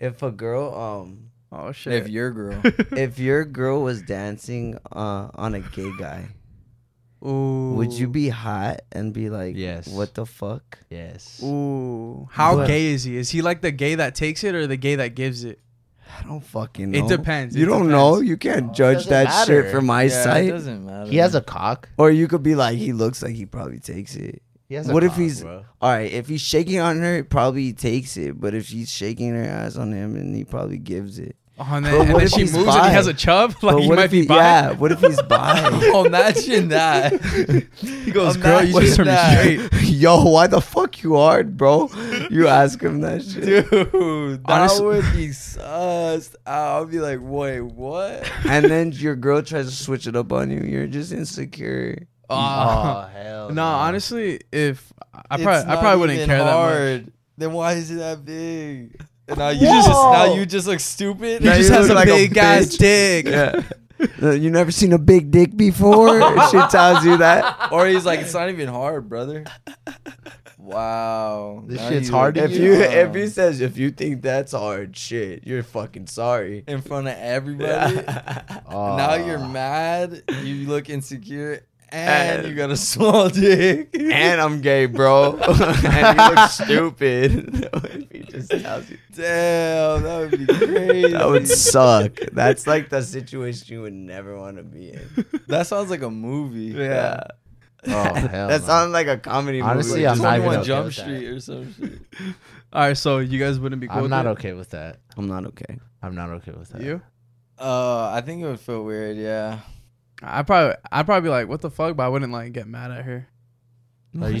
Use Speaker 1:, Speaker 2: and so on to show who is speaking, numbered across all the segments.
Speaker 1: if a girl um
Speaker 2: Oh shit.
Speaker 3: If your girl,
Speaker 1: if your girl was dancing uh, on a gay guy,
Speaker 2: Ooh.
Speaker 1: would you be hot and be like,
Speaker 3: Yes.
Speaker 1: what the fuck?
Speaker 3: yes.
Speaker 2: Ooh. How
Speaker 1: But-
Speaker 2: gay is he? Is he like the gay that takes it or the gay that gives it?
Speaker 1: I don't fucking know.
Speaker 2: It depends.
Speaker 1: You
Speaker 2: It
Speaker 1: don't
Speaker 2: depends.
Speaker 1: know. You can't judge
Speaker 3: doesn't
Speaker 1: that
Speaker 3: matter.
Speaker 1: shit from my
Speaker 3: Yeah, it
Speaker 1: sight.
Speaker 3: doesn't matter.
Speaker 4: He has a cock.
Speaker 1: Or you could be like, he looks like he probably takes it.
Speaker 4: He has a
Speaker 1: What if
Speaker 4: cock,
Speaker 1: he's
Speaker 4: bro.
Speaker 1: all right? If he's shaking on her, probably he takes it. But if she's shaking her ass on him, and he probably gives it.
Speaker 2: Oh, and
Speaker 1: But
Speaker 2: then, and
Speaker 1: what
Speaker 2: then
Speaker 1: if
Speaker 2: she
Speaker 1: he's
Speaker 2: moves and
Speaker 1: bi?
Speaker 2: he has a chub. Like
Speaker 1: but
Speaker 2: he
Speaker 1: what
Speaker 2: might
Speaker 1: if
Speaker 2: be
Speaker 1: he,
Speaker 2: bi.
Speaker 1: Yeah. What if he's bi?
Speaker 3: Oh, imagine that. he goes,
Speaker 2: I'm
Speaker 3: girl,
Speaker 2: not-
Speaker 3: you
Speaker 2: Wait,
Speaker 3: just
Speaker 2: turn me
Speaker 3: that.
Speaker 2: straight.
Speaker 1: Yo, why the fuck you hard, bro? You ask him that shit.
Speaker 3: Dude, that
Speaker 2: Honest-
Speaker 3: would be sus. I'll be like, wait, what?
Speaker 1: and then your girl tries to switch it up on you. You're just insecure.
Speaker 2: Ah.
Speaker 4: Oh hell.
Speaker 2: no, honestly, if I probably I probably wouldn't care that much.
Speaker 3: Then why is it that big? And now you
Speaker 2: Whoa.
Speaker 3: just now you just look stupid.
Speaker 2: He
Speaker 1: Now
Speaker 2: just
Speaker 1: you
Speaker 2: has
Speaker 1: look
Speaker 2: a
Speaker 1: like a
Speaker 2: big ass
Speaker 1: bitch.
Speaker 2: dick.
Speaker 1: Yeah. Uh, you never seen a big dick before? she tells you that.
Speaker 3: or he's like, it's not even hard, brother. Wow,
Speaker 4: This
Speaker 3: Now
Speaker 4: shit's
Speaker 3: you
Speaker 4: hard to
Speaker 3: look
Speaker 1: If you Um,
Speaker 3: dumb.
Speaker 1: if he says if you think that's hard shit, you're fucking sorry.
Speaker 3: in front of everybody, now you're
Speaker 4: Oh.
Speaker 3: mad. You look insecure, and, you got a small dick.
Speaker 1: And I'm gay, bro. and you look stupid. If he just tells you.
Speaker 3: damn, that would be crazy.
Speaker 1: That would suck. That's like the situation you would never want to be in.
Speaker 3: That sounds like a movie.
Speaker 2: Yeah.
Speaker 4: Oh hell.
Speaker 1: that
Speaker 4: no.
Speaker 1: sounds like a comedy
Speaker 4: Honestly,
Speaker 1: movie.
Speaker 4: I'm
Speaker 3: Just
Speaker 4: not even
Speaker 3: 21
Speaker 4: okay
Speaker 3: Jump
Speaker 4: with that.
Speaker 3: Street or some shit.
Speaker 2: All right, so you guys wouldn't be cool.
Speaker 4: I'm
Speaker 2: with
Speaker 4: not
Speaker 2: it?
Speaker 4: okay with that.
Speaker 1: I'm not okay.
Speaker 4: I'm not okay with that.
Speaker 2: You?
Speaker 3: Uh, I think it would feel weird. Yeah.
Speaker 2: I probably I'd probably be like, what the fuck? But I wouldn't like get mad at her.
Speaker 4: Are you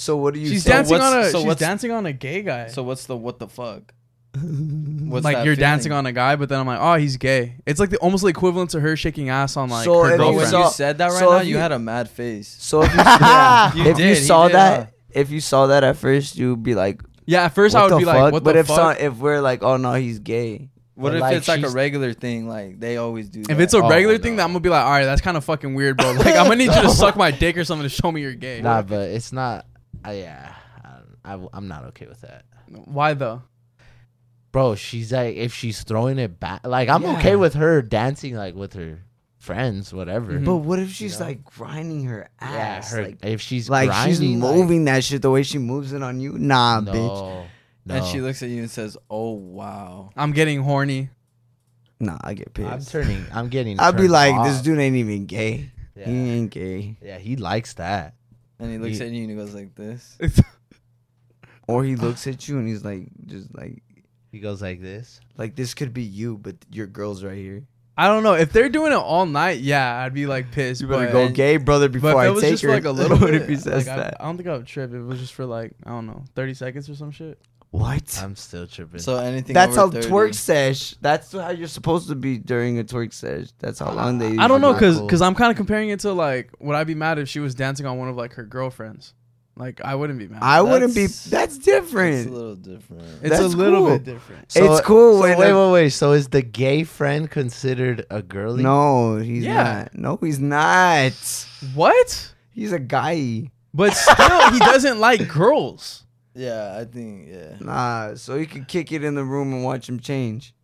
Speaker 1: So what do you
Speaker 2: She's
Speaker 1: say?
Speaker 2: dancing
Speaker 3: what's-
Speaker 2: on a
Speaker 3: so
Speaker 2: she's
Speaker 3: what's-
Speaker 2: dancing on a gay guy.
Speaker 3: So what's the what the fuck? What's
Speaker 2: like
Speaker 3: that
Speaker 2: you're dancing
Speaker 3: feeling?
Speaker 2: on a guy, but then I'm like, oh, he's gay. It's like the almost the equivalent to her shaking ass on like
Speaker 1: So
Speaker 2: her
Speaker 1: if
Speaker 3: Bro, when
Speaker 2: girlfriend.
Speaker 1: saw-
Speaker 3: you said that right
Speaker 1: so
Speaker 3: now,
Speaker 1: if
Speaker 3: you
Speaker 1: you-
Speaker 3: had a mad face.
Speaker 1: So if you, yeah,
Speaker 3: You
Speaker 1: if you
Speaker 3: did, he
Speaker 1: saw
Speaker 3: did,
Speaker 1: that,
Speaker 3: huh?
Speaker 1: if you saw that at first, you'd be like,
Speaker 2: yeah, at first
Speaker 1: "What
Speaker 2: I would
Speaker 1: the
Speaker 2: be
Speaker 1: fuck?"
Speaker 2: like, what
Speaker 1: but
Speaker 2: the
Speaker 1: if
Speaker 2: fuck?
Speaker 1: some- if we're like, "Oh no, he's gay,"
Speaker 3: What
Speaker 4: But,
Speaker 3: if
Speaker 4: like,
Speaker 3: it's like a
Speaker 4: she's-
Speaker 3: regular thing? Like they always do. That.
Speaker 2: if it's a
Speaker 4: Oh,
Speaker 2: regular thing,
Speaker 4: no.
Speaker 2: then I'm gonna be like, all right, that's kind of fucking weird, bro. Like I'm gonna need you to suck my dick or something to show me you're gay.
Speaker 4: Nah, but it's not. I yeah, I, I, I'm not okay with that.
Speaker 2: Why though?
Speaker 4: Bro, she's like, if she's throwing it back, like I'm okay
Speaker 1: Yeah.
Speaker 4: with her dancing, like with her friends, whatever.
Speaker 2: Mhm.
Speaker 1: but what if she's
Speaker 4: know?
Speaker 1: like grinding her
Speaker 4: Mm. Yeah,
Speaker 1: ass,
Speaker 4: her,
Speaker 1: like,
Speaker 4: if she's
Speaker 1: like she's
Speaker 4: grinding, like-
Speaker 1: moving that shit the way she moves it on you? Nah,
Speaker 4: no,
Speaker 1: bitch,
Speaker 4: no.
Speaker 3: and she looks at you and says, "Oh wow."
Speaker 2: I'm getting horny.
Speaker 1: nah, I get pissed.
Speaker 4: I'm turning. I'm getting.
Speaker 1: I'd be
Speaker 4: turned
Speaker 1: like, "This
Speaker 4: off.
Speaker 1: dude ain't even gay. He
Speaker 4: Yeah.
Speaker 1: ain't gay,
Speaker 4: yeah, he likes that.
Speaker 3: And he looks
Speaker 4: You-
Speaker 3: at you and he goes like this.
Speaker 1: or he looks at you and he's like, just like."
Speaker 4: He goes like this.
Speaker 1: Like this could be you, but your girl's right here.
Speaker 2: I don't know if they're doing it all night. Yeah, I'd be like pissed.
Speaker 1: You better
Speaker 2: but-
Speaker 1: go gay, brother,
Speaker 2: But
Speaker 1: before
Speaker 2: if
Speaker 1: I
Speaker 2: it was
Speaker 1: take
Speaker 2: just
Speaker 1: her.
Speaker 2: for like a little
Speaker 1: what
Speaker 2: bit,
Speaker 1: if he says
Speaker 2: like, I-
Speaker 1: that?
Speaker 2: I, don't think I would trip. If it was just for like I don't know, thirty seconds or some shit.
Speaker 1: what?
Speaker 4: I'm still tripping.
Speaker 3: So anything.
Speaker 1: That's how
Speaker 3: over 30.
Speaker 1: twerk sesh. That's how you're supposed to be during a twerk sesh. That's how long they.
Speaker 2: I don't know,
Speaker 1: usually-
Speaker 2: cause
Speaker 4: cool.
Speaker 2: cause I'm kind of comparing it to like would I be mad if she was dancing on one of like her girlfriends? Like I wouldn't be mad.
Speaker 1: I wouldn't be.
Speaker 3: That's-
Speaker 1: That's
Speaker 3: It's a
Speaker 1: different.
Speaker 3: little different.
Speaker 2: it's a
Speaker 1: that's
Speaker 2: little
Speaker 1: cool.
Speaker 2: bit different.
Speaker 1: it's cool
Speaker 4: So
Speaker 1: when
Speaker 4: wait,
Speaker 1: a-
Speaker 4: wait, wait. So is the gay friend considered a girly?
Speaker 1: No, he's
Speaker 2: Yeah.
Speaker 1: not. No, he's not.
Speaker 2: What?
Speaker 1: He's a guy.
Speaker 2: But still, he doesn't like girls.
Speaker 3: Yeah, I think. Yeah.
Speaker 1: Nah, so you can kick it in the room and watch him change.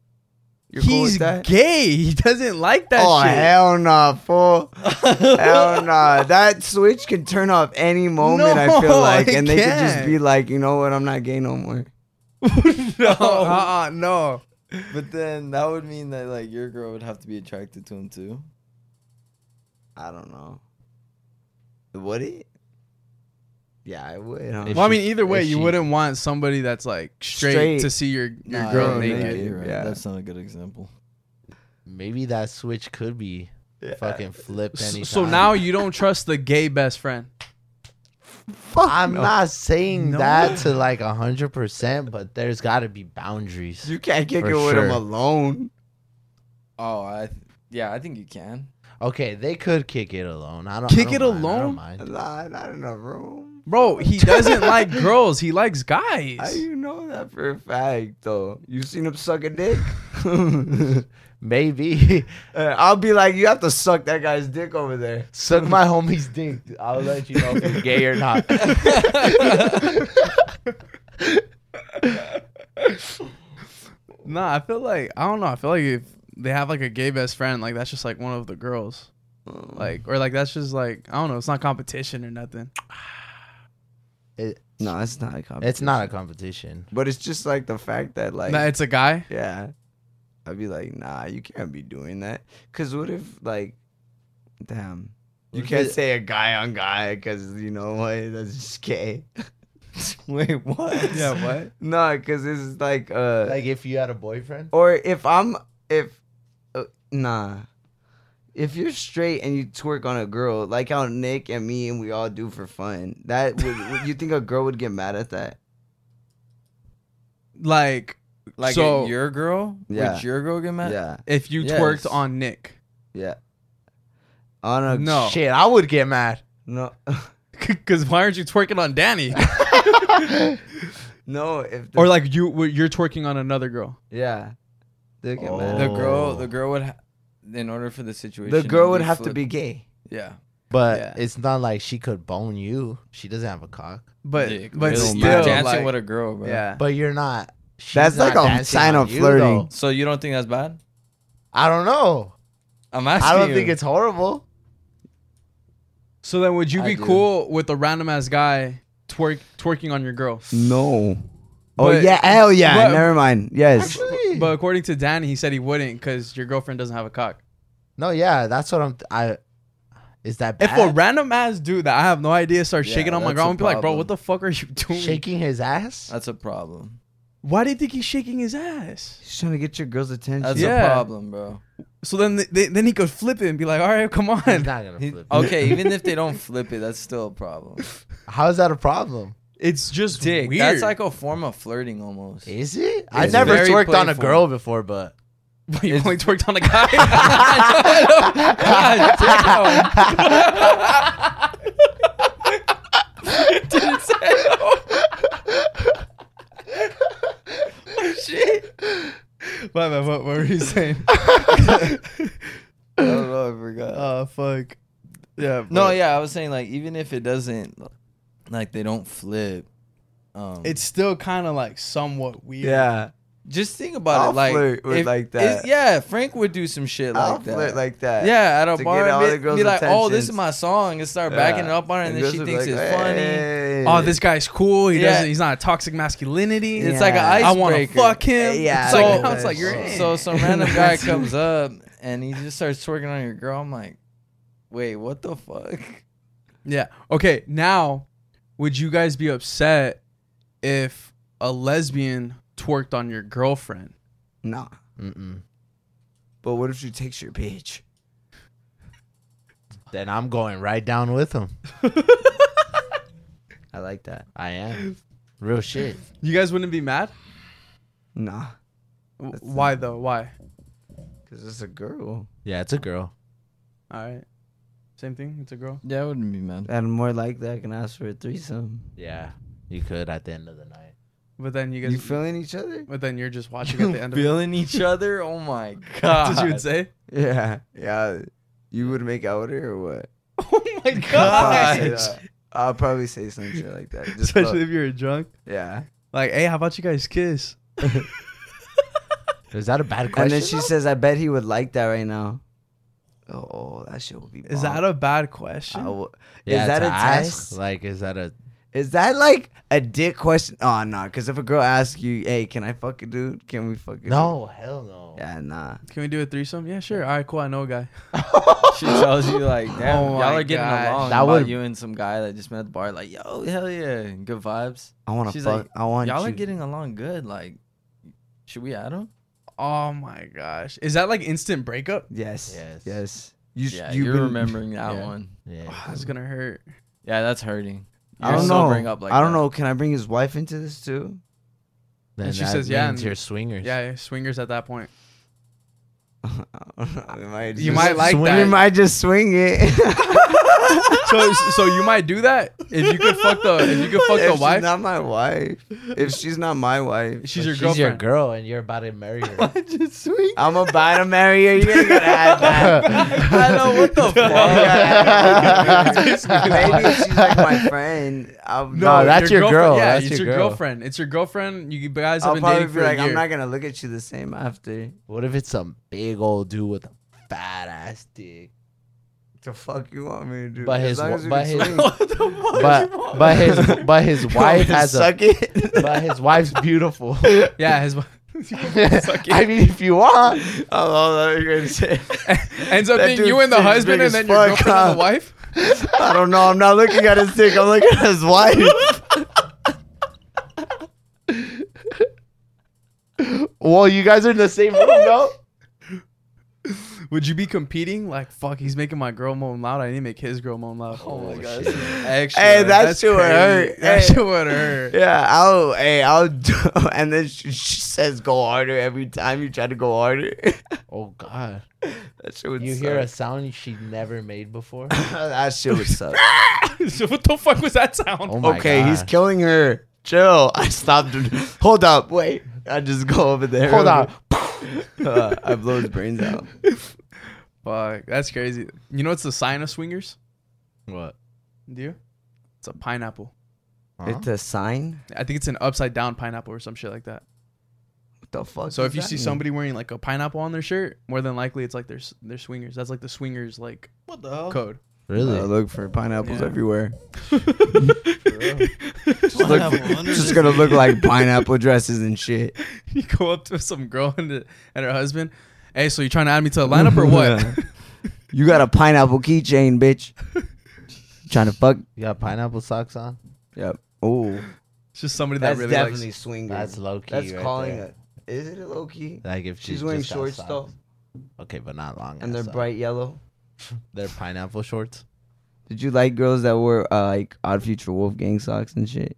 Speaker 1: You're cool
Speaker 2: He's
Speaker 1: with that?
Speaker 2: gay. He doesn't like that
Speaker 1: oh
Speaker 2: shit.
Speaker 1: hell nah, fool! hell nah. That switch can turn off any moment. I
Speaker 2: No,
Speaker 1: feel like,
Speaker 2: it
Speaker 1: and they could just
Speaker 2: can't.
Speaker 1: be like, you know what? I'm not gay no more.
Speaker 2: no,
Speaker 1: Oh,
Speaker 2: uh-uh, no.
Speaker 3: But then that would mean that like your girl would have to be attracted to him too.
Speaker 1: I don't know. Would it? Yeah, I would. Huh?
Speaker 4: If
Speaker 2: Well, I
Speaker 4: she-
Speaker 2: mean, either way,
Speaker 4: if
Speaker 2: you
Speaker 4: she-
Speaker 2: wouldn't want somebody that's like straight,
Speaker 1: Straight.
Speaker 2: to see your your
Speaker 3: Nah,
Speaker 2: girl
Speaker 3: you're right,
Speaker 2: naked.
Speaker 3: you're right.
Speaker 1: Yeah.
Speaker 3: That's not a good example.
Speaker 4: Maybe that switch could be fucking flipped.
Speaker 2: S-
Speaker 4: Anytime.
Speaker 2: So now you don't trust the gay best friend.
Speaker 4: I'm
Speaker 1: no.
Speaker 4: not saying
Speaker 2: No.
Speaker 4: that to like a hundred percent, but there's got to be boundaries.
Speaker 1: You can't kick
Speaker 4: For
Speaker 1: it with him
Speaker 4: sure.
Speaker 1: alone.
Speaker 3: Oh, I. Th- yeah, I think you can.
Speaker 4: Okay, they could kick it alone. I don't
Speaker 2: Kick
Speaker 4: I don't
Speaker 2: it
Speaker 4: mind, I
Speaker 2: alone?
Speaker 4: don't mind.
Speaker 1: Nah, not in a room.
Speaker 2: Bro, he doesn't like girls. He likes guys.
Speaker 1: How you know that for a fact, though? You seen him suck a dick?
Speaker 4: Maybe
Speaker 1: Uh, I'll be like, you have to suck that guy's dick over there.
Speaker 4: suck my homie's dick. I'll let you know if you're gay or not.
Speaker 2: Nah, I feel like I don't know. I feel like if they have like a gay best friend, like that's just like one of the girls, like or like that's just like I don't know. It's not competition or nothing.
Speaker 4: It,
Speaker 1: no, it's not a competition.
Speaker 4: it's not a competition.
Speaker 1: But it's just like the fact that like
Speaker 2: Nah, it's a guy.
Speaker 1: yeah, I'd be like, nah, you can't be doing that. Cause what if like, damn, you
Speaker 4: if
Speaker 1: can't
Speaker 4: it-
Speaker 1: say a guy on guy because you know what? That's just gay.
Speaker 3: Wait, what?
Speaker 2: Yeah, what?
Speaker 1: no, cause it's like uh,
Speaker 4: Like if you had a boyfriend.
Speaker 1: or if I'm if uh, nah. If you're straight and you twerk on a girl, like how Nick and me and we all do for fun, that would, would you think a girl would get mad at that?
Speaker 2: Like
Speaker 3: Like
Speaker 2: So-
Speaker 3: a, your girl?
Speaker 1: Yeah.
Speaker 3: Would your girl get mad?
Speaker 1: Yeah,
Speaker 2: if you
Speaker 3: Yes.
Speaker 2: twerked on Nick.
Speaker 1: yeah. On a
Speaker 2: No.
Speaker 4: Shit, I would get mad.
Speaker 1: no,
Speaker 2: Because why aren't you twerking on Danny?
Speaker 1: no. If the,
Speaker 2: or like you were- you're twerking on another girl.
Speaker 1: yeah, they get mad.
Speaker 3: The
Speaker 4: Oh.
Speaker 3: girl, the girl would, ha- in order for the situation,
Speaker 1: The girl would have to
Speaker 3: flipped.
Speaker 1: be gay.
Speaker 3: Yeah.
Speaker 4: But
Speaker 3: Yeah.
Speaker 4: it's not like she could bone you. She doesn't have a cock.
Speaker 2: But
Speaker 3: Dick,
Speaker 2: but
Speaker 3: really.
Speaker 1: don't
Speaker 2: still,
Speaker 1: matter.
Speaker 3: dancing
Speaker 2: like,
Speaker 3: with a girl, bro.
Speaker 2: yeah.
Speaker 4: But you're not. she's
Speaker 1: That's like
Speaker 4: not
Speaker 1: a
Speaker 4: dancing
Speaker 1: sign
Speaker 4: on
Speaker 1: of
Speaker 4: you,
Speaker 1: flirting.
Speaker 4: though.
Speaker 3: So you don't think that's bad?
Speaker 4: I don't know.
Speaker 3: I'm asking.
Speaker 4: I don't
Speaker 3: you.
Speaker 4: think it's horrible.
Speaker 2: So then, would you
Speaker 3: I
Speaker 2: be
Speaker 3: do.
Speaker 2: cool with a random ass guy twerk twerking on your girl?
Speaker 1: No. Oh
Speaker 2: But-
Speaker 1: yeah, hell yeah.
Speaker 2: but-
Speaker 1: never mind. Yes.
Speaker 4: Actually.
Speaker 2: But according to Danny, he said he wouldn't because your girlfriend doesn't have a cock.
Speaker 4: No, yeah, that's what I'm. I is that
Speaker 2: If a
Speaker 4: bad?
Speaker 2: random ass dude that I have no idea starts
Speaker 3: Yeah,
Speaker 2: shaking on my
Speaker 3: that's
Speaker 2: girl,
Speaker 3: a
Speaker 2: I'm be like, bro,
Speaker 3: problem.
Speaker 2: what the fuck are you doing?
Speaker 4: shaking his ass.
Speaker 3: That's a problem.
Speaker 2: Why do you think he's shaking his ass?
Speaker 1: She's trying to get your girl's attention.
Speaker 3: That's
Speaker 2: Yeah.
Speaker 3: a problem, bro.
Speaker 2: So then, th- th- then he could flip it and be like, all right, come on.
Speaker 4: He's not gonna
Speaker 3: He-
Speaker 4: flip. it.
Speaker 3: okay, even if they don't flip it, that's still a problem.
Speaker 4: How is that a problem?
Speaker 2: It's just
Speaker 3: Dick,
Speaker 2: weird.
Speaker 3: that's like a form of flirting almost.
Speaker 4: Is it? I
Speaker 3: It's
Speaker 4: never
Speaker 3: very
Speaker 4: twerked on a
Speaker 3: playful.
Speaker 4: girl before, but
Speaker 2: you
Speaker 3: it's-
Speaker 2: only twerked on a guy. God damn.
Speaker 3: Didn't say Shit.
Speaker 2: My bad, what, what were you saying?
Speaker 3: I don't know, I forgot.
Speaker 2: Oh, fuck. Yeah.
Speaker 3: no,
Speaker 2: bro.
Speaker 3: yeah, I was saying like even if it doesn't, like they don't flip. Um,
Speaker 2: It's still kind of like somewhat weird.
Speaker 1: yeah.
Speaker 3: just think about
Speaker 1: I'll
Speaker 3: it, like
Speaker 1: flirt with
Speaker 3: if-
Speaker 1: like
Speaker 3: it's-
Speaker 1: that.
Speaker 3: Yeah, Frank would do some shit
Speaker 1: I'll
Speaker 3: like that.
Speaker 1: flirt like that.
Speaker 3: yeah, at a
Speaker 1: to get
Speaker 3: bar,
Speaker 1: all
Speaker 3: be,
Speaker 1: the girls'
Speaker 3: be like, "Oh, this is
Speaker 1: attentions.
Speaker 3: my song," and start backing it up on her, and, then
Speaker 1: girls
Speaker 3: she
Speaker 1: are
Speaker 3: thinks
Speaker 1: like,
Speaker 3: it's funny.
Speaker 1: "Hey."
Speaker 2: Oh, this guy's cool. He
Speaker 3: Yeah.
Speaker 2: doesn't. He's not a toxic masculinity.
Speaker 3: It's like an
Speaker 1: Yeah.
Speaker 3: icebreaker.
Speaker 2: I want to fuck him.
Speaker 1: Yeah,
Speaker 2: It's
Speaker 3: So,
Speaker 2: like,
Speaker 1: I
Speaker 2: now it's like you're in.
Speaker 3: so some random guy comes up and he just starts twerking on your girl. I'm like, wait, what the fuck?
Speaker 2: Yeah. Okay. Now, would you guys be upset if a lesbian twerked on your girlfriend?
Speaker 1: Nah.
Speaker 4: mm-mm.
Speaker 1: But what if she takes your bitch?
Speaker 4: then I'm going right down with him.
Speaker 1: I like that.
Speaker 4: I am. Real shit.
Speaker 2: You guys wouldn't be mad?
Speaker 1: Nah.
Speaker 2: W-
Speaker 1: That's-
Speaker 2: Why though? Why?
Speaker 1: Because it's a girl.
Speaker 4: Yeah, it's a girl.
Speaker 2: All right. Same thing. It's a girl.
Speaker 3: Yeah, I wouldn't be mad.
Speaker 1: And more like that, I can ask for a threesome.
Speaker 4: Yeah, you could at the end of the night.
Speaker 2: But then you guys.
Speaker 1: You feeling each other?
Speaker 2: but then you're just watching at the end of it.
Speaker 3: Feeling each other? Oh my god!
Speaker 2: That's what you would say.
Speaker 1: Yeah. Yeah. You would make out with her or what?
Speaker 2: Oh my
Speaker 3: God.
Speaker 2: god.
Speaker 1: Yeah. I'll probably say some shit like that. Just
Speaker 2: Especially
Speaker 1: look.
Speaker 2: if you're drunk.
Speaker 1: yeah.
Speaker 2: Like, hey, how about you guys kiss?
Speaker 4: Is that a bad question?
Speaker 1: And then she
Speaker 4: though?
Speaker 1: says, I bet he would like that right now. Oh, that shit would be
Speaker 2: Is
Speaker 1: bomb.
Speaker 2: that a bad question?
Speaker 1: I will-
Speaker 4: Yeah,
Speaker 1: is that
Speaker 4: to
Speaker 1: a
Speaker 4: ask,
Speaker 1: test?
Speaker 4: Like, is that a?
Speaker 1: Is that like a dick question? Oh, no. Because if a girl asks you, hey, can I fuck a dude? Can we fuck a
Speaker 4: No, hell no.
Speaker 1: dude? Yeah, nah.
Speaker 2: Can we do a threesome? Yeah, sure. All right, cool. I know a guy.
Speaker 3: she tells you like, damn,
Speaker 2: Oh
Speaker 3: y'all
Speaker 2: my
Speaker 3: are getting
Speaker 2: gosh.
Speaker 3: along.
Speaker 4: That
Speaker 3: That
Speaker 4: would-
Speaker 3: would you and some guy that just met at the bar. Like, yo, hell yeah, good vibes.
Speaker 1: I want to
Speaker 3: She's
Speaker 1: fuck.
Speaker 3: like,
Speaker 1: I want
Speaker 3: y'all
Speaker 1: you.
Speaker 3: are getting along good. Like, should we add him?
Speaker 2: Oh my gosh. Is that like instant breakup?
Speaker 1: Yes.
Speaker 4: Yes.
Speaker 1: Yes. You,
Speaker 3: Yeah,
Speaker 1: you
Speaker 3: you are
Speaker 1: been-
Speaker 3: remembering that
Speaker 4: Yeah.
Speaker 3: one.
Speaker 4: Yeah.
Speaker 2: Oh, that's gonna hurt.
Speaker 3: Yeah, that's hurting.
Speaker 1: I
Speaker 3: You're
Speaker 1: don't know.
Speaker 3: sobering up like
Speaker 1: I don't
Speaker 3: that.
Speaker 1: know. Can I bring his wife into this too?
Speaker 4: Then
Speaker 2: And she
Speaker 4: that
Speaker 2: says, yeah,
Speaker 4: means
Speaker 2: and-
Speaker 4: you're swingers.
Speaker 2: Yeah, yeah, swingers at that point.
Speaker 1: It might
Speaker 2: You
Speaker 1: just-
Speaker 2: might like
Speaker 1: swing-
Speaker 2: that.
Speaker 1: You might just swing it.
Speaker 2: So so you might do that if you could fuck the if you could fuck
Speaker 1: If
Speaker 2: the
Speaker 1: she's
Speaker 2: wife.
Speaker 1: not my wife. If she's not my wife,
Speaker 2: she's your
Speaker 4: she's
Speaker 2: girlfriend.
Speaker 4: your girl, and you're about to marry her.
Speaker 3: just swing.
Speaker 1: I'm about to marry her. You're gonna have that.
Speaker 2: I know what the fuck.
Speaker 1: Maybe if she's like my friend. I'll,
Speaker 4: No,
Speaker 1: I'll
Speaker 4: that's your
Speaker 2: girlfriend-
Speaker 4: girl,
Speaker 2: Yeah,
Speaker 4: that's
Speaker 2: it's
Speaker 4: your
Speaker 2: your,
Speaker 4: girl.
Speaker 2: girlfriend. It's your girlfriend. You guys have
Speaker 1: I'll
Speaker 2: been
Speaker 1: probably
Speaker 2: dating
Speaker 1: be
Speaker 2: for
Speaker 1: like,
Speaker 2: like, a year.
Speaker 1: I'm not gonna look at you the same after.
Speaker 4: what if it's some big old dude with a fat ass dick?
Speaker 1: The fuck you want me to do?
Speaker 4: But
Speaker 1: As
Speaker 4: his
Speaker 1: long
Speaker 4: wa-
Speaker 1: as we
Speaker 4: but
Speaker 1: can
Speaker 4: his-
Speaker 1: swing.
Speaker 2: What the fuck
Speaker 4: But
Speaker 2: you want?
Speaker 4: but his but his
Speaker 1: You want me
Speaker 4: wife
Speaker 1: to
Speaker 4: has a
Speaker 1: suck it.
Speaker 4: but his wife's beautiful.
Speaker 2: yeah, his wife
Speaker 4: I mean, if you want,
Speaker 1: I love that you're gonna say.
Speaker 2: ends up
Speaker 1: That
Speaker 2: being you
Speaker 1: dude's
Speaker 2: and the
Speaker 1: dick's
Speaker 2: husband,
Speaker 1: big
Speaker 2: and
Speaker 1: as
Speaker 2: then your
Speaker 1: fuck,
Speaker 2: girlfriend and the
Speaker 1: huh?
Speaker 2: wife.
Speaker 1: I don't know. I'm not looking at his dick. I'm looking at his wife.
Speaker 4: well, you guys are in the same room, no?
Speaker 2: Would you be competing? Like, fuck, he's making my girl moan loud. I need to make his girl moan loud. Oh my
Speaker 4: God.
Speaker 2: Extra.
Speaker 1: Hey, that shit
Speaker 2: true.
Speaker 1: would hurt.
Speaker 2: That
Speaker 1: Hey.
Speaker 2: shit would hurt.
Speaker 1: Yeah, I'll. Hey, I'll. Do, and then she, she says, "Go harder." Every time you try to go harder,
Speaker 4: Oh God!
Speaker 1: that shit would.
Speaker 4: You
Speaker 1: suck.
Speaker 4: hear a sound she never made before?
Speaker 1: that shit would suck.
Speaker 2: So what the fuck was that sound?
Speaker 4: Oh my
Speaker 1: okay, he's
Speaker 4: God.
Speaker 1: killing her. Chill. I stopped. him. Hold up. Wait. I just go over there.
Speaker 4: Hold on.
Speaker 1: Uh, I blow his brains out.
Speaker 2: Fuck, that's crazy. You know what's the sign of swingers?
Speaker 4: What?
Speaker 2: Do you? It's a pineapple.
Speaker 4: Huh?
Speaker 1: It's a sign.
Speaker 2: I think it's an upside down pineapple or some shit like that.
Speaker 1: What the fuck?
Speaker 2: So if
Speaker 1: does
Speaker 2: you
Speaker 1: that
Speaker 2: see
Speaker 1: mean?
Speaker 2: somebody wearing like a pineapple on their shirt, more than likely it's like they're s- they're swingers. That's like the swingers like
Speaker 3: What the
Speaker 1: Oh.
Speaker 3: hell?
Speaker 2: code.
Speaker 1: I
Speaker 4: Really?
Speaker 1: Uh, look for pineapples
Speaker 2: Yeah.
Speaker 1: everywhere.
Speaker 2: you
Speaker 1: Just, look for-
Speaker 3: Pineapple under
Speaker 1: just
Speaker 3: the-
Speaker 1: gonna look like pineapple dresses and shit.
Speaker 2: go up to some girl and, the, and her husband. Hey, so you trying to add me to the lineup or what?
Speaker 1: You got a pineapple keychain, bitch. Trying to fuck.
Speaker 4: You got pineapple socks on?
Speaker 1: Yep. Oh,
Speaker 2: it's just somebody that really likes.
Speaker 1: swinging.
Speaker 4: That's low key.
Speaker 1: That's
Speaker 4: right
Speaker 1: calling
Speaker 4: there.
Speaker 1: it. Is it a low key?
Speaker 4: Like if
Speaker 1: She's
Speaker 4: she
Speaker 1: wearing
Speaker 4: just got
Speaker 1: shorts
Speaker 4: socks.
Speaker 1: though,
Speaker 4: Okay, but not long.
Speaker 1: and they're
Speaker 4: ass socks.
Speaker 1: bright yellow.
Speaker 4: They're pineapple shorts
Speaker 1: Did you like girls that wore uh, like Odd Future Wolf gang socks and shit?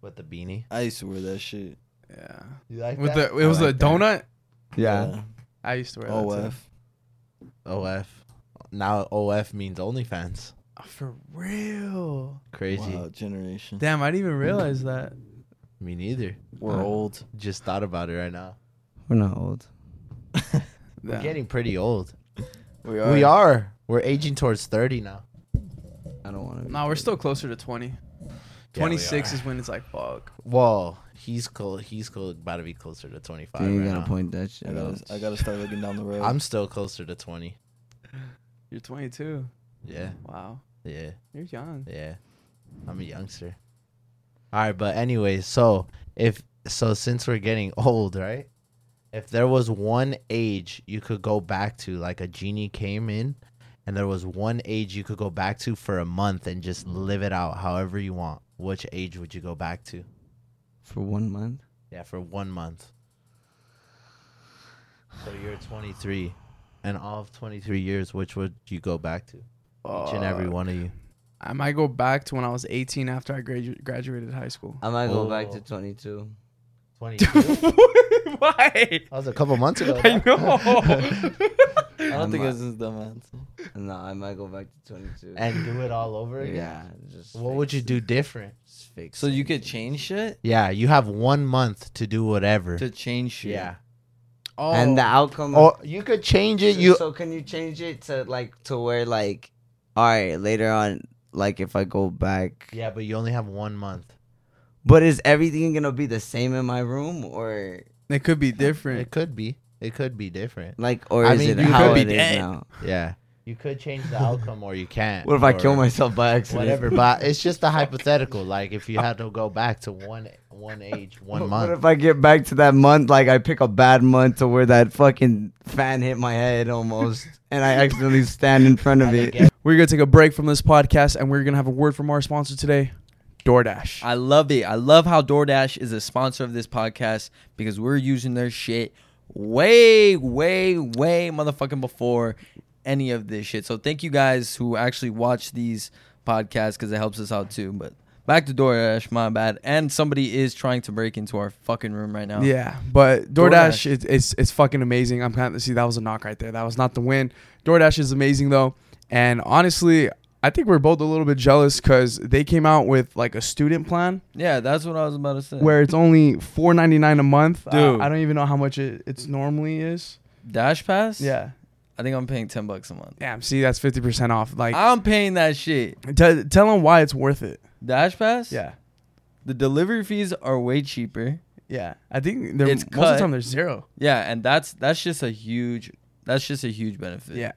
Speaker 4: with the beanie.
Speaker 3: I used to wear that shit.
Speaker 2: Yeah.
Speaker 4: You like
Speaker 2: With
Speaker 4: that?
Speaker 2: the it was a
Speaker 4: I Oh, like that.
Speaker 2: donut.
Speaker 4: Uh,
Speaker 1: Yeah.
Speaker 2: I used to wear
Speaker 3: Oh,
Speaker 2: that. Too.
Speaker 3: F.
Speaker 4: OF. Now OF means OnlyFans.
Speaker 2: Oh, for real.
Speaker 4: Crazy.
Speaker 3: Wow, generation.
Speaker 2: Damn, I didn't even
Speaker 4: Mm-hmm.
Speaker 2: realize that.
Speaker 4: Me neither.
Speaker 3: We're
Speaker 1: Uh,
Speaker 3: old.
Speaker 4: Just thought about it right now.
Speaker 1: We're not old.
Speaker 4: We're
Speaker 2: Damn.
Speaker 4: getting pretty old.
Speaker 3: We are.
Speaker 4: We are. We're aging towards thirty now.
Speaker 1: I don't want to.
Speaker 2: No, we're still closer to 20. 26 is when it's like, fuck.
Speaker 4: Whoa, he's cool. He's cool. About to be closer to twenty-five.
Speaker 1: You
Speaker 4: right
Speaker 1: gotta
Speaker 4: now.
Speaker 1: point that shit
Speaker 3: I
Speaker 1: out.
Speaker 3: gotta, I gotta start looking down the road.
Speaker 4: I'm still closer to twenty.
Speaker 2: You're 22.
Speaker 4: Yeah,
Speaker 2: Wow.
Speaker 4: yeah,
Speaker 2: You're young.
Speaker 4: yeah. I'm a youngster. All right, but anyway, so if so, since we're getting old, right? If there was one age you could go back to, like a genie came in, and there was one age you could go back to for a month and just live it out however you want, which age would you go back to?
Speaker 1: For one month.
Speaker 4: Yeah, for one month. So you're 23, and all of 23 years, which would you go back to? Each and every
Speaker 2: Fuck.
Speaker 4: one of you.
Speaker 2: I might go back to when I was 18 after I gradu- graduated high school.
Speaker 1: I might go back to
Speaker 4: Oh.
Speaker 1: 22.
Speaker 4: 22. that
Speaker 2: Why?
Speaker 4: was a couple months ago.
Speaker 2: I
Speaker 3: I
Speaker 2: know.
Speaker 3: don't think
Speaker 1: I'm, uh,
Speaker 3: this is dumb answer.
Speaker 1: No, I might go back to 22.
Speaker 4: And do it all over again.
Speaker 1: yeah, just.
Speaker 4: What would you do different?
Speaker 1: Fix.
Speaker 3: So you could change shit
Speaker 4: Yeah, you have one month to do whatever.
Speaker 3: to change shit.
Speaker 4: yeah.
Speaker 2: Oh,
Speaker 1: And the outcome.
Speaker 4: Or you could change it.
Speaker 1: So-
Speaker 4: You
Speaker 1: so can you change it to like to where like all right later on like if I go back
Speaker 4: yeah, but you only have one month.
Speaker 1: but is everything gonna be the same in my room or
Speaker 2: it could be different.
Speaker 4: It could be. It could be different.
Speaker 1: like or
Speaker 4: I
Speaker 1: is it
Speaker 4: mean, you
Speaker 1: how
Speaker 4: could be
Speaker 1: it is
Speaker 2: dead.
Speaker 1: now?
Speaker 4: Yeah. You could change the outcome, or you can't.
Speaker 1: What if I kill
Speaker 4: or-
Speaker 1: myself by accident?
Speaker 4: whatever. But it's just a hypothetical. Like if you had to go back to one one age, one
Speaker 1: What
Speaker 4: month.
Speaker 1: if I get back to that month? Like I pick a bad month to where that fucking fan hit my head almost, and I accidentally stand in front of
Speaker 4: and
Speaker 1: it.
Speaker 4: again-
Speaker 2: We're going to take a break from this podcast and we're going to have a word from our sponsor today, DoorDash.
Speaker 3: I love it. I love how DoorDash is a sponsor of this podcast because we're using their shit way, way, way motherfucking before any of this shit. So thank you guys who actually watch these podcasts because it helps us out too. But Back to DoorDash, my bad. And somebody is trying to break into our fucking room right now.
Speaker 2: Yeah, but DoorDash,
Speaker 3: DoorDash.
Speaker 2: is it's it's fucking amazing. I'm kind of see that was a knock right there. That was not the win. DoorDash is amazing though, and honestly, I think we're both a little bit jealous because they came out with like a student plan
Speaker 3: Yeah, that's what I was about to say.
Speaker 2: where it's only four ninety nine a month. I-
Speaker 3: Dude.
Speaker 2: I, don't even know how much it it's normally is.
Speaker 3: Dash Pass?
Speaker 2: Yeah,
Speaker 3: I think I'm paying 10 bucks a month.
Speaker 2: damn. See, that's fifty percent off. Like,
Speaker 3: I'm paying that shit.
Speaker 2: t- tell them why it's worth it.
Speaker 3: Dash Pass?
Speaker 2: Yeah,
Speaker 3: The delivery fees are way cheaper.
Speaker 2: yeah. I think they're,
Speaker 3: It's
Speaker 2: most of the
Speaker 3: cut.
Speaker 2: time there's zero.
Speaker 3: Yeah, and that's that's just a huge that's just a huge benefit.
Speaker 2: Yeah,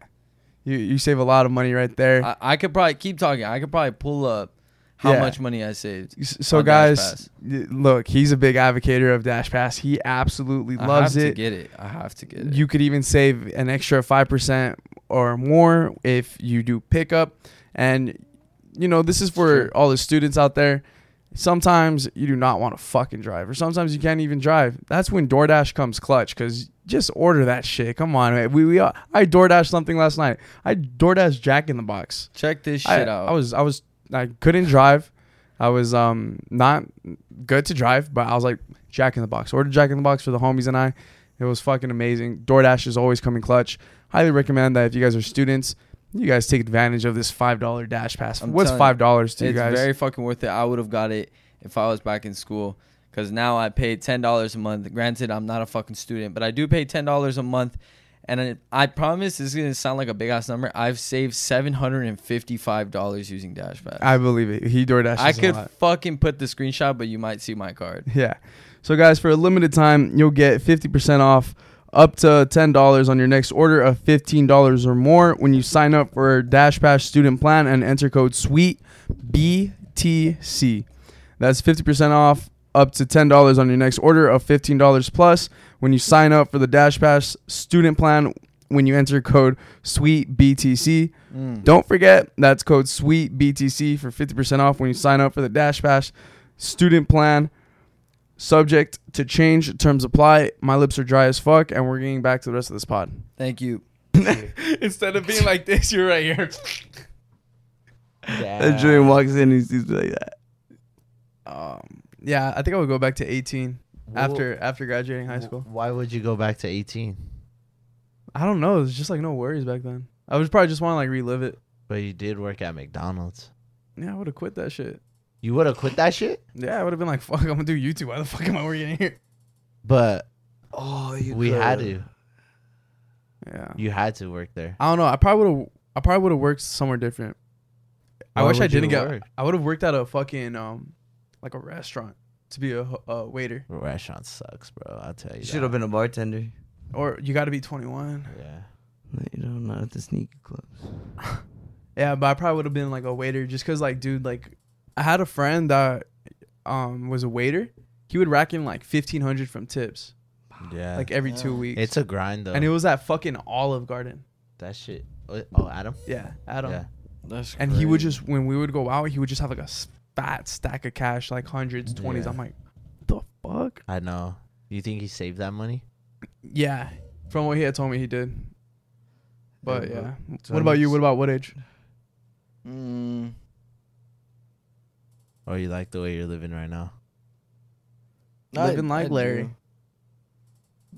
Speaker 2: you you save a lot of money right there.
Speaker 3: I, I could probably keep talking. I could probably pull up how
Speaker 2: Yeah.
Speaker 3: much money I saved.
Speaker 2: S- so
Speaker 3: on Dash
Speaker 2: guys
Speaker 3: Pass.
Speaker 2: y- look he's a big advocator of dash pass he absolutely
Speaker 3: I
Speaker 2: loves
Speaker 3: have to
Speaker 2: it
Speaker 3: get it. I have to get it.
Speaker 2: you could even save an extra 5% or more if you do pickup and you know this is for
Speaker 3: Sure.
Speaker 2: all the students out there sometimes you do not want to fucking drive or sometimes you can't even drive that's when DoorDash comes clutch cuz just order that shit come on man. we we are, I DoorDash something last night I DoorDash Jack in the Box
Speaker 3: Check this shit
Speaker 2: I,
Speaker 3: out.
Speaker 2: I was I was I couldn't drive. I was um not good to drive, but I was like Jack in the Box. Ordered Jack in the Box for the homies and I. It was fucking amazing. DoorDash is always coming clutch. Highly recommend that if you guys are students, you guys take advantage of this five dollar dash pass.
Speaker 3: I'm
Speaker 2: What's
Speaker 3: telling
Speaker 2: five dollars to you
Speaker 3: it's
Speaker 2: guys?
Speaker 3: very fucking worth it. I would have got it if I was back in school because now I pay ten dollars a month. Granted, I'm not a fucking student, but I do pay ten dollars a month, and I, I promise this is gonna sound like a big ass number. I've saved seven hundred and fifty-five dollars using Dashpad. I,
Speaker 2: I believe it. He DoorDash. I
Speaker 3: could fucking put the screenshot, but you might see my card.
Speaker 2: Yeah. So guys, for a limited time, you'll get 50% off up to $10 on your next order of $15 or more when you sign up for Dash Pass student plan and enter code SWEET BTC. That's 50% off up to $10 on your next order of $15 plus when you sign up for the Dash Pass student plan when you enter code SWEET BTC. Don't forget that's code SWEET BTC for 50% off when you sign up for the Dash Pass student plan. Subject to change. Terms apply. My lips are dry as fuck, and we're getting back to the rest of this pod.
Speaker 3: Thank you.
Speaker 2: Instead of being like this, you're right here.
Speaker 1: And Julian walks in and he sees me like that.
Speaker 2: Um, yeah, I think I would go back to 18
Speaker 4: Wh-
Speaker 2: after after graduating high
Speaker 4: wh-
Speaker 2: school.
Speaker 4: Why would you go back to 18?
Speaker 2: I don't know. It was just like no worries back then. I was probably just want to like relive it.
Speaker 4: But you did work at McDonald's.
Speaker 2: Yeah, I would have quit that shit.
Speaker 4: You would have quit that shit?
Speaker 2: Yeah, I would have been like, fuck, I'm gonna do YouTube. Why the fuck am I working here?
Speaker 4: But
Speaker 1: Oh, you
Speaker 4: we had
Speaker 1: could.
Speaker 4: to.
Speaker 2: Yeah.
Speaker 4: You had to work there.
Speaker 2: I don't know. I probably would have. I probably would have worked somewhere different. I
Speaker 4: Why
Speaker 2: wish I
Speaker 4: would you
Speaker 2: didn't get.
Speaker 4: work?
Speaker 2: I would have worked at a fucking um, like a restaurant to be a, ho- a waiter,
Speaker 4: Restaurant sucks, bro. I'll tell you.
Speaker 1: You should have been a bartender.
Speaker 2: or you got to be 21.
Speaker 4: Yeah.
Speaker 1: You know, not at the sneaker clubs.
Speaker 2: Yeah, but I probably would have been like a waiter just because, like, dude, like, I had a friend that um was a waiter. He would rack in like fifteen hundred from tips,
Speaker 4: Yeah.
Speaker 2: like every two
Speaker 3: Yeah.
Speaker 2: weeks,
Speaker 4: it's a grind though.
Speaker 2: and it was at fucking Olive Garden.
Speaker 4: that shit. Oh, Adam.
Speaker 2: Yeah, Adam.
Speaker 4: Yeah.
Speaker 3: That's
Speaker 2: And he would just when we would go out, he would just have like a s- fat stack of cash, like hundreds, twenties.
Speaker 4: Yeah.
Speaker 2: I'm like, the fuck.
Speaker 4: I know. You think he saved that money?
Speaker 2: Yeah, from what he had told me, he did. But
Speaker 1: Yeah,
Speaker 2: yeah,
Speaker 1: so
Speaker 2: what about you?
Speaker 1: it's-
Speaker 2: What about what age?
Speaker 3: Mm,
Speaker 4: Or you like the way you're living right now?
Speaker 2: Living like Larry.
Speaker 3: do.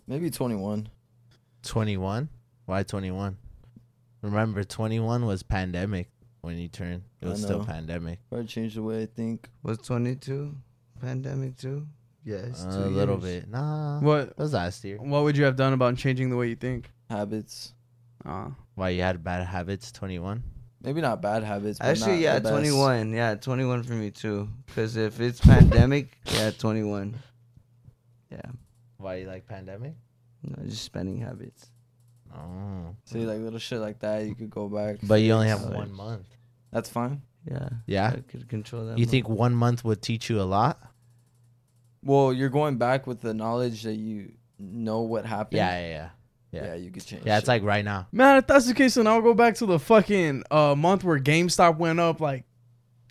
Speaker 3: Maybe 21.
Speaker 4: 21? Why 21? Remember, 21 was pandemic when you turned. It
Speaker 3: I
Speaker 4: was still
Speaker 3: know.
Speaker 4: pandemic.
Speaker 3: Probably change the way I think.
Speaker 1: Was 22 pandemic too? Yes,
Speaker 4: Uh, a little bit. Nah.
Speaker 2: What
Speaker 4: It was last year.
Speaker 2: What would you have done about changing the way you think?
Speaker 3: Habits.
Speaker 2: Uh,
Speaker 4: Why you had bad habits? 21?
Speaker 3: Maybe not bad habits. But
Speaker 1: Actually,
Speaker 3: not
Speaker 1: yeah,
Speaker 3: the best.
Speaker 1: 21. Yeah, 21 for me too. Because if it's pandemic, yeah, 21. Yeah,
Speaker 4: Why you like pandemic?
Speaker 1: no, just spending habits.
Speaker 4: Oh.
Speaker 3: See, like little shit like that, you could go back.
Speaker 4: But you only have
Speaker 1: Six.
Speaker 4: one month.
Speaker 3: That's fine.
Speaker 1: Yeah,
Speaker 4: Yeah.
Speaker 1: I could control that.
Speaker 4: Ah. You
Speaker 1: more.
Speaker 4: think one month would teach you a lot?
Speaker 3: Well, you're going back with the knowledge that you know what happened.
Speaker 4: Yeah, yeah, yeah.
Speaker 3: yeah.
Speaker 4: yeah.
Speaker 3: you could change.
Speaker 4: Yeah, it's
Speaker 3: shit.
Speaker 4: like right now.
Speaker 2: man, if that's the case, then I'll go back to the fucking uh, month where GameStop went up like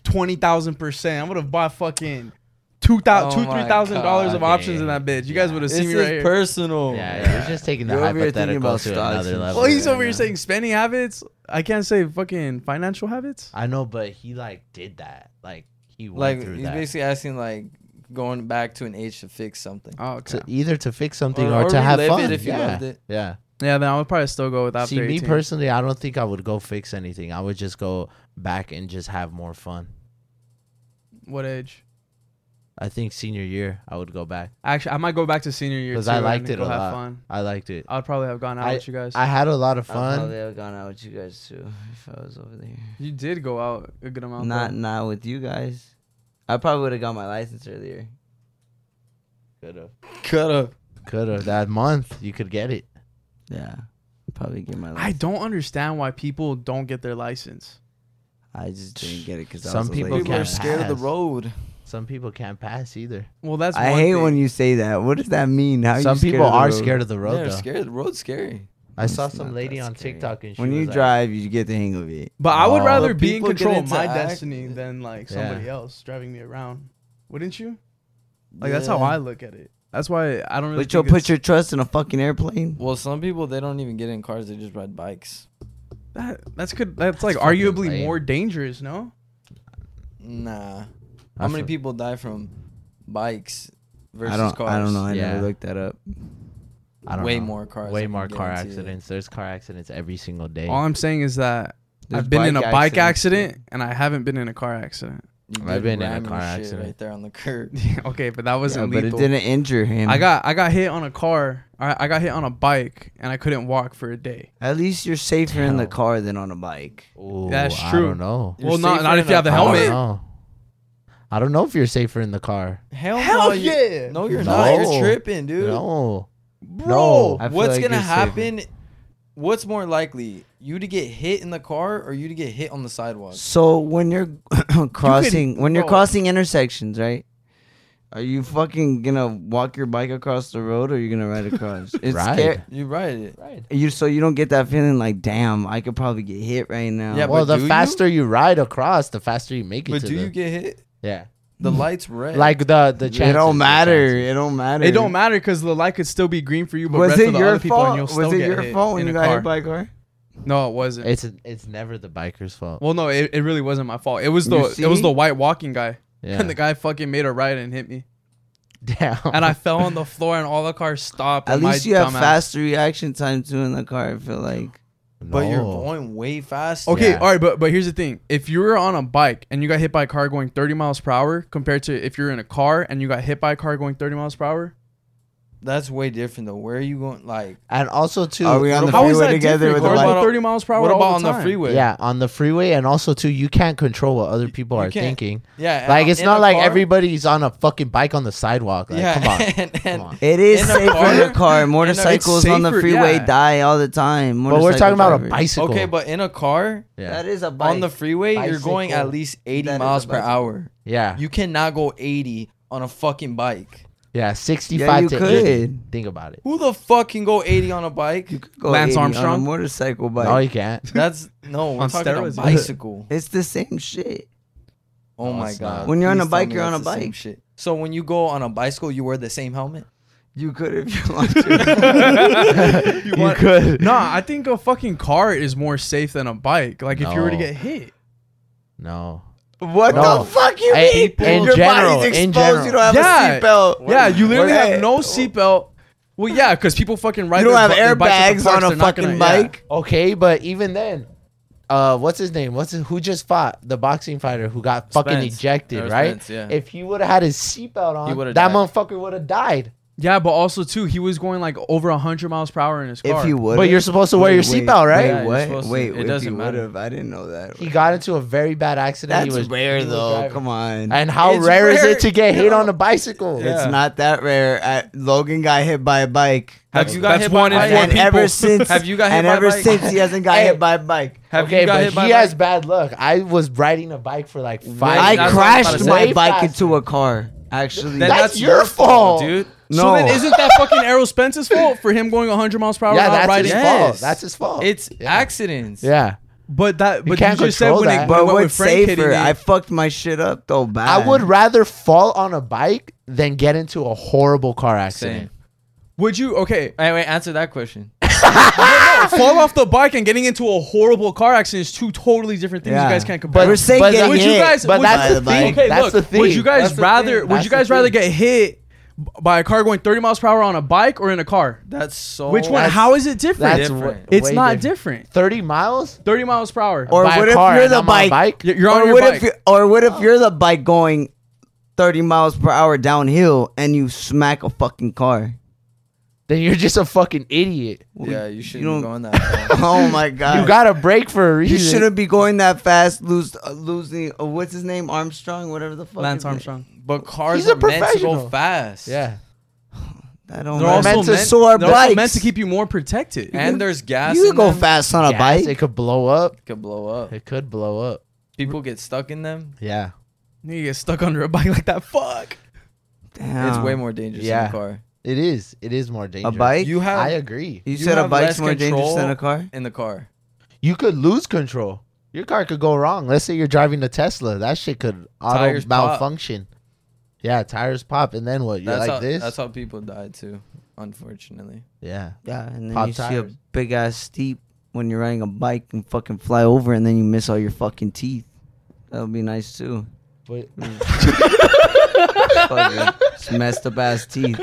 Speaker 2: twenty thousand percent. I would have bought fucking two thousand,
Speaker 3: Oh
Speaker 2: two
Speaker 3: my
Speaker 2: three thousand dollars of
Speaker 4: God,
Speaker 2: options in
Speaker 4: dude.
Speaker 2: that bitch. You guys
Speaker 4: Yeah.
Speaker 2: would have
Speaker 3: this
Speaker 2: seen me
Speaker 3: is
Speaker 2: right here.
Speaker 3: personal.
Speaker 4: yeah,
Speaker 1: yeah.
Speaker 4: you're just taking the
Speaker 1: You're over here thinking
Speaker 4: hypothetical
Speaker 1: about
Speaker 4: to
Speaker 1: stocks
Speaker 4: another
Speaker 1: and
Speaker 4: level.
Speaker 2: Well, he's
Speaker 1: Yeah,
Speaker 2: over here
Speaker 1: yeah.
Speaker 2: saying spending habits. I can't say fucking financial habits.
Speaker 4: I know, but he like did that. Like he went
Speaker 3: Like
Speaker 4: through
Speaker 3: he's
Speaker 4: that.
Speaker 3: basically asking like going back to an age to fix something.
Speaker 2: Oh, okay.
Speaker 4: to either to fix something
Speaker 3: Or-
Speaker 4: or,
Speaker 3: or
Speaker 4: to have
Speaker 3: relive it
Speaker 4: fun.
Speaker 3: if you
Speaker 4: yeah.
Speaker 3: loved it.
Speaker 4: Yeah.
Speaker 2: yeah, then I would probably still go with after
Speaker 4: See, me
Speaker 2: 18.
Speaker 4: personally, I don't think I would go fix anything. I would just go back and just have more fun.
Speaker 2: what age?
Speaker 4: I think senior year, I would go back
Speaker 2: Actually, I might go back to senior year
Speaker 4: because
Speaker 2: too
Speaker 4: I
Speaker 2: and
Speaker 4: liked it
Speaker 2: go
Speaker 4: a
Speaker 2: have
Speaker 4: lot.
Speaker 2: Fun.
Speaker 4: I liked it.
Speaker 2: I'd probably have gone out with you guys.
Speaker 4: I had a lot of
Speaker 1: I'd probably
Speaker 4: fun.
Speaker 1: have gone out with you guys too if I was over there.
Speaker 2: you did go out a good amount.
Speaker 1: Not
Speaker 2: though.
Speaker 1: not with you guys. I probably would have got my license earlier.
Speaker 4: Could've,
Speaker 3: Cut up.
Speaker 4: could've that month you could get it.
Speaker 1: Yeah, probably get my.
Speaker 2: I
Speaker 1: License.
Speaker 2: don't understand why people don't get their license.
Speaker 1: I just didn't get it because
Speaker 4: Some people
Speaker 3: People are
Speaker 4: can't
Speaker 3: scared of the
Speaker 4: pass.
Speaker 3: road.
Speaker 4: Some people can't pass either.
Speaker 2: Well, that's
Speaker 1: I
Speaker 2: one
Speaker 1: hate
Speaker 2: thing.
Speaker 1: when you say that. What does that mean? How
Speaker 4: Some
Speaker 1: you scared
Speaker 4: people
Speaker 1: of the
Speaker 4: are
Speaker 1: road?
Speaker 4: scared of the road
Speaker 3: They're
Speaker 4: though.
Speaker 3: scared. The road's scary.
Speaker 4: I saw
Speaker 1: It's
Speaker 4: some
Speaker 1: not
Speaker 4: lady
Speaker 1: that
Speaker 4: on
Speaker 1: scary.
Speaker 4: TikTok and she
Speaker 1: When
Speaker 4: was
Speaker 1: you
Speaker 4: like-
Speaker 1: drive, you get the hang of it.
Speaker 2: But I would
Speaker 4: Oh.
Speaker 2: rather
Speaker 3: But
Speaker 2: be in
Speaker 3: people get
Speaker 2: control of
Speaker 3: into
Speaker 2: my
Speaker 3: act-
Speaker 2: destiny than like somebody
Speaker 4: Yeah.
Speaker 2: else driving me around. Wouldn't you? Like that's how I look at it. That's why I don't really.
Speaker 1: But you'll
Speaker 2: think
Speaker 1: put your trust in a fucking airplane.
Speaker 3: Well, some people they don't even get in cars; they just ride bikes.
Speaker 2: it's- that, that's good. That's, like
Speaker 4: fucking
Speaker 2: arguably
Speaker 4: lame.
Speaker 2: more dangerous. No,
Speaker 3: Nah.
Speaker 4: I
Speaker 3: How many
Speaker 4: feel-
Speaker 3: people die from bikes versus
Speaker 1: I don't.
Speaker 3: cars?
Speaker 1: I don't know. I
Speaker 4: Yeah.
Speaker 1: never looked that up.
Speaker 4: I don't
Speaker 3: Way
Speaker 4: know.
Speaker 3: more cars. I
Speaker 4: Way
Speaker 3: can
Speaker 4: more car
Speaker 3: guarantee it.
Speaker 4: accidents. There's car accidents every single day.
Speaker 2: all I'm saying is that
Speaker 1: There's
Speaker 2: I've been in a bike
Speaker 1: accidents.
Speaker 2: accident and I haven't been in a car accident.
Speaker 3: You
Speaker 4: I've
Speaker 3: did
Speaker 4: been in a
Speaker 3: ram your
Speaker 4: car
Speaker 3: shit
Speaker 4: accident.
Speaker 3: right there on the curb.
Speaker 2: okay, but that wasn't
Speaker 1: Yeah, but
Speaker 2: lethal.
Speaker 1: it didn't injure him.
Speaker 2: I got I got hit on a car. I, I got hit on a bike and I couldn't walk for a day.
Speaker 1: At least you're safer in the
Speaker 4: Tell.
Speaker 1: car than on a bike.
Speaker 4: Ooh,
Speaker 2: That's
Speaker 4: I
Speaker 2: true.
Speaker 4: don't know.
Speaker 3: You're
Speaker 2: well, not
Speaker 3: safer
Speaker 2: not if
Speaker 3: in
Speaker 2: you
Speaker 3: a
Speaker 2: have the
Speaker 3: car.
Speaker 4: I don't
Speaker 2: helmet.
Speaker 4: know. I don't know if you're safer in the car.
Speaker 3: Hell,
Speaker 2: Hell
Speaker 3: no, you-
Speaker 2: yeah.
Speaker 3: No, you're not. You're
Speaker 4: No.
Speaker 3: tripping, dude.
Speaker 4: No.
Speaker 2: Bro,
Speaker 4: No.
Speaker 1: I feel
Speaker 3: What's
Speaker 1: like
Speaker 3: gonna
Speaker 1: you're safer.
Speaker 3: happen? What's more likely, you to get hit in the car or you to get hit on the sidewalk?
Speaker 1: So when you're crossing, when you're
Speaker 2: bro.
Speaker 1: crossing intersections, right? Are you fucking gonna walk your bike across the road, or are you gonna ride across? It's
Speaker 4: Ride.
Speaker 1: scary.
Speaker 3: You ride it.
Speaker 4: Right.
Speaker 1: You so you don't get that feeling like, damn, I could probably get hit right now.
Speaker 3: Yeah,
Speaker 4: Well,
Speaker 3: but
Speaker 4: the
Speaker 3: do you?
Speaker 4: faster you? ride across, the faster you make it
Speaker 3: But
Speaker 4: to
Speaker 3: do
Speaker 4: the,
Speaker 3: you get hit?
Speaker 4: Yeah.
Speaker 3: The light's red.
Speaker 4: Like the the chances.
Speaker 1: it don't
Speaker 4: the
Speaker 1: matter.
Speaker 4: chances.
Speaker 1: It don't matter.
Speaker 2: It don't matter because the light could still be green for you, but
Speaker 1: Was
Speaker 2: red for
Speaker 1: it
Speaker 2: the
Speaker 1: your
Speaker 2: other people, and
Speaker 1: fault?
Speaker 2: you'll
Speaker 1: Was
Speaker 2: still
Speaker 1: it
Speaker 2: get
Speaker 1: your
Speaker 2: hit
Speaker 1: fault when
Speaker 2: in
Speaker 1: you
Speaker 2: a
Speaker 1: got
Speaker 2: car.
Speaker 1: hit by a car?
Speaker 2: No, it wasn't.
Speaker 4: It's it's never the biker's fault.
Speaker 2: well, no, it, it really wasn't my fault. It was
Speaker 1: You
Speaker 2: the it was
Speaker 1: see?
Speaker 2: the white walking guy,
Speaker 4: Yeah.
Speaker 2: and the guy fucking made a right and hit me,
Speaker 4: Damn.
Speaker 2: and I fell on the floor, and all the cars stopped.
Speaker 1: At
Speaker 2: and my
Speaker 1: least you have
Speaker 2: dumb ass-
Speaker 1: faster reaction time too in the car. I feel like
Speaker 3: but you're
Speaker 4: No.
Speaker 3: going way faster.
Speaker 2: Okay,
Speaker 4: Yeah.
Speaker 2: all right, but but here's the thing: if you were on a bike and you got hit by a car going 30 miles per hour, compared to if you're in a car and you got hit by a car going 30 miles per hour,
Speaker 3: That's way different though. Where are you going? Like,
Speaker 4: And also too.
Speaker 1: Are we on the
Speaker 2: how is
Speaker 1: freeway
Speaker 2: that
Speaker 1: together
Speaker 2: different?
Speaker 1: with
Speaker 3: the
Speaker 2: Cars
Speaker 3: bike?
Speaker 2: going 30 miles per hour.
Speaker 3: what
Speaker 2: all
Speaker 3: about on
Speaker 2: the
Speaker 3: the
Speaker 2: time?
Speaker 3: freeway?
Speaker 4: Yeah, on the freeway, and also too, you can't control what other people
Speaker 3: you
Speaker 4: are
Speaker 3: can't.
Speaker 4: thinking.
Speaker 3: yeah. and
Speaker 4: Like
Speaker 3: on-
Speaker 4: it's
Speaker 3: in
Speaker 4: not
Speaker 3: a
Speaker 4: like
Speaker 3: car-
Speaker 4: everybody's on a fucking bike on the sidewalk. Like,
Speaker 3: Yeah,
Speaker 4: come on,
Speaker 3: and-
Speaker 4: come
Speaker 3: and-
Speaker 4: on.
Speaker 1: it is
Speaker 3: In a
Speaker 1: safer in
Speaker 3: car?
Speaker 1: the car. Motorcycles on the
Speaker 2: safer,
Speaker 1: freeway
Speaker 2: yeah.
Speaker 1: die all the time.
Speaker 4: But we're
Speaker 1: Motorcycle
Speaker 4: talking about a
Speaker 1: drivers.
Speaker 4: bicycle.
Speaker 3: Okay, but in a car
Speaker 4: yeah,
Speaker 1: That is a bike.
Speaker 3: on the freeway, you're going
Speaker 4: Bicycle.
Speaker 3: at least 80
Speaker 1: That is a
Speaker 3: miles per
Speaker 1: bicycle.
Speaker 3: hour.
Speaker 4: yeah,
Speaker 3: You cannot go 80 on a fucking bike.
Speaker 4: yeah, sixty-five
Speaker 1: you
Speaker 4: to
Speaker 1: could.
Speaker 4: eighty. Think about it.
Speaker 3: Who the fuck can go 80 on a bike?
Speaker 1: You could go
Speaker 2: Lance
Speaker 1: 80 on
Speaker 2: Armstrong?
Speaker 1: a motorcycle bike.
Speaker 4: No, you can't.
Speaker 3: That's no, we're
Speaker 2: On
Speaker 3: talking a
Speaker 2: steroids.
Speaker 3: bicycle.
Speaker 1: it's the same shit.
Speaker 3: Oh
Speaker 4: No,
Speaker 3: my
Speaker 4: it's
Speaker 3: god.
Speaker 4: not.
Speaker 1: When you're on
Speaker 3: Please
Speaker 1: a
Speaker 3: tell
Speaker 1: bike,
Speaker 3: me
Speaker 1: you're on
Speaker 3: that's
Speaker 1: a
Speaker 3: the same
Speaker 1: bike.
Speaker 3: shit. So when you go on a bicycle, you wear the same helmet?
Speaker 1: You could if you want to.
Speaker 4: you could.
Speaker 2: No, I think a fucking car is more safe than a bike. Like if you were to
Speaker 4: No.
Speaker 2: get hit,
Speaker 4: No.
Speaker 1: what
Speaker 4: No.
Speaker 1: the fuck you
Speaker 4: Hey,
Speaker 1: mean?
Speaker 4: people- in
Speaker 1: Your
Speaker 4: general,
Speaker 1: body's
Speaker 4: in
Speaker 1: exposed.
Speaker 4: general.
Speaker 1: You don't have
Speaker 2: Yeah.
Speaker 1: a seatbelt.
Speaker 2: yeah, you literally
Speaker 1: Well, hey,
Speaker 2: have no seatbelt. Well, yeah, because people fucking ride.
Speaker 1: You don't
Speaker 2: their
Speaker 1: have
Speaker 2: bu- their bikes at
Speaker 1: airbags
Speaker 2: the parks,
Speaker 1: on a
Speaker 2: they're not gonna-
Speaker 1: fucking
Speaker 2: yeah.
Speaker 1: bike.
Speaker 4: Okay, but even then, uh, what's his name? What's his, who just fought the boxing fighter who got fucking
Speaker 3: Spence. That
Speaker 4: ejected?
Speaker 3: was
Speaker 4: Right.
Speaker 3: Spence, yeah.
Speaker 4: If he would have had his seatbelt
Speaker 3: He
Speaker 4: on,
Speaker 3: would've
Speaker 4: that
Speaker 3: died.
Speaker 4: motherfucker would have died.
Speaker 2: Yeah, but also too, he was going like over hundred miles per hour in his car.
Speaker 1: If you would,
Speaker 4: But you're supposed to wear your seatbelt, right?
Speaker 3: Yeah, you're
Speaker 1: Wait,
Speaker 3: supposed
Speaker 1: what?
Speaker 3: to.
Speaker 1: Wait,
Speaker 3: It
Speaker 1: if
Speaker 3: doesn't
Speaker 1: you would
Speaker 3: matter.
Speaker 1: have, I didn't know that.
Speaker 4: He got into a very bad accident.
Speaker 1: That's
Speaker 4: he was,
Speaker 1: rare
Speaker 4: he was
Speaker 1: though.
Speaker 4: driving.
Speaker 1: Come on,
Speaker 4: And how
Speaker 3: It's
Speaker 4: rare, is
Speaker 3: rare.
Speaker 4: it to get hit on a bicycle?
Speaker 3: Yeah.
Speaker 1: it's not that rare. I, Logan got hit by a bike.
Speaker 3: Have
Speaker 2: That's-
Speaker 3: you got
Speaker 2: that's
Speaker 3: hit
Speaker 2: one in
Speaker 3: by a
Speaker 2: four
Speaker 3: bike?
Speaker 1: and
Speaker 2: people.
Speaker 1: ever since
Speaker 3: Have you got hit
Speaker 1: and
Speaker 3: by a
Speaker 1: ever
Speaker 3: bike?
Speaker 1: since he hasn't got
Speaker 4: Hey.
Speaker 1: hit by a bike.
Speaker 3: Have
Speaker 4: okay,
Speaker 3: you got
Speaker 4: but
Speaker 3: hit by
Speaker 4: he
Speaker 3: a
Speaker 4: has
Speaker 3: bike?
Speaker 4: bad luck. I was riding a bike for like five.
Speaker 3: I
Speaker 1: I
Speaker 4: years.
Speaker 3: that's what I'm
Speaker 1: crashed
Speaker 3: trying
Speaker 1: my
Speaker 4: to say.
Speaker 1: bike
Speaker 4: Faster.
Speaker 1: into a car. Actually,
Speaker 3: Then
Speaker 4: That's your fault.
Speaker 3: dude.
Speaker 2: So then
Speaker 1: No.
Speaker 2: isn't that fucking Errol Spence's fault for him going 100 miles per hour?
Speaker 4: Yeah,
Speaker 2: without
Speaker 4: that's
Speaker 2: riding?
Speaker 4: his
Speaker 3: Yes.
Speaker 4: fault. That's his fault.
Speaker 3: It's
Speaker 4: Yeah.
Speaker 3: accidents.
Speaker 4: yeah.
Speaker 2: But that but you,
Speaker 4: can't
Speaker 2: just said
Speaker 4: control
Speaker 2: when it,
Speaker 4: that.
Speaker 2: when it
Speaker 1: But
Speaker 2: went with
Speaker 1: what's
Speaker 2: Frank hitting
Speaker 1: safer?
Speaker 2: it-
Speaker 1: I fucked my shit up though bad.
Speaker 4: I would rather fall on a bike than get into a horrible car accident.
Speaker 3: Same.
Speaker 2: would you okay?
Speaker 3: Wait, wait, answer that question.
Speaker 2: fall off the bike and getting into a horrible car accident is two totally different things.
Speaker 1: Yeah.
Speaker 2: You guys can't compare.
Speaker 1: We're saying
Speaker 4: but
Speaker 1: getting
Speaker 2: would you
Speaker 1: hit.
Speaker 2: guys?
Speaker 4: but
Speaker 2: would
Speaker 4: that's
Speaker 2: you-
Speaker 1: the
Speaker 4: thing.
Speaker 2: Okay,
Speaker 4: That's
Speaker 2: look,
Speaker 4: the thing.
Speaker 2: Would you guys
Speaker 4: That's the
Speaker 2: rather?
Speaker 4: thing.
Speaker 2: Would
Speaker 4: That's
Speaker 2: you guys
Speaker 4: the
Speaker 2: rather
Speaker 4: thing.
Speaker 2: get hit by a car going 30 miles per hour on a bike or in a car?
Speaker 3: That's so.
Speaker 2: Which one?
Speaker 4: that's-
Speaker 2: How is it different?
Speaker 4: That's
Speaker 3: different.
Speaker 4: wa-
Speaker 2: it's
Speaker 4: way
Speaker 2: not
Speaker 4: different.
Speaker 2: different.
Speaker 4: 30 miles?
Speaker 2: 30 miles per hour.
Speaker 1: Or
Speaker 4: By a
Speaker 1: what if
Speaker 4: car
Speaker 1: you're
Speaker 4: and
Speaker 1: the
Speaker 4: I'm on a
Speaker 1: bike?
Speaker 2: You're- you're
Speaker 1: or
Speaker 2: on your
Speaker 1: what
Speaker 2: bike.
Speaker 1: If you're, or what if you're the bike going 30 miles per hour downhill and you smack a fucking car?
Speaker 4: Then you're just a fucking idiot.
Speaker 3: Yeah, you shouldn't
Speaker 1: don't-
Speaker 3: be going that. far.
Speaker 1: Oh my god!
Speaker 4: You got a break for a
Speaker 1: You
Speaker 4: reason.
Speaker 1: shouldn't be going that fast. Lose uh, losing. Uh, what's his name? Armstrong. Whatever the fuck. his
Speaker 2: Lance
Speaker 1: name-
Speaker 2: Armstrong.
Speaker 3: But cars
Speaker 4: He's a
Speaker 3: are meant to go
Speaker 4: professional.
Speaker 3: fast.
Speaker 4: Yeah.
Speaker 1: That don't. matter.
Speaker 2: They're also
Speaker 4: meant to
Speaker 2: meant,
Speaker 1: soar
Speaker 2: they're also
Speaker 1: bikes.
Speaker 2: meant to keep you more protected.
Speaker 3: And there's gas.
Speaker 1: You
Speaker 3: in
Speaker 1: could go
Speaker 3: them.
Speaker 1: fast on a
Speaker 4: Yes,
Speaker 1: bike.
Speaker 4: It could blow up.
Speaker 3: Could blow up.
Speaker 4: It could blow up.
Speaker 3: People get stuck in them.
Speaker 4: Yeah.
Speaker 2: you get stuck under a bike like that. Fuck.
Speaker 1: Damn.
Speaker 3: It's way more dangerous
Speaker 4: Yeah.
Speaker 3: than a car.
Speaker 4: It is. It is more
Speaker 1: A
Speaker 4: dangerous.
Speaker 1: bike. You,
Speaker 3: You have
Speaker 4: I agree.
Speaker 3: you
Speaker 1: said a
Speaker 3: have
Speaker 1: bike's
Speaker 3: less
Speaker 1: more dangerous than
Speaker 3: control.
Speaker 1: a car.
Speaker 3: in the car.
Speaker 4: You could lose control. Your car could go wrong. Let's say you're driving a Tesla. That shit could auto
Speaker 3: Tires pop.
Speaker 4: malfunction. Yeah, tires pop, and then what? You're
Speaker 3: That's
Speaker 4: like
Speaker 3: how,
Speaker 4: this.
Speaker 3: That's how people die too. Unfortunately,
Speaker 4: yeah.
Speaker 1: Yeah, and then
Speaker 4: Pop
Speaker 1: you see
Speaker 4: tires.
Speaker 1: a big ass steep when you're riding a bike and fucking fly over, and then you miss all your fucking teeth. That would be nice too.
Speaker 4: But
Speaker 1: Fucking just messed up ass teeth.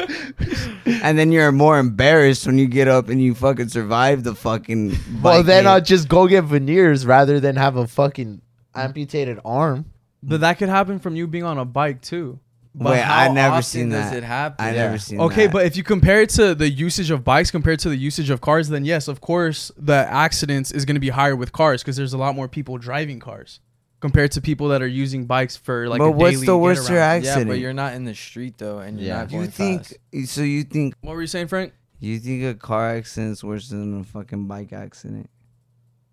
Speaker 1: And then you're more embarrassed when you get up and you fucking survive the fucking.
Speaker 4: well,
Speaker 1: bike
Speaker 4: then
Speaker 1: hit.
Speaker 4: I'll just go get veneers rather than have a fucking amputated arm.
Speaker 2: But that could happen from you being on a bike too.
Speaker 3: but
Speaker 1: Wait, I
Speaker 3: how
Speaker 1: never
Speaker 3: often
Speaker 1: seen
Speaker 3: does
Speaker 1: that.
Speaker 3: it happen?
Speaker 1: I
Speaker 4: Yeah.
Speaker 1: never seen.
Speaker 2: Okay,
Speaker 1: that.
Speaker 2: but if you compare it to the usage of bikes compared to the usage of cars, then yes, of course, the accidents is going to be higher with cars because there's a lot more people driving cars compared to people that are using bikes for like.
Speaker 1: but
Speaker 2: a
Speaker 1: what's
Speaker 2: daily
Speaker 1: the worst
Speaker 2: get-around.
Speaker 1: accident?
Speaker 3: Yeah, but you're not in the street though, and you're
Speaker 4: Yeah.
Speaker 3: not going
Speaker 1: you think
Speaker 3: fast.
Speaker 1: so? You think
Speaker 2: What were you saying, Frank?
Speaker 1: you think a car accident's worse than a fucking bike accident?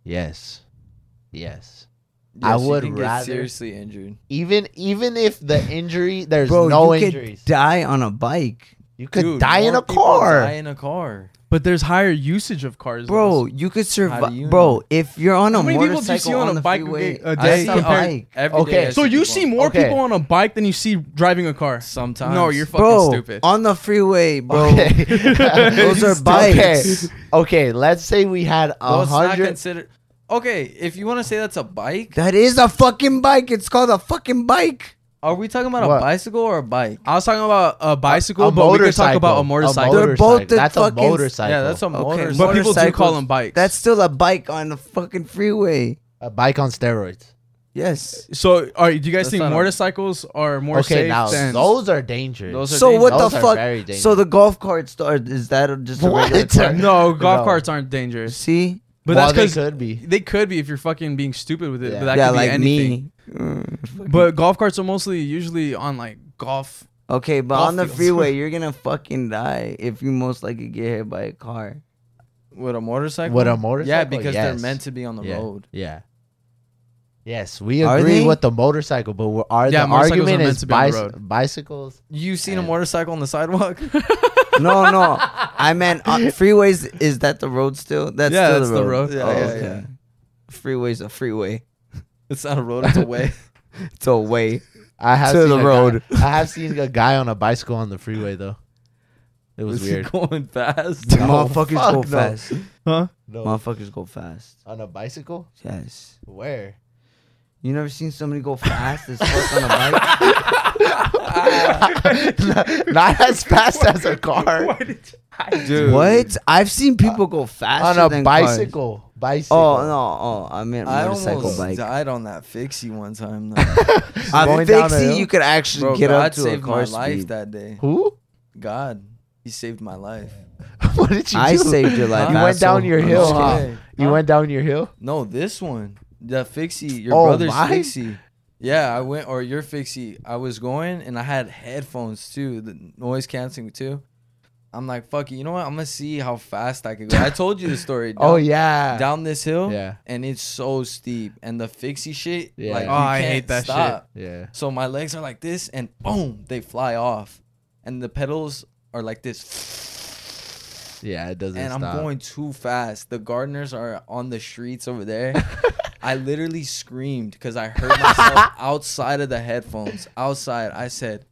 Speaker 4: Yes. Yes. I
Speaker 3: Yes, you
Speaker 4: would
Speaker 3: can get
Speaker 4: rather-
Speaker 3: seriously injured.
Speaker 4: Even even if the injury there's
Speaker 1: Bro,
Speaker 4: no
Speaker 1: you
Speaker 4: injuries.
Speaker 1: could die on a bike.
Speaker 4: you could
Speaker 3: Dude,
Speaker 4: die in
Speaker 3: more
Speaker 4: a
Speaker 3: people
Speaker 4: car.
Speaker 3: Die in a car.
Speaker 2: But there's higher usage of cars,
Speaker 1: Bro,
Speaker 2: though.
Speaker 1: you could
Speaker 3: How
Speaker 1: survive.
Speaker 3: do you
Speaker 1: bro, if you're on
Speaker 2: How
Speaker 1: a
Speaker 2: many people do you
Speaker 1: motorcycle
Speaker 2: see on a
Speaker 1: the
Speaker 2: bike a
Speaker 1: freeway,
Speaker 2: day- a
Speaker 1: I
Speaker 2: day
Speaker 1: see a
Speaker 2: compared-
Speaker 1: bike.
Speaker 3: Every
Speaker 4: Okay.
Speaker 3: day I
Speaker 2: So you see more
Speaker 4: Okay.
Speaker 2: people on a bike than you see driving a car.
Speaker 3: sometimes.
Speaker 2: No, you're fucking
Speaker 1: Bro,
Speaker 2: stupid.
Speaker 1: on the freeway, bro.
Speaker 4: Okay.
Speaker 1: Those are
Speaker 4: Okay.
Speaker 1: bikes.
Speaker 4: Okay, let's say we had a
Speaker 3: Well, it's not
Speaker 4: hundred
Speaker 3: considered. Okay, if you want to say that's a bike,
Speaker 1: That is a fucking bike. It's called a fucking bike.
Speaker 3: are we talking about
Speaker 4: What?
Speaker 3: a bicycle or a bike?
Speaker 2: I was talking about a bicycle,
Speaker 4: a
Speaker 2: but we could talk
Speaker 4: motorcycle.
Speaker 2: about a motorcycle.
Speaker 1: They're both the
Speaker 4: That's a
Speaker 1: fucking-
Speaker 4: motorcycle.
Speaker 3: Yeah, that's a motorcycle.
Speaker 2: but people do call
Speaker 1: motorcycles.
Speaker 2: them bikes.
Speaker 1: That's still a bike on the fucking freeway.
Speaker 4: a bike on steroids.
Speaker 1: Yes.
Speaker 2: so. All right, do you guys
Speaker 3: That's
Speaker 2: think
Speaker 3: not a-
Speaker 2: motorcycles are more
Speaker 4: okay,
Speaker 2: safe
Speaker 4: now
Speaker 2: than?
Speaker 4: those are dangerous.
Speaker 3: Those are
Speaker 1: So what
Speaker 4: dangerous.
Speaker 1: the
Speaker 4: Those are very
Speaker 1: fuck?
Speaker 4: dangerous.
Speaker 1: So the golf cart star is that just a regular
Speaker 4: What?
Speaker 1: cart?
Speaker 2: no, golf
Speaker 4: No.
Speaker 2: carts aren't dangerous.
Speaker 1: See?
Speaker 2: But
Speaker 4: Well,
Speaker 2: that's
Speaker 4: they
Speaker 2: because
Speaker 4: could be.
Speaker 2: they could be if you're fucking being stupid with it.
Speaker 4: Yeah.
Speaker 2: But that
Speaker 1: yeah,
Speaker 2: could be
Speaker 1: like
Speaker 2: anything.
Speaker 1: me. Mm.
Speaker 2: But golf carts are mostly usually on like golf.
Speaker 1: Okay, but
Speaker 2: Golf
Speaker 1: on the
Speaker 2: fields.
Speaker 1: freeway, you're gonna fucking die if you most likely get hit by a car.
Speaker 3: With a motorcycle?
Speaker 4: With a motorcycle,
Speaker 3: Yeah, because they're
Speaker 4: yes.
Speaker 3: meant to be on the
Speaker 4: yeah.
Speaker 3: road.
Speaker 4: Yeah. Yes, we
Speaker 1: Are
Speaker 4: agree
Speaker 1: they?
Speaker 4: with the motorcycle, but we're, are
Speaker 2: Yeah,
Speaker 4: the
Speaker 2: motorcycles are
Speaker 4: argument
Speaker 2: meant
Speaker 4: is
Speaker 2: to be on the
Speaker 4: bicy-
Speaker 2: road.
Speaker 4: bicycles
Speaker 3: You seen a
Speaker 4: Yeah.
Speaker 3: motorcycle on the sidewalk?
Speaker 1: No, no, I meant on freeways. Is that the road still? That's
Speaker 2: Yeah,
Speaker 1: still
Speaker 2: that's the
Speaker 1: the road.
Speaker 2: road. Yeah,
Speaker 1: Oh,
Speaker 3: yeah,
Speaker 1: okay. Freeway's a freeway.
Speaker 3: it's not a road, it's a way.
Speaker 1: It's a way.
Speaker 4: I have
Speaker 1: to
Speaker 4: seen
Speaker 1: the
Speaker 4: a guy-
Speaker 1: road.
Speaker 4: I have seen a guy on a bicycle on the freeway though. It was
Speaker 3: Is
Speaker 4: weird.
Speaker 3: it going fast?
Speaker 4: No,
Speaker 1: Motherfuckers
Speaker 4: fuck
Speaker 1: go
Speaker 4: no.
Speaker 1: fast.
Speaker 2: Huh?
Speaker 4: No,
Speaker 1: Motherfuckers go fast.
Speaker 4: on a bicycle?
Speaker 1: Yes.
Speaker 4: Where?
Speaker 1: You never seen somebody go fast as fuck on a bike?
Speaker 4: not, not as fast as a car.
Speaker 3: Dude.
Speaker 1: What? I've seen people go
Speaker 4: Uh, On
Speaker 1: faster
Speaker 4: a
Speaker 1: than cars.
Speaker 4: bicycle. Bicycle.
Speaker 1: Oh no! Oh, I meant
Speaker 3: I
Speaker 1: motorcycle
Speaker 3: almost
Speaker 1: bike.
Speaker 3: died on that fixie one time. Though.
Speaker 1: On
Speaker 4: Going down a
Speaker 1: fixie,
Speaker 4: hill?
Speaker 1: you could actually
Speaker 3: Bro,
Speaker 1: get
Speaker 3: God
Speaker 1: up to a
Speaker 3: saved
Speaker 1: car
Speaker 3: my
Speaker 1: speed.
Speaker 3: life that day.
Speaker 4: Who?
Speaker 3: God, He saved my life.
Speaker 4: what did you
Speaker 1: I
Speaker 4: do?
Speaker 1: saved your life.
Speaker 4: You went
Speaker 1: asshole.
Speaker 4: down your
Speaker 1: I'm
Speaker 4: hill,
Speaker 1: just
Speaker 4: huh?
Speaker 1: kidding.
Speaker 3: Okay.
Speaker 4: You went down your hill?
Speaker 3: No, this one, the fixie, your
Speaker 4: Oh,
Speaker 3: brother's
Speaker 4: mine?
Speaker 3: fixie. Yeah, I went or your fixie. I was going and I had headphones too, the noise canceling too. I'm like, fuck it, you know what? I'm gonna see how fast I can go. I told you the story.
Speaker 4: Oh
Speaker 3: down-
Speaker 4: yeah.
Speaker 3: down this hill.
Speaker 4: Yeah.
Speaker 3: and it's so steep and the fixie shit
Speaker 4: Yeah.
Speaker 3: like
Speaker 4: Oh,
Speaker 3: you
Speaker 2: I
Speaker 3: can't
Speaker 2: hate that shit.
Speaker 3: stop.
Speaker 4: Yeah.
Speaker 3: so my legs are like this and boom they fly off and the pedals are like this
Speaker 4: Yeah, it doesn't
Speaker 3: and i'm
Speaker 4: stop.
Speaker 3: going too fast the gardeners are on the streets over there i literally screamed because i heard myself outside of the headphones outside i said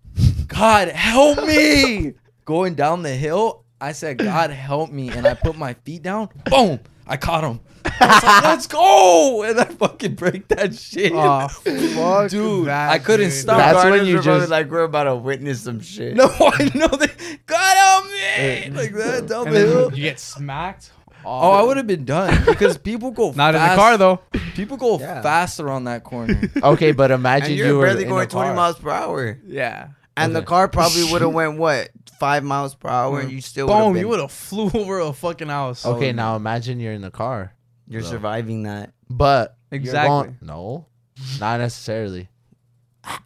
Speaker 3: god help me going down the hill I said, God help me. And I put my feet down. Boom. I caught him. I was like, let's go. And I fucking break that shit.
Speaker 2: Oh, fuck
Speaker 3: dude.
Speaker 2: that,
Speaker 3: I couldn't
Speaker 2: dude.
Speaker 3: stop.
Speaker 1: That's when
Speaker 4: Gardner's
Speaker 1: you
Speaker 4: were probably
Speaker 1: just like we're about to witness some shit.
Speaker 3: no, I know that. God help me. Like that down
Speaker 2: And
Speaker 3: the hill.
Speaker 2: then you get smacked.
Speaker 3: Oh, I would have been done because people go
Speaker 2: Not in the
Speaker 3: fast-
Speaker 2: car though.
Speaker 3: People go
Speaker 4: Yeah.
Speaker 3: faster on that corner.
Speaker 4: Okay, but
Speaker 1: and
Speaker 4: imagine
Speaker 1: you're
Speaker 4: you were
Speaker 1: barely
Speaker 4: in
Speaker 1: going
Speaker 4: a car.
Speaker 1: 20 miles per hour,
Speaker 2: Yeah.
Speaker 1: and the car probably would have went what five miles per hour, and you still
Speaker 2: Boom! You
Speaker 1: would
Speaker 2: would have flew over a fucking house.
Speaker 3: Oh,
Speaker 4: Okay, now imagine you're in the car,
Speaker 1: You're
Speaker 4: Bro.
Speaker 1: surviving that.
Speaker 4: but you're
Speaker 2: Exactly.
Speaker 4: going- no, not necessarily.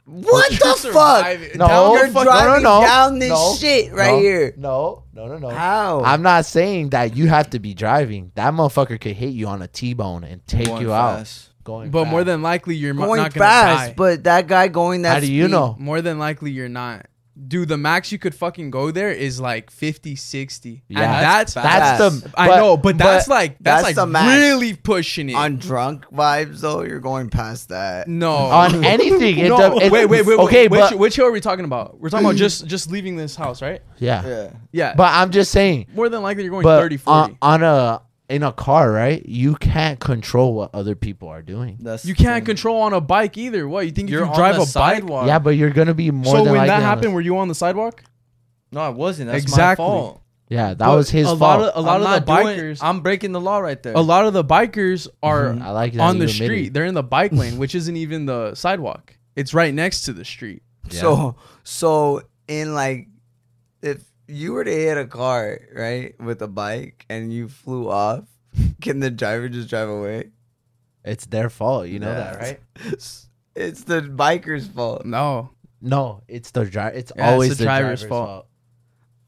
Speaker 1: What the fuck?
Speaker 4: No,
Speaker 2: Down
Speaker 1: You're
Speaker 2: the fuck-
Speaker 1: driving
Speaker 4: no, no,
Speaker 1: down this
Speaker 4: no,
Speaker 1: shit right
Speaker 4: no,
Speaker 1: here.
Speaker 4: No, no, no, no.
Speaker 1: How?
Speaker 4: I'm not saying that you have to be driving. That motherfucker could hit you on a T-bone and take
Speaker 3: Going
Speaker 4: you
Speaker 3: fast.
Speaker 4: out. Going,
Speaker 2: But more
Speaker 4: fast.
Speaker 2: than likely, you're mo-
Speaker 1: going
Speaker 2: not gonna
Speaker 1: fast,
Speaker 2: die.
Speaker 1: but that guy going that
Speaker 4: how do you
Speaker 1: speed-
Speaker 4: know?
Speaker 2: more than likely, you're not. Dude, the max you could fucking go there is like 50, 60.
Speaker 4: Yeah.
Speaker 2: and that's,
Speaker 4: That's
Speaker 1: fast.
Speaker 4: the.
Speaker 2: I know, but that's like that's,
Speaker 1: that's the
Speaker 2: like
Speaker 1: max.
Speaker 2: really pushing it.
Speaker 1: on drunk vibes though? You're going past that.
Speaker 2: no,
Speaker 4: on anything. It
Speaker 2: no,
Speaker 4: does- it-
Speaker 2: wait, wait, wait.
Speaker 4: Okay,
Speaker 2: wait, which,
Speaker 4: but
Speaker 2: which hill are we talking about? We're talking about just just leaving this house, right?
Speaker 4: yeah.
Speaker 1: Yeah.
Speaker 2: Yeah,
Speaker 4: but I'm just saying.
Speaker 2: more than likely you're going
Speaker 4: But uh,
Speaker 2: 30, 40.
Speaker 4: on, on a in a car, right? You can't control what other people are doing.
Speaker 3: That's
Speaker 2: you
Speaker 3: the
Speaker 2: can't
Speaker 3: thing.
Speaker 2: control on a bike either. What you think
Speaker 3: You're
Speaker 2: if you
Speaker 3: on
Speaker 2: drive
Speaker 3: the
Speaker 2: a
Speaker 3: sidewalk.
Speaker 2: bike?
Speaker 4: Yeah, but you're gonna be more
Speaker 2: So
Speaker 4: than
Speaker 2: when
Speaker 4: likely
Speaker 2: that
Speaker 4: on the-
Speaker 2: happened, were you on the sidewalk?
Speaker 3: No, I wasn't. That's
Speaker 2: Exactly.
Speaker 3: my fault.
Speaker 4: yeah, that
Speaker 2: but
Speaker 4: was his
Speaker 2: a
Speaker 4: fault.
Speaker 2: lot of- a lot
Speaker 3: I'm
Speaker 2: of the
Speaker 3: not doing-
Speaker 2: bikers-
Speaker 3: I'm breaking the law right there.
Speaker 2: A lot of the bikers are
Speaker 4: I like that
Speaker 2: on
Speaker 4: you
Speaker 2: the
Speaker 4: admitted
Speaker 2: street.
Speaker 4: it.
Speaker 2: They're in the bike lane, which isn't even the sidewalk. It's right next to the street.
Speaker 4: Yeah.
Speaker 1: So so in like if you were to hit a car, right, with a bike and you flew off, can the driver just drive away?
Speaker 4: It's their fault. You know
Speaker 1: Yeah.
Speaker 4: that, right?
Speaker 1: It's the biker's fault.
Speaker 2: No,
Speaker 4: No, it's the driver. It's
Speaker 2: Yeah, it's
Speaker 4: always
Speaker 2: the
Speaker 4: the
Speaker 2: driver's
Speaker 4: driver's,
Speaker 2: fault.
Speaker 4: fault.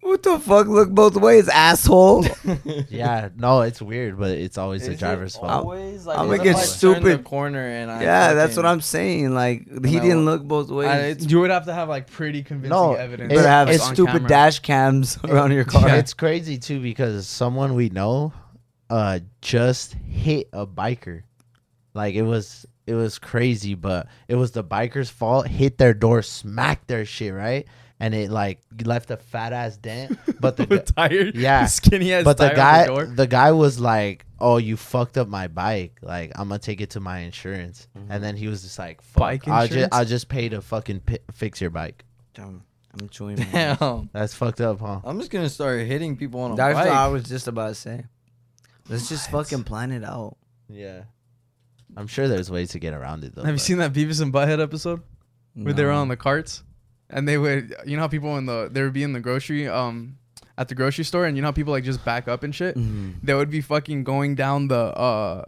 Speaker 1: What the fuck? Look both ways, asshole.
Speaker 4: yeah, no, it's weird, but it's always
Speaker 3: Is
Speaker 4: the
Speaker 3: it
Speaker 4: driver's fault.
Speaker 3: always? Like,
Speaker 1: I'ma
Speaker 3: what if
Speaker 1: get
Speaker 3: I turn the
Speaker 1: stupid.
Speaker 3: corner and I
Speaker 1: yeah, that's
Speaker 3: fucking-
Speaker 1: what I'm saying. Like he
Speaker 3: I
Speaker 1: didn't
Speaker 3: wa-
Speaker 1: look both ways.
Speaker 3: I- it's-
Speaker 2: you would have to have like pretty convincing
Speaker 4: No,
Speaker 2: evidence.
Speaker 1: Better
Speaker 4: it-
Speaker 1: have
Speaker 4: it's
Speaker 1: stupid
Speaker 2: camera.
Speaker 1: dash cams around your car.
Speaker 4: It's crazy too because someone we know, uh, just hit a biker. Like it was, it was crazy, but it was the biker's fault. Hit their door, smacked their shit right, and it like left a fat ass dent. But the
Speaker 2: With tire,
Speaker 4: Yeah.
Speaker 2: skinny ass
Speaker 4: but the
Speaker 2: tire on
Speaker 4: guy
Speaker 2: door.
Speaker 4: the, guy was like oh you fucked up my bike like i'm gonna take it to my insurance and then he was just like Fuck,
Speaker 2: Bike
Speaker 4: i'll
Speaker 2: Mm-hmm. insurance?
Speaker 4: just i'll just pay to fucking pi- fix your bike
Speaker 1: Damn, I'm chewing. my-
Speaker 3: Damn.
Speaker 4: that's fucked up huh
Speaker 3: I'm just gonna start hitting people on a
Speaker 1: That's
Speaker 3: bike.
Speaker 1: what I was just about to say. Let's just fucking plan it out.
Speaker 4: yeah i'm sure there's ways to get around it though
Speaker 2: Have you
Speaker 4: but-
Speaker 2: seen that Beavis and Butthead episode where they were
Speaker 1: No.
Speaker 2: on the carts and they would, you know, how people in the they would be in the grocery, um, at the grocery store, and you know how people like just back up and shit.
Speaker 1: Mm-hmm.
Speaker 2: They would be fucking going down the uh,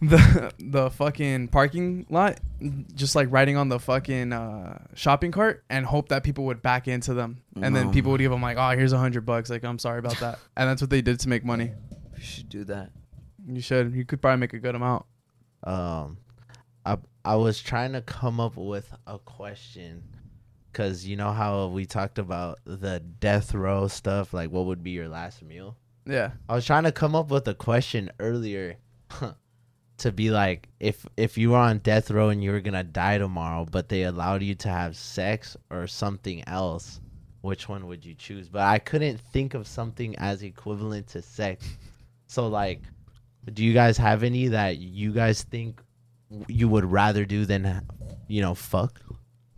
Speaker 2: the the fucking parking lot, just like riding on the fucking uh shopping cart, and hope that people would back into them, and
Speaker 1: No.
Speaker 2: then people would give them like, oh, here's a hundred bucks, like I'm sorry about that, and that's what they did to make money.
Speaker 1: We should do that.
Speaker 2: You should, you could probably make a good amount.
Speaker 4: um I I was trying to come up with a question cuz you know how we talked about the death row stuff like what would be your last meal
Speaker 2: Yeah.
Speaker 4: I was trying to come up with a question earlier to be like if if you were on death row and you were gonna die tomorrow, but they allowed you to have sex or something else, which one would you choose? But I couldn't think of something as equivalent to sex. So like, do you guys have any that you guys think you would rather do than you know fuck?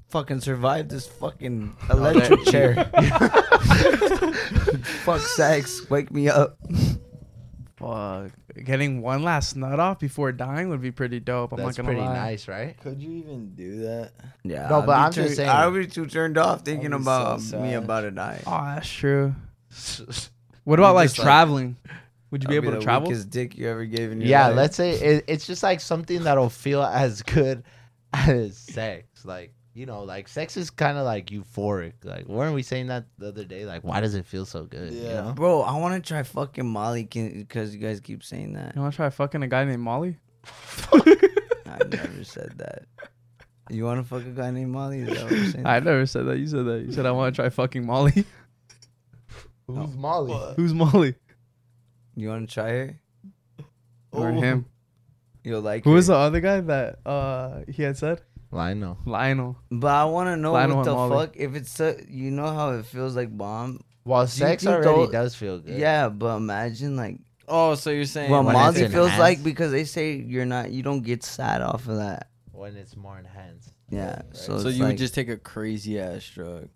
Speaker 1: Fucking survive this fucking electric chair. Fuck sex. Wake me up.
Speaker 2: Fuck. Getting one last nut off before dying would be pretty dope. I'm
Speaker 4: That's
Speaker 2: not gonna
Speaker 4: pretty
Speaker 2: lie.
Speaker 4: nice, right?
Speaker 3: Could you even do that?
Speaker 1: Yeah.
Speaker 4: No, but
Speaker 1: be
Speaker 4: I'm just
Speaker 1: too-
Speaker 4: saying.
Speaker 1: I'd be too turned off thinking
Speaker 3: I'd be so
Speaker 1: about me
Speaker 3: sad.
Speaker 1: about to die.
Speaker 2: Oh, that's true. What about like
Speaker 1: just, like-
Speaker 2: traveling? Would you be
Speaker 1: I'd
Speaker 2: able to
Speaker 1: the
Speaker 2: travel?
Speaker 1: Weakest dick you ever gave in your
Speaker 4: yeah
Speaker 1: life.
Speaker 4: let's say it, it's just like something that'll feel as good as sex like you know like sex is kind of like euphoric like weren't we saying that the other day like why does it feel so good you
Speaker 3: Yeah.
Speaker 4: know?
Speaker 1: Bro, I want to try fucking Molly because you guys keep saying that.
Speaker 2: You want to try fucking a guy named Molly?
Speaker 1: I've never said that. You want to fuck a guy named Molly? Is that what you're saying?
Speaker 2: I never said that. You said that. You said I want to try fucking Molly.
Speaker 4: who's molly
Speaker 2: Who's Molly?
Speaker 1: You want to try her?
Speaker 2: Or him?
Speaker 1: You'll like
Speaker 2: Who
Speaker 1: her.
Speaker 2: was the other guy that uh he had said?
Speaker 4: lionel
Speaker 2: Lionel.
Speaker 1: But I want to know
Speaker 2: Lionel
Speaker 1: what the
Speaker 2: and Molly.
Speaker 1: fuck if it's so, you know how it feels like bomb
Speaker 4: Well,
Speaker 1: you
Speaker 4: sex
Speaker 1: think
Speaker 4: already
Speaker 1: those-
Speaker 4: does feel good.
Speaker 1: Yeah, but imagine like
Speaker 3: Oh, so you're saying
Speaker 1: what
Speaker 4: when it's
Speaker 1: Mozzie feels like
Speaker 4: enhanced.
Speaker 1: because they say you're not, you don't get sad off of that.
Speaker 4: When it's more enhanced.
Speaker 1: Yeah,
Speaker 4: Right.
Speaker 1: so
Speaker 3: so
Speaker 1: it's
Speaker 3: you would
Speaker 1: like-
Speaker 3: just take a crazy ass drug.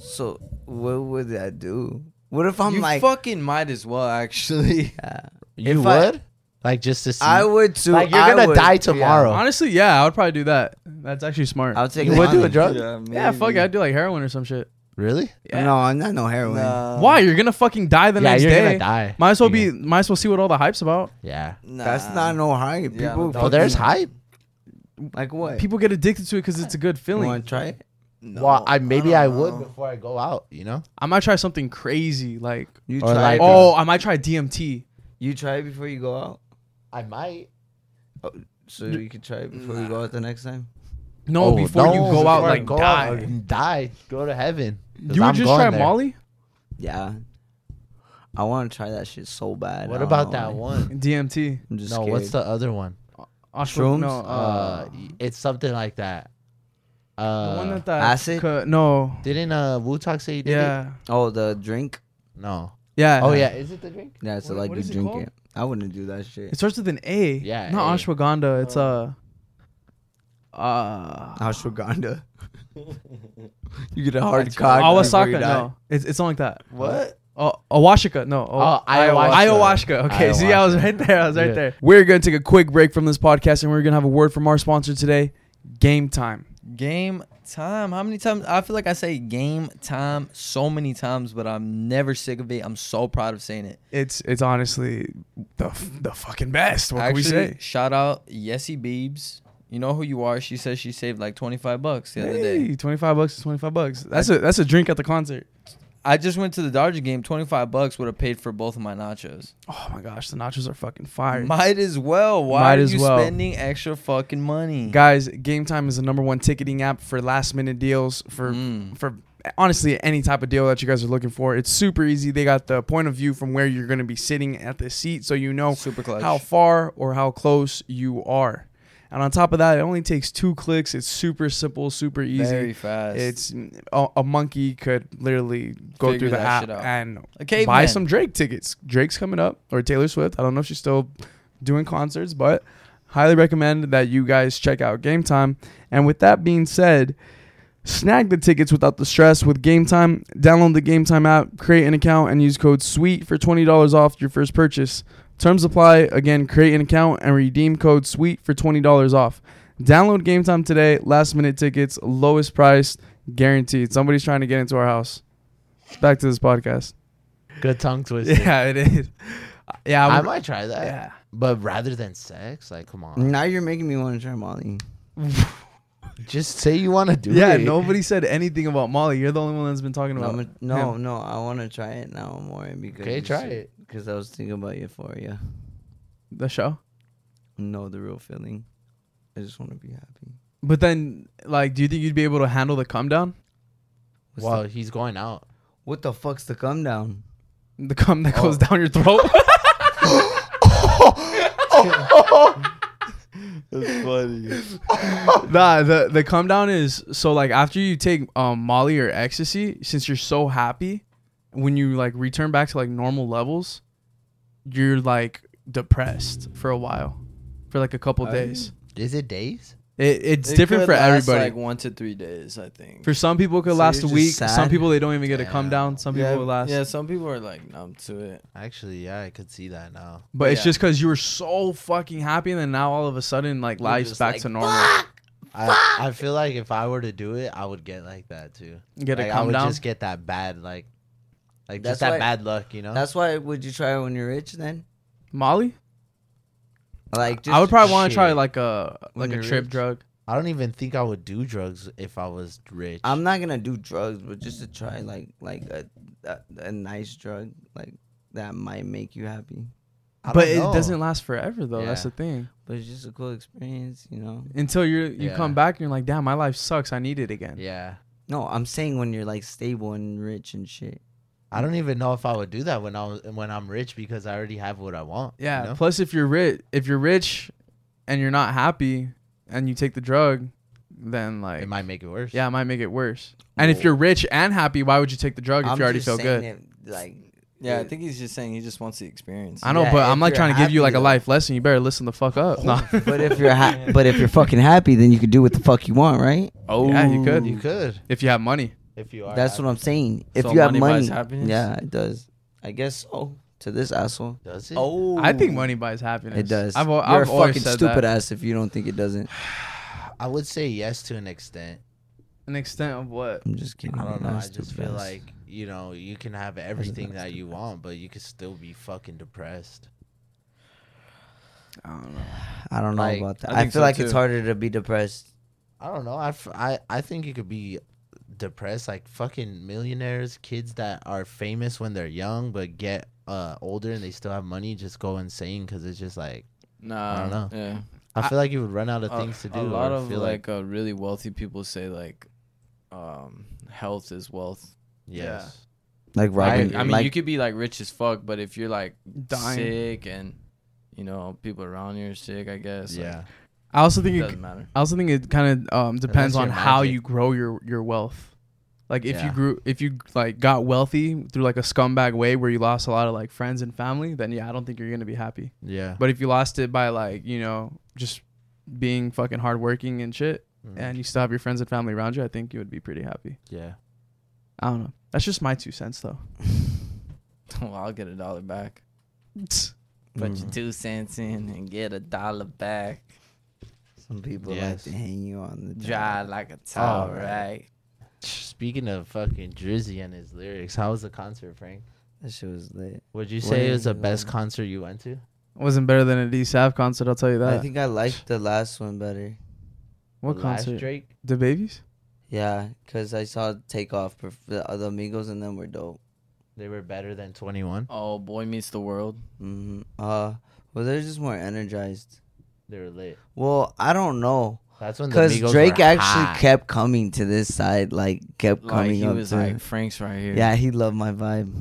Speaker 1: So what would that do? What if I'm
Speaker 3: you
Speaker 1: like,
Speaker 3: fucking might as well actually.
Speaker 1: Yeah.
Speaker 4: You
Speaker 1: If
Speaker 4: would?
Speaker 1: I-
Speaker 4: like just to see.
Speaker 1: I would too.
Speaker 4: like you're
Speaker 1: I
Speaker 4: gonna
Speaker 1: would-
Speaker 4: die
Speaker 1: yeah.
Speaker 4: tomorrow.
Speaker 2: Oh. Honestly, yeah, I would probably do that. That's actually smart.
Speaker 1: I would take.
Speaker 4: You would do
Speaker 1: Molly.
Speaker 4: a drug?
Speaker 2: yeah, fuck it, I'd do like heroin or some shit.
Speaker 4: Really?
Speaker 2: Yeah.
Speaker 1: No, I'm not no heroin.
Speaker 3: Nah.
Speaker 2: Why? You're gonna fucking die the
Speaker 4: yeah,
Speaker 2: next
Speaker 4: you're
Speaker 2: day.
Speaker 4: gonna die.
Speaker 2: Might as well be.
Speaker 4: You're
Speaker 2: Might as well see what all the hype's about.
Speaker 4: gonna- Yeah.
Speaker 3: Nah.
Speaker 1: That's not no hype.
Speaker 3: Yeah,
Speaker 1: People,
Speaker 3: no,
Speaker 4: Oh, there's
Speaker 1: fucking-
Speaker 4: hype.
Speaker 1: Like what?
Speaker 2: People get addicted to it because it's a good
Speaker 1: you
Speaker 2: feeling.
Speaker 1: want to try it?
Speaker 3: No,
Speaker 4: well, I maybe
Speaker 3: don't
Speaker 4: I, would
Speaker 3: know.
Speaker 4: before I go out. You know.
Speaker 2: I might try something crazy like.
Speaker 1: You
Speaker 4: Or
Speaker 1: try.
Speaker 4: like-
Speaker 1: it,
Speaker 2: Oh, I might try DMT.
Speaker 1: you try it before you go out, Oh,
Speaker 4: I might.
Speaker 1: so you can try it before you go out the next time.
Speaker 2: No,
Speaker 4: Oh,
Speaker 2: before you
Speaker 4: no,
Speaker 2: go out
Speaker 4: before I
Speaker 2: like
Speaker 4: go
Speaker 2: die.
Speaker 4: out and die. Go to heaven. 'Cause
Speaker 2: You would
Speaker 4: I'm
Speaker 2: just
Speaker 4: going
Speaker 2: try
Speaker 4: there.
Speaker 2: Molly,
Speaker 1: Yeah, I want to try that shit so bad. I
Speaker 4: What
Speaker 1: don't
Speaker 4: about
Speaker 1: know
Speaker 4: that
Speaker 1: why.
Speaker 4: one?
Speaker 2: DMT,
Speaker 1: I'm just
Speaker 4: no, what's the
Speaker 1: scared.
Speaker 4: other one?
Speaker 2: Ashwa-
Speaker 1: Shrooms?
Speaker 2: No, uh,
Speaker 4: Uh, y- it's something like that.
Speaker 2: the
Speaker 4: Uh,
Speaker 2: one that that
Speaker 1: acid?
Speaker 2: cu- no,
Speaker 4: didn't uh Wu Talk say you did it?
Speaker 2: yeah, Uh-huh.
Speaker 1: Oh, the drink.
Speaker 4: No.
Speaker 2: yeah.
Speaker 4: Oh yeah, is it the drink?
Speaker 1: Yeah, so
Speaker 2: What-
Speaker 1: like
Speaker 2: what
Speaker 1: you
Speaker 2: is it
Speaker 1: drink
Speaker 2: called?
Speaker 1: it. I wouldn't do that
Speaker 2: It
Speaker 1: shit.
Speaker 2: starts with an A.
Speaker 4: Yeah,
Speaker 2: Not
Speaker 4: A.
Speaker 2: ashwagandha. It's uh, uh,
Speaker 1: Ashwagandha. you get a hard cock. before you die.
Speaker 2: awasaka. No, it's it's something like that.
Speaker 4: What?
Speaker 2: Oh, awashika. No.
Speaker 4: Oh, ayahuasca.
Speaker 2: Ayahuasca. Okay. See, I was
Speaker 4: Ayahuasca.
Speaker 2: right there. I was right
Speaker 4: Yeah.
Speaker 2: there. We're going to take a quick break from this podcast and we're going to have a word from our sponsor today, Game Time.
Speaker 3: Game time. How many times? I feel like I say game time so many times, but I'm never sick of it. I'm so proud of saying it.
Speaker 2: It's it's honestly the f- the fucking best. What
Speaker 3: Actually,
Speaker 2: can we say?
Speaker 3: shout out Yessie Beebs. You know who you are. She says she saved like 25 bucks the other day.
Speaker 2: Hey, 25 bucks is 25 bucks. That's a that's a drink at the concert.
Speaker 3: I just went to the Dodger game. 25 bucks would have paid for both of my nachos.
Speaker 2: Oh my gosh, the nachos are fucking fire.
Speaker 3: Might as well. Why
Speaker 2: Might
Speaker 3: are
Speaker 2: as
Speaker 3: you
Speaker 2: well.
Speaker 3: spending extra fucking money?
Speaker 2: Guys, Game Time is the number one ticketing app for last minute deals for
Speaker 3: Mm.
Speaker 2: for honestly any type of deal that you guys are looking for. It's super easy. They got the point of view from where you're going to be sitting at the seat, so you know
Speaker 3: Super clutch.
Speaker 2: how far or how close you are. And on top of that, it only takes two clicks. It's super simple, super easy.
Speaker 3: Very fast.
Speaker 2: it's a, a monkey could literally go
Speaker 3: Figure
Speaker 2: through the
Speaker 3: that
Speaker 2: app
Speaker 3: shit out.
Speaker 2: and
Speaker 3: a
Speaker 2: buy
Speaker 3: caveman.
Speaker 2: some Drake tickets. Drake's coming up, or Taylor Swift. I don't know if she's still doing concerts, but highly recommend that you guys check out Game Time. And with that being said, snag the tickets without the stress with Game Time. Download the Game Time app, create an account, and use code SWEET for $20 off your first purchase. Terms apply. Again, create an account and redeem code SWEET for $20 off. Download Game Time today. Last minute tickets, lowest price, guaranteed. Somebody's trying to get into our house. Back to this podcast.
Speaker 4: Good tongue twister.
Speaker 2: Yeah, it is. Yeah,
Speaker 4: I
Speaker 2: I, would,
Speaker 4: might uh, try that.
Speaker 2: yeah. Mm.
Speaker 4: But rather than sex, like come on.
Speaker 1: Now you're making me want to try Molly.
Speaker 4: Just say you want to do
Speaker 2: yeah.
Speaker 4: it.
Speaker 2: Nobody said anything about Molly. You're the only one that's been talking
Speaker 1: No,
Speaker 2: about.
Speaker 1: I'm- no,
Speaker 2: him.
Speaker 1: no, I want to try it now more because
Speaker 4: Okay, try it.
Speaker 1: Because I was thinking about Euphoria.
Speaker 2: the show.
Speaker 1: No, the real feeling. I just want to be happy.
Speaker 2: But then, like, do you think you'd be able to handle the come down?
Speaker 1: What's
Speaker 4: Well,
Speaker 1: the,
Speaker 4: he's going out.
Speaker 1: what the fuck's the come down?
Speaker 2: The come that goes down your throat.
Speaker 3: That's funny.
Speaker 2: nah, the the come down is so like after you take um Molly or ecstasy, since you're so happy, when you like return back to like normal levels, you're like depressed for a while, for like a couple
Speaker 1: Are you?
Speaker 2: days.
Speaker 4: Is it days?
Speaker 2: It, it's
Speaker 3: It
Speaker 2: different
Speaker 3: could
Speaker 2: for
Speaker 3: last,
Speaker 2: everybody.
Speaker 3: Like one to three days, I think.
Speaker 2: For some people, it could
Speaker 1: So
Speaker 2: last a
Speaker 1: you're just
Speaker 2: week. Some
Speaker 1: sad?
Speaker 2: people they don't even get a come
Speaker 4: Yeah.
Speaker 2: down. Some people
Speaker 3: yeah,
Speaker 2: it last.
Speaker 3: yeah, some people are like numb to it.
Speaker 4: Actually, yeah, I could see that now.
Speaker 2: But it's
Speaker 3: Yeah.
Speaker 2: just because you were so fucking happy, and then now all of a sudden, like
Speaker 4: You're
Speaker 2: life's
Speaker 4: just
Speaker 2: back
Speaker 4: like,
Speaker 2: to normal.
Speaker 4: I, I feel like if I were to do it, I would get like that too.
Speaker 2: Get
Speaker 4: like,
Speaker 2: a
Speaker 4: I
Speaker 2: come
Speaker 4: would
Speaker 2: down.
Speaker 4: just get that bad like, like
Speaker 1: That's
Speaker 4: just that
Speaker 1: why-
Speaker 4: bad luck, you know.
Speaker 1: That's why would you try it when you're rich then?
Speaker 2: Molly,
Speaker 1: Like just
Speaker 2: I would probably want to try
Speaker 4: shit.
Speaker 2: like a like
Speaker 1: When
Speaker 2: a
Speaker 1: you're
Speaker 2: trip
Speaker 1: rich.
Speaker 2: drug.
Speaker 4: I don't even think I would do drugs if I was rich.
Speaker 1: I'm not gonna do drugs, but just to try like like a a, a nice drug like that might make you happy.
Speaker 4: I
Speaker 2: But
Speaker 4: don't
Speaker 2: it
Speaker 4: know.
Speaker 2: doesn't last forever though. That's
Speaker 4: Yeah.
Speaker 2: the thing.
Speaker 1: But it's just a cool experience, you know.
Speaker 2: Until you are you
Speaker 4: Yeah.
Speaker 2: come back and you're like, damn, my life sucks. I need it again.
Speaker 4: Yeah,
Speaker 1: No, I'm saying when you're like stable and rich and shit.
Speaker 4: I don't even know if I would do that when I was when I'm rich because I already have what I want. you
Speaker 2: Yeah.
Speaker 4: know?
Speaker 2: Plus, if you're rich, if you're rich, and you're not happy, and you take the drug, then like
Speaker 4: It might make it worse.
Speaker 2: yeah, it might make it worse. And if you're rich and happy, why would you take the drug if
Speaker 1: I'm
Speaker 2: you already
Speaker 1: just
Speaker 2: feel
Speaker 1: saying
Speaker 2: good?
Speaker 1: It, like,
Speaker 3: Yeah, I
Speaker 1: it-
Speaker 3: think he's just saying he just wants the experience.
Speaker 2: I know,
Speaker 1: Yeah,
Speaker 2: but
Speaker 1: if
Speaker 2: I'm like
Speaker 1: you're
Speaker 2: trying to give you
Speaker 1: happy,
Speaker 2: like a
Speaker 1: though.
Speaker 2: life lesson. You better listen the fuck up. Nah.
Speaker 1: but if you're ha- but if you're fucking happy, then you can do what the fuck you want, right?
Speaker 2: oh, yeah, you could.
Speaker 4: You could
Speaker 2: if you have money.
Speaker 4: if you are.
Speaker 1: That's what I'm saying. If
Speaker 3: So
Speaker 1: you have
Speaker 3: money
Speaker 1: money,
Speaker 3: buys happiness?
Speaker 1: yeah, it does. I guess so. To this asshole,
Speaker 4: I'm. Does it?
Speaker 3: Oh,
Speaker 2: I think money buys happiness.
Speaker 1: it does.
Speaker 2: I've, al-
Speaker 1: you're
Speaker 2: I've
Speaker 1: a
Speaker 2: always
Speaker 1: fucking
Speaker 2: said
Speaker 1: stupid
Speaker 2: that.
Speaker 1: ass if you don't think it doesn't.
Speaker 4: I would say yes to an extent.
Speaker 2: An extent of what?
Speaker 1: I'm just kidding.
Speaker 4: I don't know.
Speaker 1: You're not
Speaker 4: I just
Speaker 1: stupid
Speaker 4: feel
Speaker 1: ass.
Speaker 4: like you know you can have everything
Speaker 1: not
Speaker 4: that you want, but you could still be fucking depressed.
Speaker 2: I don't know.
Speaker 1: I don't know
Speaker 4: like,
Speaker 1: about that.
Speaker 3: I
Speaker 1: I,
Speaker 3: think
Speaker 1: feel
Speaker 3: so,
Speaker 1: like it's
Speaker 3: too.
Speaker 1: harder to be depressed.
Speaker 4: I don't know. I, f- I, I think you could be depressed like fucking millionaires, kids that are famous when they're young but get uh older and they still have money just go insane because it's just like
Speaker 3: nah,
Speaker 4: I don't know.
Speaker 3: Yeah,
Speaker 4: I
Speaker 2: I-
Speaker 4: feel like you would run out of
Speaker 3: A-
Speaker 4: things to do.
Speaker 3: A lot
Speaker 4: or
Speaker 3: of
Speaker 4: feel
Speaker 3: like, uh, really wealthy people say like, um, health is wealth.
Speaker 4: yes.
Speaker 1: Like
Speaker 3: I,
Speaker 1: Robin,
Speaker 3: I mean,
Speaker 1: like,
Speaker 3: you could be like rich as fuck, but if you're like
Speaker 2: Dying.
Speaker 3: sick and you know people around you are sick, I guess. like,
Speaker 4: yeah.
Speaker 2: I also think
Speaker 3: it
Speaker 2: it,
Speaker 3: doesn't matter.
Speaker 2: I also think it kind of um, depends
Speaker 4: you're
Speaker 2: on how
Speaker 4: magic.
Speaker 2: you grow your your wealth. Like if you
Speaker 4: Yeah.
Speaker 2: grew if you like got wealthy through like a scumbag way where you lost a lot of like friends and family, then yeah, I don't think you're gonna be happy.
Speaker 4: Yeah.
Speaker 2: But if you lost it by like you know just being fucking hardworking and shit,
Speaker 1: Mm.
Speaker 4: Mhm.
Speaker 2: and you still have your friends and family around you, I think you would be pretty happy.
Speaker 4: yeah.
Speaker 2: I don't know. That's just my two cents though.
Speaker 3: well, I'll get a dollar back. Put
Speaker 1: mm,
Speaker 4: Mm-hmm.
Speaker 3: your two cents in and get a dollar back.
Speaker 1: some people like
Speaker 4: Yes.
Speaker 1: to hang you on the
Speaker 3: Dry
Speaker 1: job.
Speaker 3: like a towel,
Speaker 4: right.
Speaker 3: right?
Speaker 4: Speaking of fucking Drizzy and his lyrics, how was the concert, Frank?
Speaker 1: That shit was lit.
Speaker 4: Would you
Speaker 1: What
Speaker 4: say it
Speaker 1: is
Speaker 4: was the
Speaker 1: it
Speaker 4: best
Speaker 1: like?
Speaker 4: concert you went to?
Speaker 2: Wasn't better than a D Sav concert, I'll tell you that.
Speaker 1: I think I liked the last one better.
Speaker 2: what
Speaker 4: The last
Speaker 2: concert?
Speaker 4: Drake?
Speaker 2: The babies?
Speaker 1: Yeah, cause I saw Takeoff, perf- the, uh, the Amigos, and them were dope.
Speaker 4: They were better than 21.
Speaker 3: Oh, boy meets the world.
Speaker 1: hmm Uh, well, they're just more energized.
Speaker 4: They were lit.
Speaker 1: Well, I don't know,
Speaker 4: That's when the
Speaker 1: cause
Speaker 4: Migos
Speaker 1: Drake
Speaker 4: were
Speaker 1: actually
Speaker 4: hot.
Speaker 1: kept coming to this side, like kept
Speaker 3: Like
Speaker 1: coming
Speaker 3: he
Speaker 1: up
Speaker 3: was
Speaker 1: to.
Speaker 3: like Frank's right here.
Speaker 1: yeah, he loved my vibe.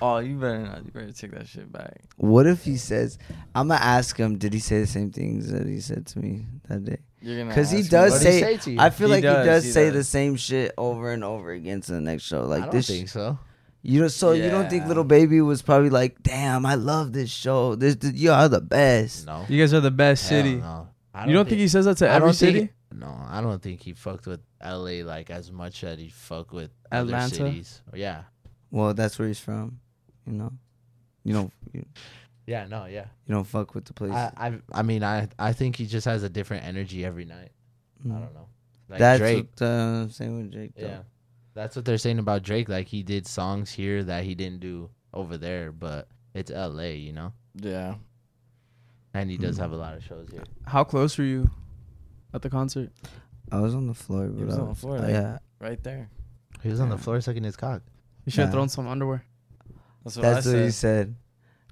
Speaker 3: Oh, you better not. You better take that shit back.
Speaker 1: What if he says, "I'm gonna ask him"? Did he say the same things that he said to me that day?
Speaker 3: You're gonna.
Speaker 1: Because he
Speaker 3: ask me
Speaker 1: does
Speaker 4: What'd
Speaker 3: what
Speaker 4: he
Speaker 1: say,
Speaker 4: say to you?
Speaker 1: I feel
Speaker 3: He
Speaker 1: like
Speaker 3: does,
Speaker 1: he does
Speaker 3: he
Speaker 1: say the
Speaker 3: does.
Speaker 1: same shit over and over again to the next show. Like
Speaker 4: I don't
Speaker 1: this,
Speaker 4: think so.
Speaker 1: you know. So you don't think
Speaker 3: Yeah.
Speaker 1: little baby was probably like, "Damn, I love this show. This, this you are the best."
Speaker 4: No.
Speaker 2: You guys are the best
Speaker 4: Hell
Speaker 2: city.
Speaker 4: No. I
Speaker 2: you don't think, he says that to
Speaker 4: I
Speaker 2: every
Speaker 4: don't think-
Speaker 2: city?
Speaker 4: No, I don't think he fucked with LA like as much as he fucked with
Speaker 2: Atlanta?
Speaker 4: other cities. Yeah.
Speaker 1: Well, that's where he's from, you know. You don't you,
Speaker 4: Yeah, no, yeah.
Speaker 1: you don't fuck with the place.
Speaker 4: I, I I mean I I think he just has a different energy every night. I
Speaker 1: Mm.
Speaker 4: don't know. Like
Speaker 1: that's
Speaker 4: Drake.
Speaker 1: what uh, same with Drake. Though.
Speaker 4: Yeah. That's what they're saying about Drake. Like he did songs here that he didn't do over there, but it's LA, you know?
Speaker 3: Yeah.
Speaker 4: And he
Speaker 2: Mm.
Speaker 4: does
Speaker 1: Mhm.
Speaker 4: have a lot of shows here.
Speaker 2: How close were you at the concert?
Speaker 1: I was on the floor, but
Speaker 3: was
Speaker 1: I
Speaker 3: on the floor,
Speaker 1: uh,
Speaker 3: like-
Speaker 1: yeah,
Speaker 3: Right there.
Speaker 4: He was on the floor sucking his cock.
Speaker 2: You should have
Speaker 1: Nah.
Speaker 2: thrown some underwear.
Speaker 3: That's what
Speaker 1: that's
Speaker 3: I
Speaker 1: what
Speaker 3: said.
Speaker 1: he said.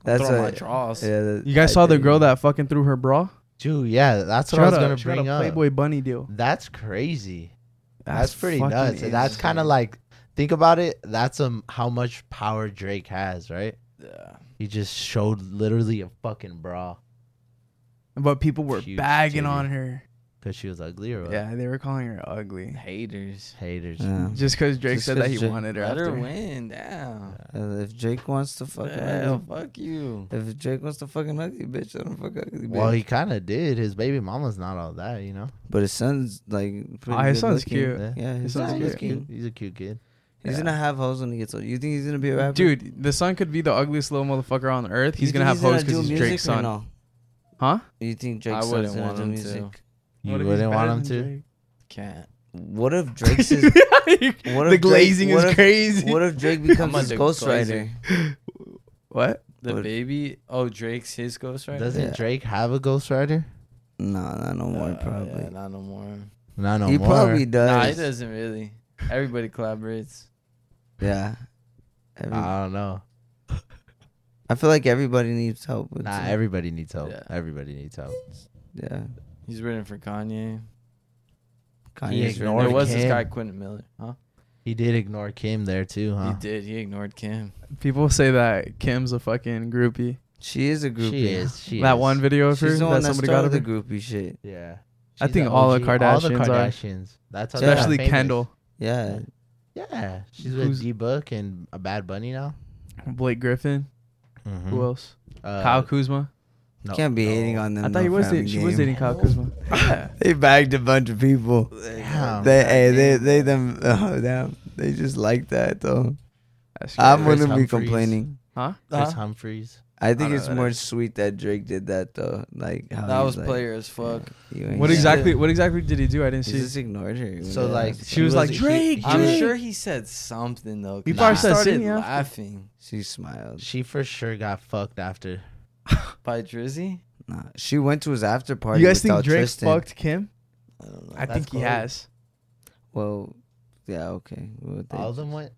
Speaker 1: That's
Speaker 3: Throw my
Speaker 1: what.
Speaker 3: draws.
Speaker 1: Yeah, that-
Speaker 2: You guys
Speaker 1: I
Speaker 2: saw the
Speaker 1: think-
Speaker 2: girl that fucking threw her bra?
Speaker 4: Dude, yeah, that's what
Speaker 2: She
Speaker 4: I
Speaker 2: got
Speaker 4: was
Speaker 2: a-
Speaker 4: gonna
Speaker 2: she got
Speaker 4: bring
Speaker 2: a
Speaker 4: up.
Speaker 2: Playboy bunny deal.
Speaker 4: That's crazy. That's,
Speaker 2: That's
Speaker 4: pretty
Speaker 2: fucking
Speaker 4: nuts. And that's
Speaker 2: insane.
Speaker 4: kind of like think about it. That's um how much power Drake has, right?
Speaker 3: Yeah.
Speaker 4: He just showed literally a fucking bra
Speaker 2: But people were
Speaker 4: Huge
Speaker 2: bagging
Speaker 4: titty.
Speaker 2: on her.
Speaker 4: because she was ugly or what?
Speaker 2: Yeah, they were calling her ugly.
Speaker 3: Haters.
Speaker 4: Haters.
Speaker 1: Yeah.
Speaker 2: Just because Drake
Speaker 1: Just
Speaker 2: said that
Speaker 1: 'cause
Speaker 2: he
Speaker 1: Drake-
Speaker 2: wanted her
Speaker 3: Let her
Speaker 2: after.
Speaker 3: win. Damn.
Speaker 1: Uh, if Drake wants to fuck,
Speaker 3: Hell,
Speaker 1: another-
Speaker 3: fuck you.
Speaker 1: If Drake wants to fucking ugly bitch, let him fuck ugly bitch.
Speaker 4: Well, he kind of did. His baby mama's not all that, you know.
Speaker 1: but his son's like. Pretty
Speaker 2: Oh, his
Speaker 1: good
Speaker 2: son's
Speaker 1: looking.
Speaker 2: cute.
Speaker 1: Yeah, his,
Speaker 2: son's
Speaker 1: son's
Speaker 2: good.
Speaker 1: good. He's,
Speaker 4: He's a cute kid.
Speaker 2: Yeah.
Speaker 1: gonna have hoes when he gets old. You think he's gonna be a rapper?
Speaker 2: Dude, the son could be the ugliest little motherfucker on earth.
Speaker 1: You
Speaker 2: He's
Speaker 1: think
Speaker 2: gonna have hoes
Speaker 1: do
Speaker 2: because he's
Speaker 1: music
Speaker 2: Drake's
Speaker 1: or
Speaker 2: son.
Speaker 1: no?
Speaker 2: Huh?
Speaker 1: You think
Speaker 3: I
Speaker 1: Drake's
Speaker 3: wouldn't
Speaker 1: son's gonna
Speaker 3: want
Speaker 1: do
Speaker 3: him to.
Speaker 1: music?
Speaker 4: You
Speaker 2: What if he's
Speaker 4: wouldn't want
Speaker 2: better
Speaker 4: him
Speaker 2: than
Speaker 4: to.
Speaker 3: Can't.
Speaker 1: What if Drake's his,
Speaker 2: Drake?
Speaker 1: What
Speaker 2: the
Speaker 1: if Drake-
Speaker 2: glazing
Speaker 1: what
Speaker 2: is
Speaker 1: if-
Speaker 2: crazy.
Speaker 1: What if Drake becomes
Speaker 3: I'm
Speaker 1: his
Speaker 3: under
Speaker 1: ghostwriter?
Speaker 2: what?
Speaker 3: The
Speaker 1: What-
Speaker 3: baby. Oh, Drake's his ghost right.
Speaker 4: Doesn't
Speaker 1: Yeah.
Speaker 4: Drake have a ghostwriter?
Speaker 1: No, not no more. probably.
Speaker 3: Uh, Yeah, not no more.
Speaker 4: Not no
Speaker 1: he
Speaker 4: more.
Speaker 1: probably
Speaker 3: Nah, he
Speaker 1: does.
Speaker 3: doesn't really. Everybody collaborates.
Speaker 1: Yeah. Every-
Speaker 4: I don't know.
Speaker 1: I feel like everybody needs help with.
Speaker 4: Nah,
Speaker 1: some-
Speaker 4: everybody needs help.
Speaker 3: Yeah.
Speaker 4: Everybody needs help.
Speaker 1: yeah.
Speaker 3: He's written for Kanye.
Speaker 1: Kanye's right
Speaker 4: ignored
Speaker 3: There
Speaker 4: Or
Speaker 1: now.
Speaker 3: was this
Speaker 4: Kim.
Speaker 3: guy Quentin Miller, huh?
Speaker 4: He did ignore Kim there too, huh?
Speaker 3: He did. He ignored Kim.
Speaker 2: People say that Kim's a fucking groupie.
Speaker 1: She is a groupie.
Speaker 4: She is. She
Speaker 2: that
Speaker 4: is.
Speaker 2: one video of her
Speaker 1: She's the one
Speaker 2: that
Speaker 1: that
Speaker 2: somebody got
Speaker 1: started
Speaker 2: of
Speaker 1: the
Speaker 2: her.
Speaker 1: groupie shit.
Speaker 4: Yeah.
Speaker 2: I
Speaker 4: She's
Speaker 2: think
Speaker 4: a
Speaker 2: all the
Speaker 4: OG.
Speaker 2: Kardashians are.
Speaker 4: Kardashians. That's how they got
Speaker 2: Especially
Speaker 4: famous.
Speaker 2: Kendall,
Speaker 1: Yeah.
Speaker 4: Yeah, she's
Speaker 2: Who's-
Speaker 4: with D Book and a Bad Bunny now.
Speaker 2: Blake Griffin. Who else?
Speaker 4: Uh,
Speaker 2: Kyle Kuzma.
Speaker 4: no,
Speaker 1: Mm-hmm. Can't be
Speaker 4: no.
Speaker 1: hating on them.
Speaker 2: I thought he
Speaker 1: no
Speaker 2: was
Speaker 1: family
Speaker 2: dating. She was
Speaker 1: game.
Speaker 2: dating Kyle Kuzma. Yeah.
Speaker 1: They bagged a bunch of people.
Speaker 4: Damn.
Speaker 1: They, hey, they, they, them, oh, damn. They just like that though.
Speaker 2: That's
Speaker 1: I
Speaker 4: Chris
Speaker 1: wouldn't be
Speaker 4: Humphries.
Speaker 1: complaining.
Speaker 2: Huh?
Speaker 4: Chris Humphries.
Speaker 1: I
Speaker 3: I
Speaker 1: think
Speaker 3: don't
Speaker 1: it's
Speaker 3: know
Speaker 1: more
Speaker 3: that.
Speaker 1: sweet that Drake did that though. Like how
Speaker 3: That
Speaker 1: he's
Speaker 3: was
Speaker 1: like,
Speaker 3: player as fuck.
Speaker 1: you ain't
Speaker 2: What
Speaker 1: shit.
Speaker 2: exactly? What exactly did he do? I didn't
Speaker 1: He
Speaker 2: see.
Speaker 1: just ignored her.
Speaker 4: So
Speaker 1: Yeah.
Speaker 4: like
Speaker 2: She was like,
Speaker 4: he-
Speaker 2: "Drake,
Speaker 4: he
Speaker 2: I'm
Speaker 4: was-
Speaker 2: Drake." sure
Speaker 3: he said something though.
Speaker 2: He
Speaker 3: 'cause
Speaker 2: probably
Speaker 3: I
Speaker 2: said
Speaker 3: started
Speaker 2: something after.
Speaker 3: laughing
Speaker 1: she smiled.
Speaker 4: She for sure got fucked after.
Speaker 3: by Drizzy.
Speaker 1: Nah, she went to his after party.
Speaker 2: You guys think
Speaker 1: without
Speaker 2: Drake
Speaker 1: Tristan.
Speaker 2: fucked Kim?
Speaker 3: I don't know.
Speaker 2: I
Speaker 4: That's
Speaker 2: think he
Speaker 4: cold.
Speaker 2: has.
Speaker 1: Well, yeah, okay. Well, they-
Speaker 4: All of them went.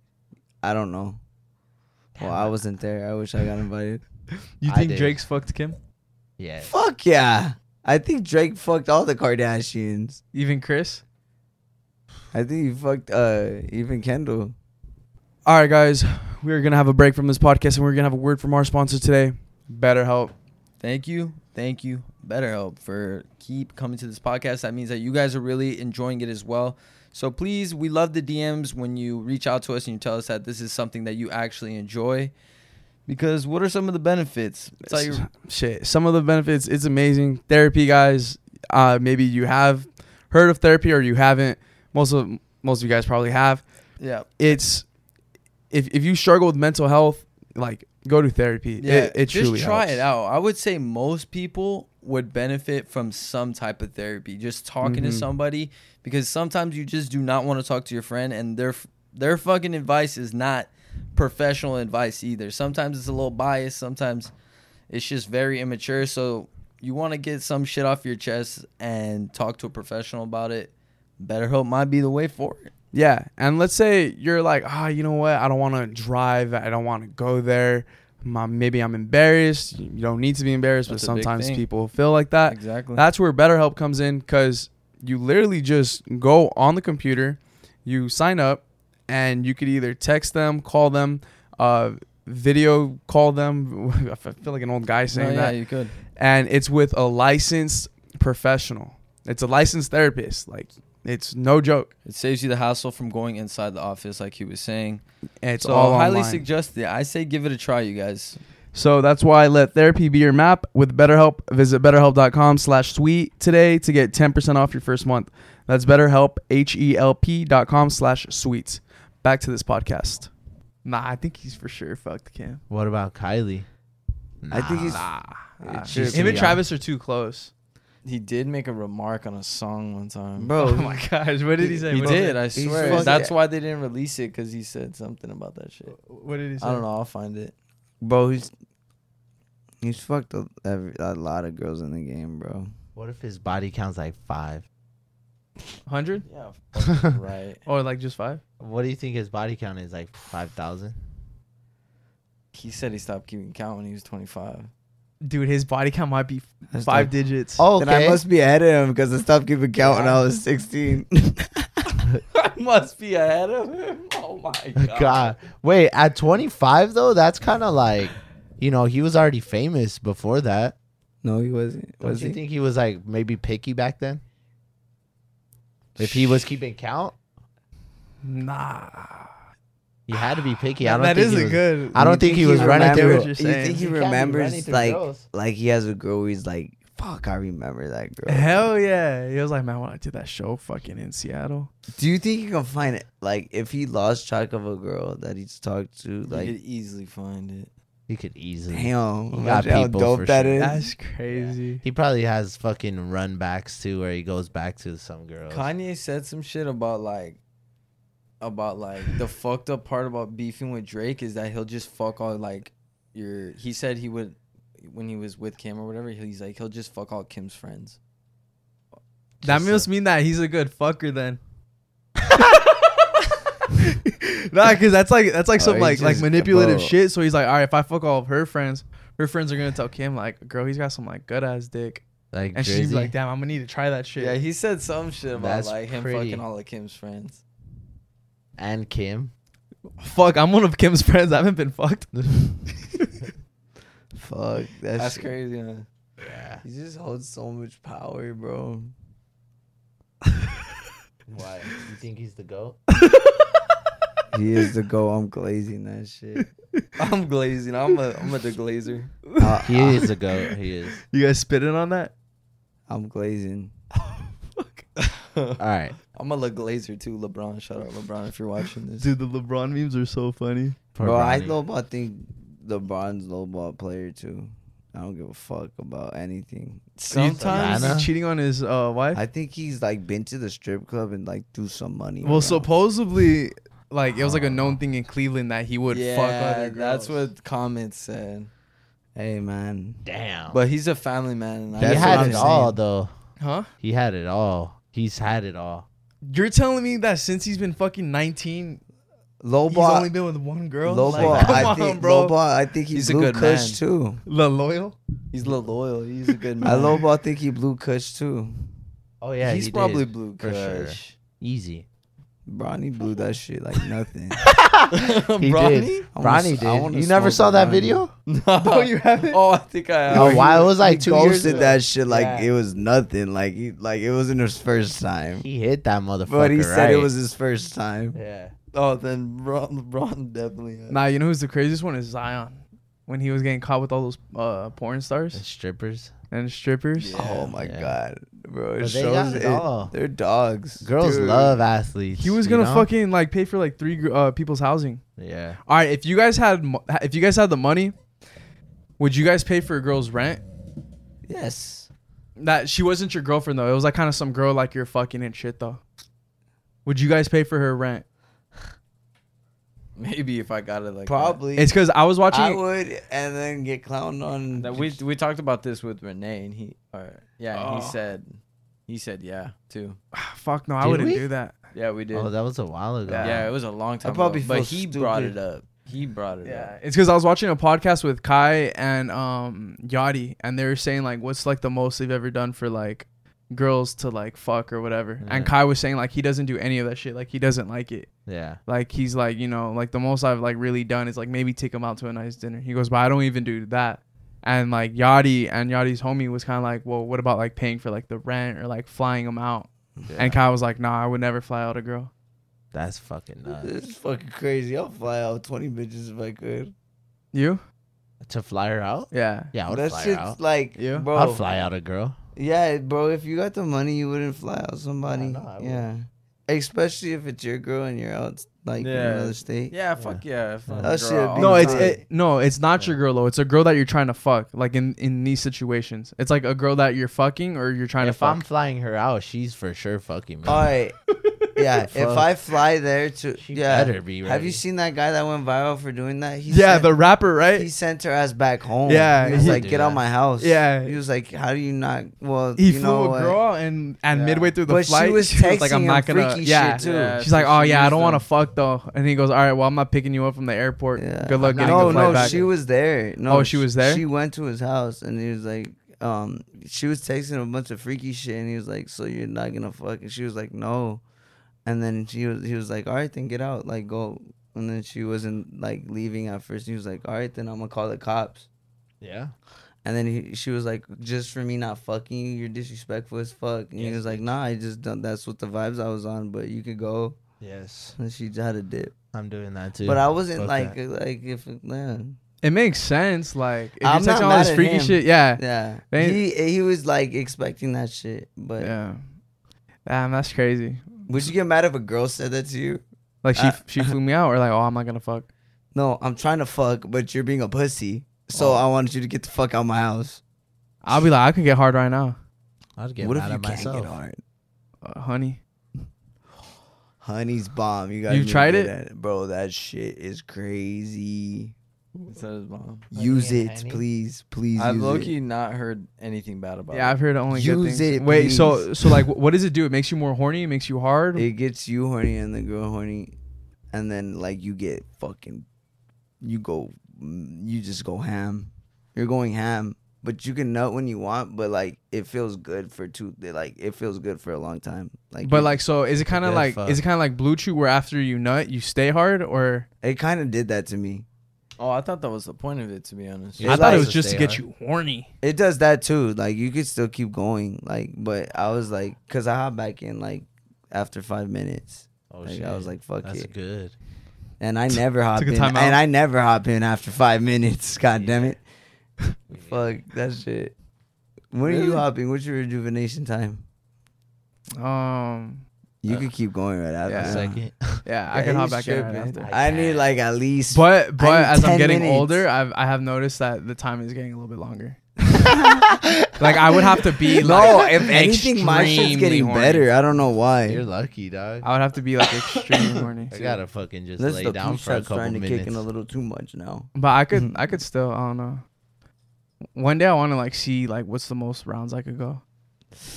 Speaker 1: I don't know. Well, I wasn't there. I wish I got invited.
Speaker 2: You
Speaker 4: I
Speaker 2: think
Speaker 4: did.
Speaker 2: Drake's fucked Kim?
Speaker 4: Yeah.
Speaker 1: Fuck yeah! I think Drake fucked all the Kardashians.
Speaker 2: Even Chris?
Speaker 1: I think he fucked uh even Kendall.
Speaker 2: All right, guys, we are gonna have a break from this podcast, and we're gonna have a word from our sponsor today, BetterHelp.
Speaker 3: Thank you, thank you, BetterHelp for keep coming to this podcast. That means that you guys are really enjoying it as well. So please, we love the DMs when you reach out to us and you tell us that this is something that you actually enjoy. Because what are some of the benefits? It's like
Speaker 2: S- Shit, some of the benefits. It's amazing therapy, guys. Uh, maybe you have heard of therapy or you haven't. Most of most of you guys probably have.
Speaker 3: yeah,
Speaker 2: It's if if you struggle with mental health, like go to therapy.
Speaker 3: yeah.
Speaker 2: it, it
Speaker 3: just
Speaker 2: truly
Speaker 3: try
Speaker 2: helps.
Speaker 3: it out. I would say most people would benefit from some type of therapy, just talking to
Speaker 2: Mhm.
Speaker 3: somebody. Because sometimes you just do not want to talk to your friend, and their f- their fucking advice is not professional advice either. Sometimes it's a little biased. Sometimes it's just very immature. So you want to get some shit off your chest and talk to a professional about it. BetterHelp might be the way forward.
Speaker 2: Yeah, and let's say you're like, ah, you know what? I don't want to drive. I don't want to go there. My, maybe I'm embarrassed. You don't need to be embarrassed,
Speaker 3: That's
Speaker 2: but
Speaker 3: a big
Speaker 2: sometimes
Speaker 3: thing.
Speaker 2: people feel like that.
Speaker 3: Exactly.
Speaker 2: That's where BetterHelp comes in because you literally just go on the computer, you sign up, and you could either text them, call them, uh, video call them. I feel like an old guy saying
Speaker 3: Oh, yeah,
Speaker 2: that.
Speaker 3: you could.
Speaker 2: And it's with a licensed professional. It's a licensed therapist. Like it's no joke.
Speaker 3: It saves you the hassle from going inside the office, like he was saying.
Speaker 2: And it's
Speaker 3: so
Speaker 2: all
Speaker 3: highly
Speaker 2: online.
Speaker 3: suggest it. I say give it a try, you guys.
Speaker 2: So that's why let therapy be your map with BetterHelp. Visit betterhelp.com slash sweet today to get 10% off your first month. That's betterhelp, H-E-L-P dot com slash sweet. Back to this podcast. Nah, I think he's for sure fucked Kim.
Speaker 4: What about Kylie?
Speaker 1: I think he's-
Speaker 4: Nah.
Speaker 1: It
Speaker 2: Him
Speaker 1: should
Speaker 2: and
Speaker 1: be.
Speaker 2: Travis are too close.
Speaker 5: He did make a remark on a song one time.
Speaker 1: Bro,
Speaker 2: Oh my gosh, what did he say?
Speaker 3: He
Speaker 2: What
Speaker 3: did,
Speaker 2: was it?
Speaker 3: I swear.
Speaker 1: fucking-
Speaker 5: That's why they didn't release it because he said something about that shit.
Speaker 2: What did he say?
Speaker 5: I don't know. I'll find it.
Speaker 1: bro, he's he's fucked a, every, a lot of girls in the game, bro.
Speaker 4: What if his body counts like five?
Speaker 2: 100?
Speaker 5: Yeah, fucking right.
Speaker 2: Or like just five?
Speaker 4: What do you think his body count is like? Five thousand?
Speaker 5: He said he stopped keeping count when he was 25.
Speaker 2: Dude, his body count might be
Speaker 1: That's
Speaker 2: five
Speaker 1: dope.
Speaker 2: digits.
Speaker 4: Oh,
Speaker 1: Then I must be ahead of him because I stopped keeping count when I was 16.
Speaker 5: I must be ahead of him. Oh my god.
Speaker 4: God. Wait, at twenty five though, that's kind of like, you know, he was already famous before that.
Speaker 1: no, he wasn't.
Speaker 4: Don't
Speaker 1: Was
Speaker 4: you
Speaker 1: he?
Speaker 4: think he was like maybe picky back then? If he was keeping count,
Speaker 2: Nah.
Speaker 4: he had to be picky. I don't
Speaker 2: That
Speaker 4: think he
Speaker 2: isn't
Speaker 4: was-
Speaker 2: good.
Speaker 4: I don't think he was running
Speaker 2: remembered-
Speaker 4: through.
Speaker 2: What you're
Speaker 1: You
Speaker 2: saying.
Speaker 1: think he
Speaker 4: He can't be running
Speaker 1: remembers
Speaker 4: through
Speaker 1: like
Speaker 4: girls.
Speaker 1: like he has a girl where he's like, fuck, I remember that girl.
Speaker 2: Hell yeah. He was like, man, when I did that show fucking in Seattle.
Speaker 1: Do you think he can find it? Like, if he lost track of a girl that he's talked to,
Speaker 5: you
Speaker 1: like,
Speaker 5: could easily find it.
Speaker 4: He could easily.
Speaker 1: damn,
Speaker 4: He got
Speaker 1: imagine how
Speaker 4: people
Speaker 1: dope
Speaker 4: for
Speaker 1: that
Speaker 4: sure.
Speaker 1: is.
Speaker 2: That's crazy.
Speaker 4: He probably has fucking run backs too, where he goes back to some girls.
Speaker 5: Kanye said some shit about like, about like the fucked up part about beefing with Drake is that he'll just fuck all like your. He said he would when he was with Kim or whatever. He's like he'll just fuck all Kim's friends.
Speaker 2: That
Speaker 5: Just,
Speaker 2: must mean that he's a good fucker then. nah, cause that's like that's like
Speaker 1: Oh,
Speaker 2: some
Speaker 1: he's
Speaker 2: like like
Speaker 1: just
Speaker 2: manipulative
Speaker 1: about-
Speaker 2: shit. So he's like, all right, if I fuck all of her friends, her friends are gonna tell Kim like, girl, he's got some like good ass dick,
Speaker 4: Like
Speaker 2: and she's
Speaker 4: Drizzy.
Speaker 2: like, damn, I'm gonna need to try that shit.
Speaker 5: Yeah, he said some shit about
Speaker 4: That's
Speaker 5: like him
Speaker 4: pretty.
Speaker 5: fucking all of Kim's friends.
Speaker 4: and Kim.
Speaker 2: Fuck, I'm one of Kim's friends. I haven't been fucked.
Speaker 1: Fuck, that's,
Speaker 5: That's crazy. Huh?
Speaker 4: Yeah.
Speaker 1: He just holds so much power, bro.
Speaker 4: Why? You think he's the goat?
Speaker 1: He is the go. I'm glazing that shit.
Speaker 5: I'm glazing. I'm a I'm a deglazer.
Speaker 1: I,
Speaker 4: He is the goat. He is.
Speaker 2: You guys spitting on that?
Speaker 1: am glazing.
Speaker 4: All right.
Speaker 5: I'm a LeGlazer too. LeBron, shout out LeBron if you're watching this.
Speaker 2: Dude, the LeBron memes are so funny.
Speaker 1: Bro, I lowball think LeBron's lowball player too. I don't give a fuck about anything.
Speaker 2: Sometimes
Speaker 4: Lana?
Speaker 2: he's cheating on his uh, wife.
Speaker 1: I think he's like been to the strip club and like threw some money.
Speaker 2: well,
Speaker 1: around.
Speaker 2: supposedly, like it was like a known thing in Cleveland that he would fuck
Speaker 5: yeah,
Speaker 2: other girls.
Speaker 5: that's what comments said.
Speaker 1: hey man,
Speaker 4: Damn.
Speaker 5: But he's a family man, and
Speaker 4: he
Speaker 5: I
Speaker 1: That's what
Speaker 4: had
Speaker 1: I'm
Speaker 4: it all
Speaker 1: saying.
Speaker 4: though.
Speaker 2: Huh?
Speaker 4: He had it all. He's had it all.
Speaker 2: You're telling me that since he's been fucking 19, he's
Speaker 1: lowball,
Speaker 2: only been with one girl?
Speaker 1: lowball.
Speaker 2: Like, come
Speaker 1: I
Speaker 2: on,
Speaker 1: think
Speaker 2: bro.
Speaker 1: lowball. I think he
Speaker 5: He's a
Speaker 1: blew
Speaker 5: good
Speaker 1: Kush
Speaker 5: man.
Speaker 1: too.
Speaker 2: The loyal?
Speaker 5: he's a little loyal. He's a good man.
Speaker 1: I lowball. Think he blew Kush too.
Speaker 4: Oh yeah,
Speaker 5: he's
Speaker 4: he did,
Speaker 5: probably blue
Speaker 4: for sure.
Speaker 5: Kush.
Speaker 4: Easy.
Speaker 1: Bronny blew that shit like nothing.
Speaker 4: He
Speaker 5: Bronny?
Speaker 4: did.
Speaker 1: Oh, I wanna-
Speaker 4: Bronny
Speaker 1: I
Speaker 4: did.
Speaker 1: wanna
Speaker 4: You never
Speaker 1: smoke
Speaker 4: saw that
Speaker 1: Bronny.
Speaker 4: video?
Speaker 5: No, you haven't. Oh, I think I have.
Speaker 4: Oh, wow, it was like
Speaker 1: he
Speaker 4: two years
Speaker 1: ghosted
Speaker 4: ago.
Speaker 1: that shit like
Speaker 4: Yeah.
Speaker 1: it was nothing. Like he, like it wasn't his first time.
Speaker 4: He hit that motherfucker.
Speaker 1: But he said it
Speaker 4: right?
Speaker 1: was his first time.
Speaker 4: Yeah.
Speaker 5: Oh, then Bron, Bron definitely. Has.
Speaker 2: Nah, you know who's the craziest one is Zion. When he was getting caught with all those uh, porn
Speaker 4: The
Speaker 2: stars
Speaker 4: strippers.
Speaker 2: and strippers.
Speaker 1: Oh my
Speaker 4: Yeah.
Speaker 1: god, bro! It
Speaker 4: But they
Speaker 1: shows
Speaker 4: got it
Speaker 1: it.
Speaker 4: all.
Speaker 1: They're dogs.
Speaker 4: Girls
Speaker 1: Dude.
Speaker 4: love athletes.
Speaker 2: He was
Speaker 4: you
Speaker 2: gonna
Speaker 4: know?
Speaker 2: fucking like pay for like three gr- uh, people's housing.
Speaker 4: Yeah.
Speaker 2: All right, if you guys had mo- if you guys had the money, would you guys pay for a girl's rent?
Speaker 1: Yes.
Speaker 2: That she wasn't your girlfriend though. It was like kind of some girl like you're fucking and shit though. Would you guys pay for her rent?
Speaker 5: Maybe if I got it like
Speaker 1: Probably.
Speaker 2: It's because I was watching.
Speaker 1: I would, and then get clowned on.
Speaker 5: That. That we we talked about this with Renee, and he or yeah, and
Speaker 2: Oh.
Speaker 5: he said he said yeah too.
Speaker 2: Fuck no, I
Speaker 4: Did
Speaker 2: wouldn't
Speaker 4: we?
Speaker 2: do that.
Speaker 5: Yeah, we did.
Speaker 4: Oh, that was a while ago.
Speaker 5: yeah. it was a long time.
Speaker 1: probably
Speaker 5: ago, but
Speaker 1: feel
Speaker 5: he brought
Speaker 1: stupid.
Speaker 5: it up. He brought it up.
Speaker 2: It's because I was watching a podcast with Kai and um Yachty, and they were saying like, what's like the most they've ever done for like girls to like fuck or whatever.
Speaker 4: Yeah.
Speaker 2: And Kai was saying like he doesn't do any of that shit. Like he doesn't like it.
Speaker 4: Yeah.
Speaker 2: Like he's like you know like the most I've like really done is like maybe take him out to a nice dinner. He goes, but I don't even do that. And like Yachty and Yachty's homie was kind of like, well, what about like paying for like the rent or like flying him out? And Kai was like, nah, I would never fly out a girl.
Speaker 4: That's fucking nuts.
Speaker 1: This is fucking crazy. I'll fly out twenty bitches if I could.
Speaker 2: You?
Speaker 4: To fly her out?
Speaker 2: Yeah.
Speaker 4: Yeah, I would
Speaker 1: that
Speaker 4: fly
Speaker 1: shit's
Speaker 4: her out.
Speaker 1: like,
Speaker 2: Yeah.
Speaker 1: bro.
Speaker 4: I'd fly out a girl.
Speaker 1: Yeah, bro. If you got the money, you wouldn't fly out somebody.
Speaker 4: no, I
Speaker 1: yeah. Especially if it's your girl and you're out like in
Speaker 5: Yeah.
Speaker 1: another state.
Speaker 5: Yeah, fuck yeah. fuck
Speaker 1: That
Speaker 5: girl.
Speaker 1: shit be
Speaker 2: No,
Speaker 1: All
Speaker 2: it's
Speaker 1: time.
Speaker 2: it, no, it's not your girl though. It's a girl that you're trying to fuck. Like in in these situations, it's like a girl that you're fucking or you're trying to
Speaker 4: If
Speaker 2: fuck.
Speaker 4: I'm flying her out, she's for sure fucking me.
Speaker 1: All right. Yeah. if
Speaker 4: Fuck.
Speaker 1: I fly there to
Speaker 4: She
Speaker 1: yeah.
Speaker 4: better be
Speaker 1: Have you
Speaker 4: ready.
Speaker 1: seen that guy that went viral for doing that? He
Speaker 2: yeah,
Speaker 1: sent-
Speaker 2: the rapper,
Speaker 1: he
Speaker 2: right?
Speaker 1: sent her ass back home.
Speaker 2: Yeah,
Speaker 1: He was
Speaker 2: he-
Speaker 1: like, get out my house.
Speaker 2: Yeah.
Speaker 1: He was like, how do you not? Well,
Speaker 2: He
Speaker 1: you
Speaker 2: flew
Speaker 1: know
Speaker 2: a
Speaker 1: what?
Speaker 2: girl out and and midway through the
Speaker 1: But she
Speaker 2: flight,
Speaker 1: was
Speaker 2: like,
Speaker 1: texting
Speaker 2: "I'm not
Speaker 1: him
Speaker 2: gonna."
Speaker 1: freaky
Speaker 2: yeah,
Speaker 1: shit, too.
Speaker 5: Yeah,
Speaker 2: she's like,
Speaker 5: so
Speaker 2: "Oh
Speaker 5: she
Speaker 2: yeah, I
Speaker 5: used
Speaker 2: don't want to
Speaker 5: them.
Speaker 2: fuck though." And he goes, "All right, well, I'm not picking you up from the airport.
Speaker 1: Yeah.
Speaker 2: Good luck getting
Speaker 1: no,
Speaker 2: the flight
Speaker 1: no,
Speaker 2: back."
Speaker 1: she was there. No,
Speaker 2: Oh, she was there?
Speaker 1: She went to his house and he was like, um, she was texting him a bunch of freaky shit and he was like, so you're not gonna fuck? And she was like, no. And then she was, he was like, all right, then get out, like go. And then she wasn't like leaving at first. He was like, all right, then I'm gonna call the cops.
Speaker 4: Yeah.
Speaker 1: And then he, she was like, just for me not fucking you, you're disrespectful as fuck. And he
Speaker 4: Yes,
Speaker 1: was like, nah, I just don't. That's what the vibes I was on, but you could go.
Speaker 4: Yes.
Speaker 1: And she had a dip.
Speaker 4: I'm doing that too.
Speaker 1: but I wasn't
Speaker 4: fuck
Speaker 1: like, like if, man.
Speaker 2: it makes sense. Like, if
Speaker 1: I'm
Speaker 2: you're
Speaker 1: not
Speaker 2: texting all
Speaker 1: mad
Speaker 2: this
Speaker 1: at
Speaker 2: freaky
Speaker 1: him.
Speaker 2: shit, yeah,
Speaker 1: Yeah,
Speaker 2: They-
Speaker 1: he he was like expecting that shit. But
Speaker 2: yeah. Damn, that's crazy.
Speaker 1: would you get mad if a girl said that to you?
Speaker 2: Like she
Speaker 1: Uh,
Speaker 2: she flew me out, or like, "Oh, I'm not gonna fuck."
Speaker 1: No, I'm trying to fuck, but you're being a pussy. So I wanted you to get the fuck out of my house.
Speaker 2: I'll be like, "I could get hard right now,
Speaker 4: I'd get
Speaker 1: what if
Speaker 4: mad
Speaker 1: you
Speaker 4: at
Speaker 1: can't
Speaker 4: myself.
Speaker 1: get hard?
Speaker 2: uh, honey."
Speaker 1: Honey's bomb. You got.
Speaker 2: You've tried it?
Speaker 1: bro. That shit is crazy.
Speaker 5: Said his mom.
Speaker 1: use
Speaker 4: and
Speaker 1: it,
Speaker 4: honey?
Speaker 1: please, please.
Speaker 5: I've
Speaker 1: use
Speaker 5: low
Speaker 1: it.
Speaker 5: key not heard anything bad about
Speaker 2: Yeah,
Speaker 5: it.
Speaker 2: I've heard only good
Speaker 1: Use
Speaker 2: things.
Speaker 1: it,
Speaker 2: Wait, so
Speaker 1: please.
Speaker 2: so like, wh- what does it do? It makes you more horny. It makes you hard.
Speaker 1: It gets you horny and the girl horny, and then like you get fucking, you go, mm, you just go ham. You're going ham, but you can nut when you want. But like it feels good for two. Like it feels good for a long time. Like
Speaker 2: but
Speaker 1: it-
Speaker 2: like, so is it kind of
Speaker 4: good
Speaker 2: like
Speaker 4: fuck.
Speaker 2: is it kind of like blue chew where after you nut you stay hard or
Speaker 1: it kind of did that to me.
Speaker 5: Oh, I thought that was the point of it, to be honest.
Speaker 4: Yeah.
Speaker 2: I thought it
Speaker 1: like-
Speaker 2: was just to
Speaker 4: Stay
Speaker 2: get
Speaker 4: hard.
Speaker 2: you horny.
Speaker 1: It does that too. Like you could still keep going. Like but I was like, cause I hop back in like after five minutes.
Speaker 4: Oh
Speaker 1: Like,
Speaker 4: shit.
Speaker 1: I was like, fuck
Speaker 4: That's
Speaker 1: it.
Speaker 4: good.
Speaker 1: And I never hop
Speaker 2: Took a
Speaker 1: in.
Speaker 2: timeout.
Speaker 1: And I never hop in after five minutes. God damn
Speaker 4: Yeah.
Speaker 1: it. Fuck that shit. When are you hopping? What's your rejuvenation time?
Speaker 2: Um.
Speaker 1: You
Speaker 2: Uh,
Speaker 1: could keep going right after.
Speaker 2: yeah.
Speaker 1: that.
Speaker 4: Second.
Speaker 2: Yeah, I
Speaker 1: Yeah,
Speaker 2: can hop
Speaker 1: he's
Speaker 2: back in right
Speaker 1: tripping.
Speaker 2: after.
Speaker 1: I need like at least.
Speaker 2: But but
Speaker 1: need
Speaker 2: as I'm
Speaker 1: 10
Speaker 2: getting
Speaker 1: minutes.
Speaker 2: older, I've I have noticed that the time is getting a little bit longer. like I would have to be
Speaker 1: no,
Speaker 2: like,
Speaker 1: if anything, my shit's
Speaker 2: extremely
Speaker 1: getting
Speaker 2: horny.
Speaker 1: better. I don't know why.
Speaker 4: You're lucky, dog.
Speaker 2: I would have to be like extremely horny.
Speaker 4: I gotta fucking just
Speaker 1: This
Speaker 4: lay
Speaker 1: the
Speaker 4: down
Speaker 1: peach
Speaker 4: for a
Speaker 1: starts
Speaker 4: couple
Speaker 1: trying to kick in
Speaker 4: minutes.
Speaker 1: a little too much now.
Speaker 2: But I could I could still I don't know. One day I want to like see like what's the most rounds I could go.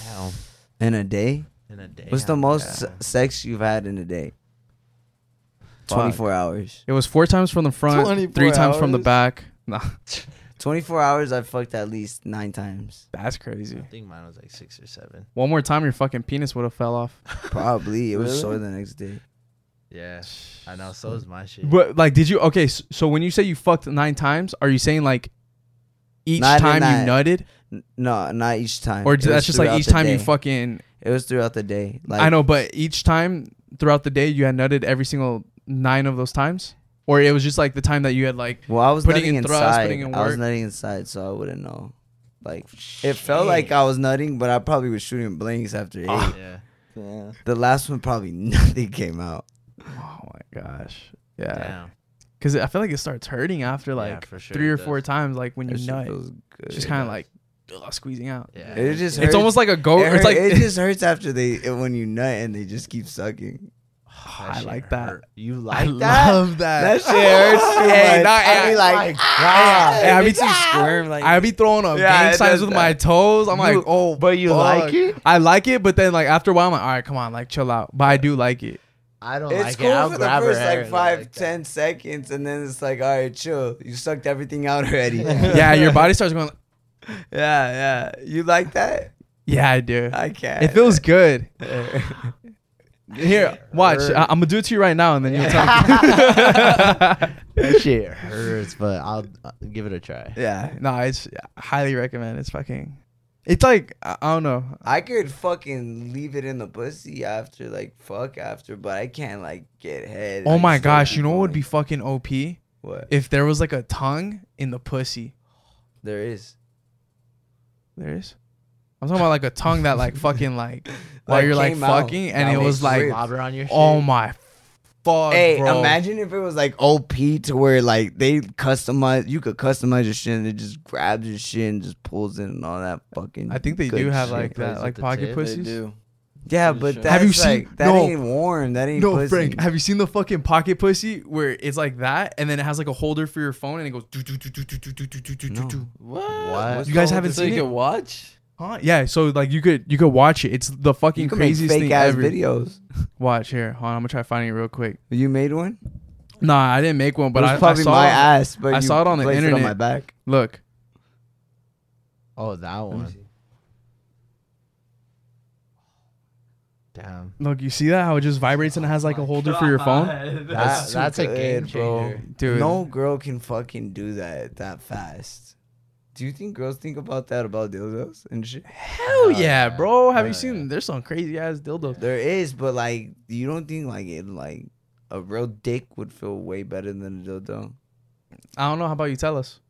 Speaker 4: Damn.
Speaker 1: In a day,
Speaker 4: In a day.
Speaker 1: what's the most s- sex you've had in a day? Twenty-four hours.
Speaker 2: It was four times from the front,
Speaker 5: 24
Speaker 2: three times from the
Speaker 5: hours?
Speaker 2: back. Nah,
Speaker 1: Twenty-four hours. I fucked at least nine times.
Speaker 2: that's
Speaker 4: I
Speaker 2: crazy.
Speaker 4: think mine was like six or seven.
Speaker 2: One more time, your fucking penis would have fell off.
Speaker 1: Probably. It was
Speaker 5: Really?
Speaker 1: sore the next day.
Speaker 4: Yeah, I know. So is my shit.
Speaker 2: But like, did you? Okay, so, so when you say you fucked nine times, are you saying like each
Speaker 1: Not in
Speaker 2: time
Speaker 1: that-
Speaker 2: you nutted,
Speaker 1: N- No, not each time.
Speaker 2: or
Speaker 1: It was
Speaker 2: that's just like
Speaker 1: throughout
Speaker 2: each
Speaker 1: the
Speaker 2: time you
Speaker 1: day.
Speaker 2: fucking?
Speaker 1: It was throughout the day. Like
Speaker 2: I know, but each time throughout the day you had nutted every single nine of those titimes, or it was just like the time that you had like
Speaker 1: Well, I was
Speaker 2: Putting
Speaker 1: nutting
Speaker 2: in thrust,
Speaker 1: inside.
Speaker 2: putting in
Speaker 1: I was
Speaker 2: work.
Speaker 1: nutting inside, so I wouldn't know. Like it felt like I was nutting, but I probably was shooting blanks after eight.
Speaker 2: Ah.
Speaker 4: yeah,
Speaker 5: Yeah.
Speaker 1: The last one probably nothing came out.
Speaker 2: Oh my gosh. Yeah.
Speaker 4: damn.
Speaker 2: Because I feel like it starts hurting after like
Speaker 4: for sure
Speaker 2: three
Speaker 4: it
Speaker 2: or four
Speaker 4: does.
Speaker 2: times, like when you
Speaker 1: That shit
Speaker 2: nut.
Speaker 1: feels good.
Speaker 2: It's just kind of like ugh, squeezing out.
Speaker 4: Yeah,
Speaker 1: It just
Speaker 2: It's
Speaker 1: hurts.
Speaker 2: almost like a goat.
Speaker 1: it,
Speaker 2: It's
Speaker 1: hurt-
Speaker 2: like
Speaker 1: it just hurts after they when you nut and they just keep sucking.
Speaker 4: That
Speaker 2: I
Speaker 4: shit
Speaker 2: like that.
Speaker 4: hurt. You
Speaker 2: I
Speaker 4: like that?
Speaker 2: love
Speaker 1: That
Speaker 2: that.
Speaker 1: shit hurts too much.
Speaker 2: Hey, nah,
Speaker 1: I
Speaker 2: yeah.
Speaker 1: be like, ah.
Speaker 4: God.
Speaker 2: Hey, I be,
Speaker 5: Makes you squirm like
Speaker 2: I be throwing up
Speaker 1: Yeah,
Speaker 2: gang
Speaker 1: it
Speaker 2: signs
Speaker 1: does
Speaker 2: with
Speaker 1: that.
Speaker 2: my toes. I'm like,
Speaker 4: You-
Speaker 2: oh,
Speaker 4: But you
Speaker 2: fuck.
Speaker 4: like it?
Speaker 2: I like it, but then like after a while, I'm like, all right, come on, like chill out. But I do like it.
Speaker 4: I don't
Speaker 1: it's
Speaker 4: like
Speaker 1: cool
Speaker 4: it. I'll
Speaker 1: for the
Speaker 4: grab
Speaker 1: first
Speaker 4: her hair
Speaker 1: like
Speaker 4: and
Speaker 1: five, ten
Speaker 4: like uh, that.
Speaker 1: seconds, and then it's like, all right, chill. You sucked everything out already.
Speaker 2: yeah, your body starts going.
Speaker 1: yeah, yeah. You like that?
Speaker 2: Yeah, I do.
Speaker 1: I can't.
Speaker 2: It feels good. Here, watch. I- I'm gonna do it to you right now, and then you'll tell me.
Speaker 4: That shit hurts, but I'll uh, give it a try.
Speaker 2: Yeah, no, it's highly recommend. It's fucking. It's like I I don't know.
Speaker 1: I could fucking leave it in the pussy after, like fuck after, but I can't like get head.
Speaker 2: Oh
Speaker 1: Like,
Speaker 2: my
Speaker 1: still
Speaker 2: gosh,
Speaker 1: keep
Speaker 2: you know what would be
Speaker 1: going.
Speaker 2: fucking OP
Speaker 1: what
Speaker 2: if there was like a tongue in the pussy.
Speaker 1: there is
Speaker 2: There is. I'm talking about like a tongue that like fucking like while
Speaker 1: Like,
Speaker 2: you're like
Speaker 1: came out.
Speaker 2: fucking and
Speaker 1: That
Speaker 2: it
Speaker 1: would
Speaker 2: was
Speaker 1: be
Speaker 2: like
Speaker 1: great.
Speaker 4: Slobber on your shit.
Speaker 2: oh my fuck
Speaker 1: Hey,
Speaker 2: bro.
Speaker 1: imagine if it was like OP to where like they customize, you could customize your shit and it just grabs your shit and just pulls in and all that fucking.
Speaker 2: I think they
Speaker 1: good
Speaker 2: do have
Speaker 1: shit.
Speaker 2: like
Speaker 4: Plays
Speaker 2: that
Speaker 4: with
Speaker 2: like
Speaker 4: the
Speaker 2: pocket
Speaker 4: tip.
Speaker 5: they
Speaker 2: pussies.
Speaker 5: do.
Speaker 1: Yeah,
Speaker 5: Pretty
Speaker 1: but
Speaker 5: sure.
Speaker 1: that's
Speaker 2: Have you
Speaker 1: like,
Speaker 2: seen-
Speaker 1: that
Speaker 2: no.
Speaker 1: ain't warm. That ain't
Speaker 2: No,
Speaker 1: pussy.
Speaker 2: Frank, have you seen the fucking pocket pussy where it's like that and then it has like a holder for your phone and it goes do do do do do do do do do do
Speaker 1: No.
Speaker 2: do.
Speaker 5: What?
Speaker 4: What?
Speaker 2: You guys haven't
Speaker 5: So you
Speaker 2: seen it?
Speaker 5: can watch?
Speaker 2: Huh? Yeah, so like you could you could watch it. It's the fucking
Speaker 1: you can make
Speaker 2: craziest
Speaker 1: fake
Speaker 2: thing
Speaker 1: ass
Speaker 2: ever.
Speaker 1: videos.
Speaker 2: Watch here, hold on, I'm gonna try finding it real quick.
Speaker 1: You made one,
Speaker 2: Nah, I didn't make one, but
Speaker 1: it was
Speaker 2: I, I
Speaker 1: probably
Speaker 2: saw
Speaker 1: my
Speaker 2: it.
Speaker 1: ass. But
Speaker 2: I
Speaker 1: you
Speaker 2: saw it on the
Speaker 1: placed on
Speaker 2: internet.
Speaker 1: my back.
Speaker 2: Look,
Speaker 4: Oh, that
Speaker 1: me
Speaker 4: one.
Speaker 1: see.
Speaker 4: Damn.
Speaker 2: look, you see that how it just vibrates and it has like a holder for your phone,
Speaker 4: That's, that's a game
Speaker 1: good, bro.
Speaker 4: changer.
Speaker 2: dude.
Speaker 1: No girl can fucking do that that fast. Do you think girls think about that about dildos and shit?
Speaker 2: Hell yeah, bro. Have you
Speaker 4: Hell
Speaker 2: seen?
Speaker 4: yeah.
Speaker 2: There's some crazy ass dildos.
Speaker 1: There is, but like you don't think like it like a real dick would feel way better than a dildo.
Speaker 2: I don't know. How about you tell us?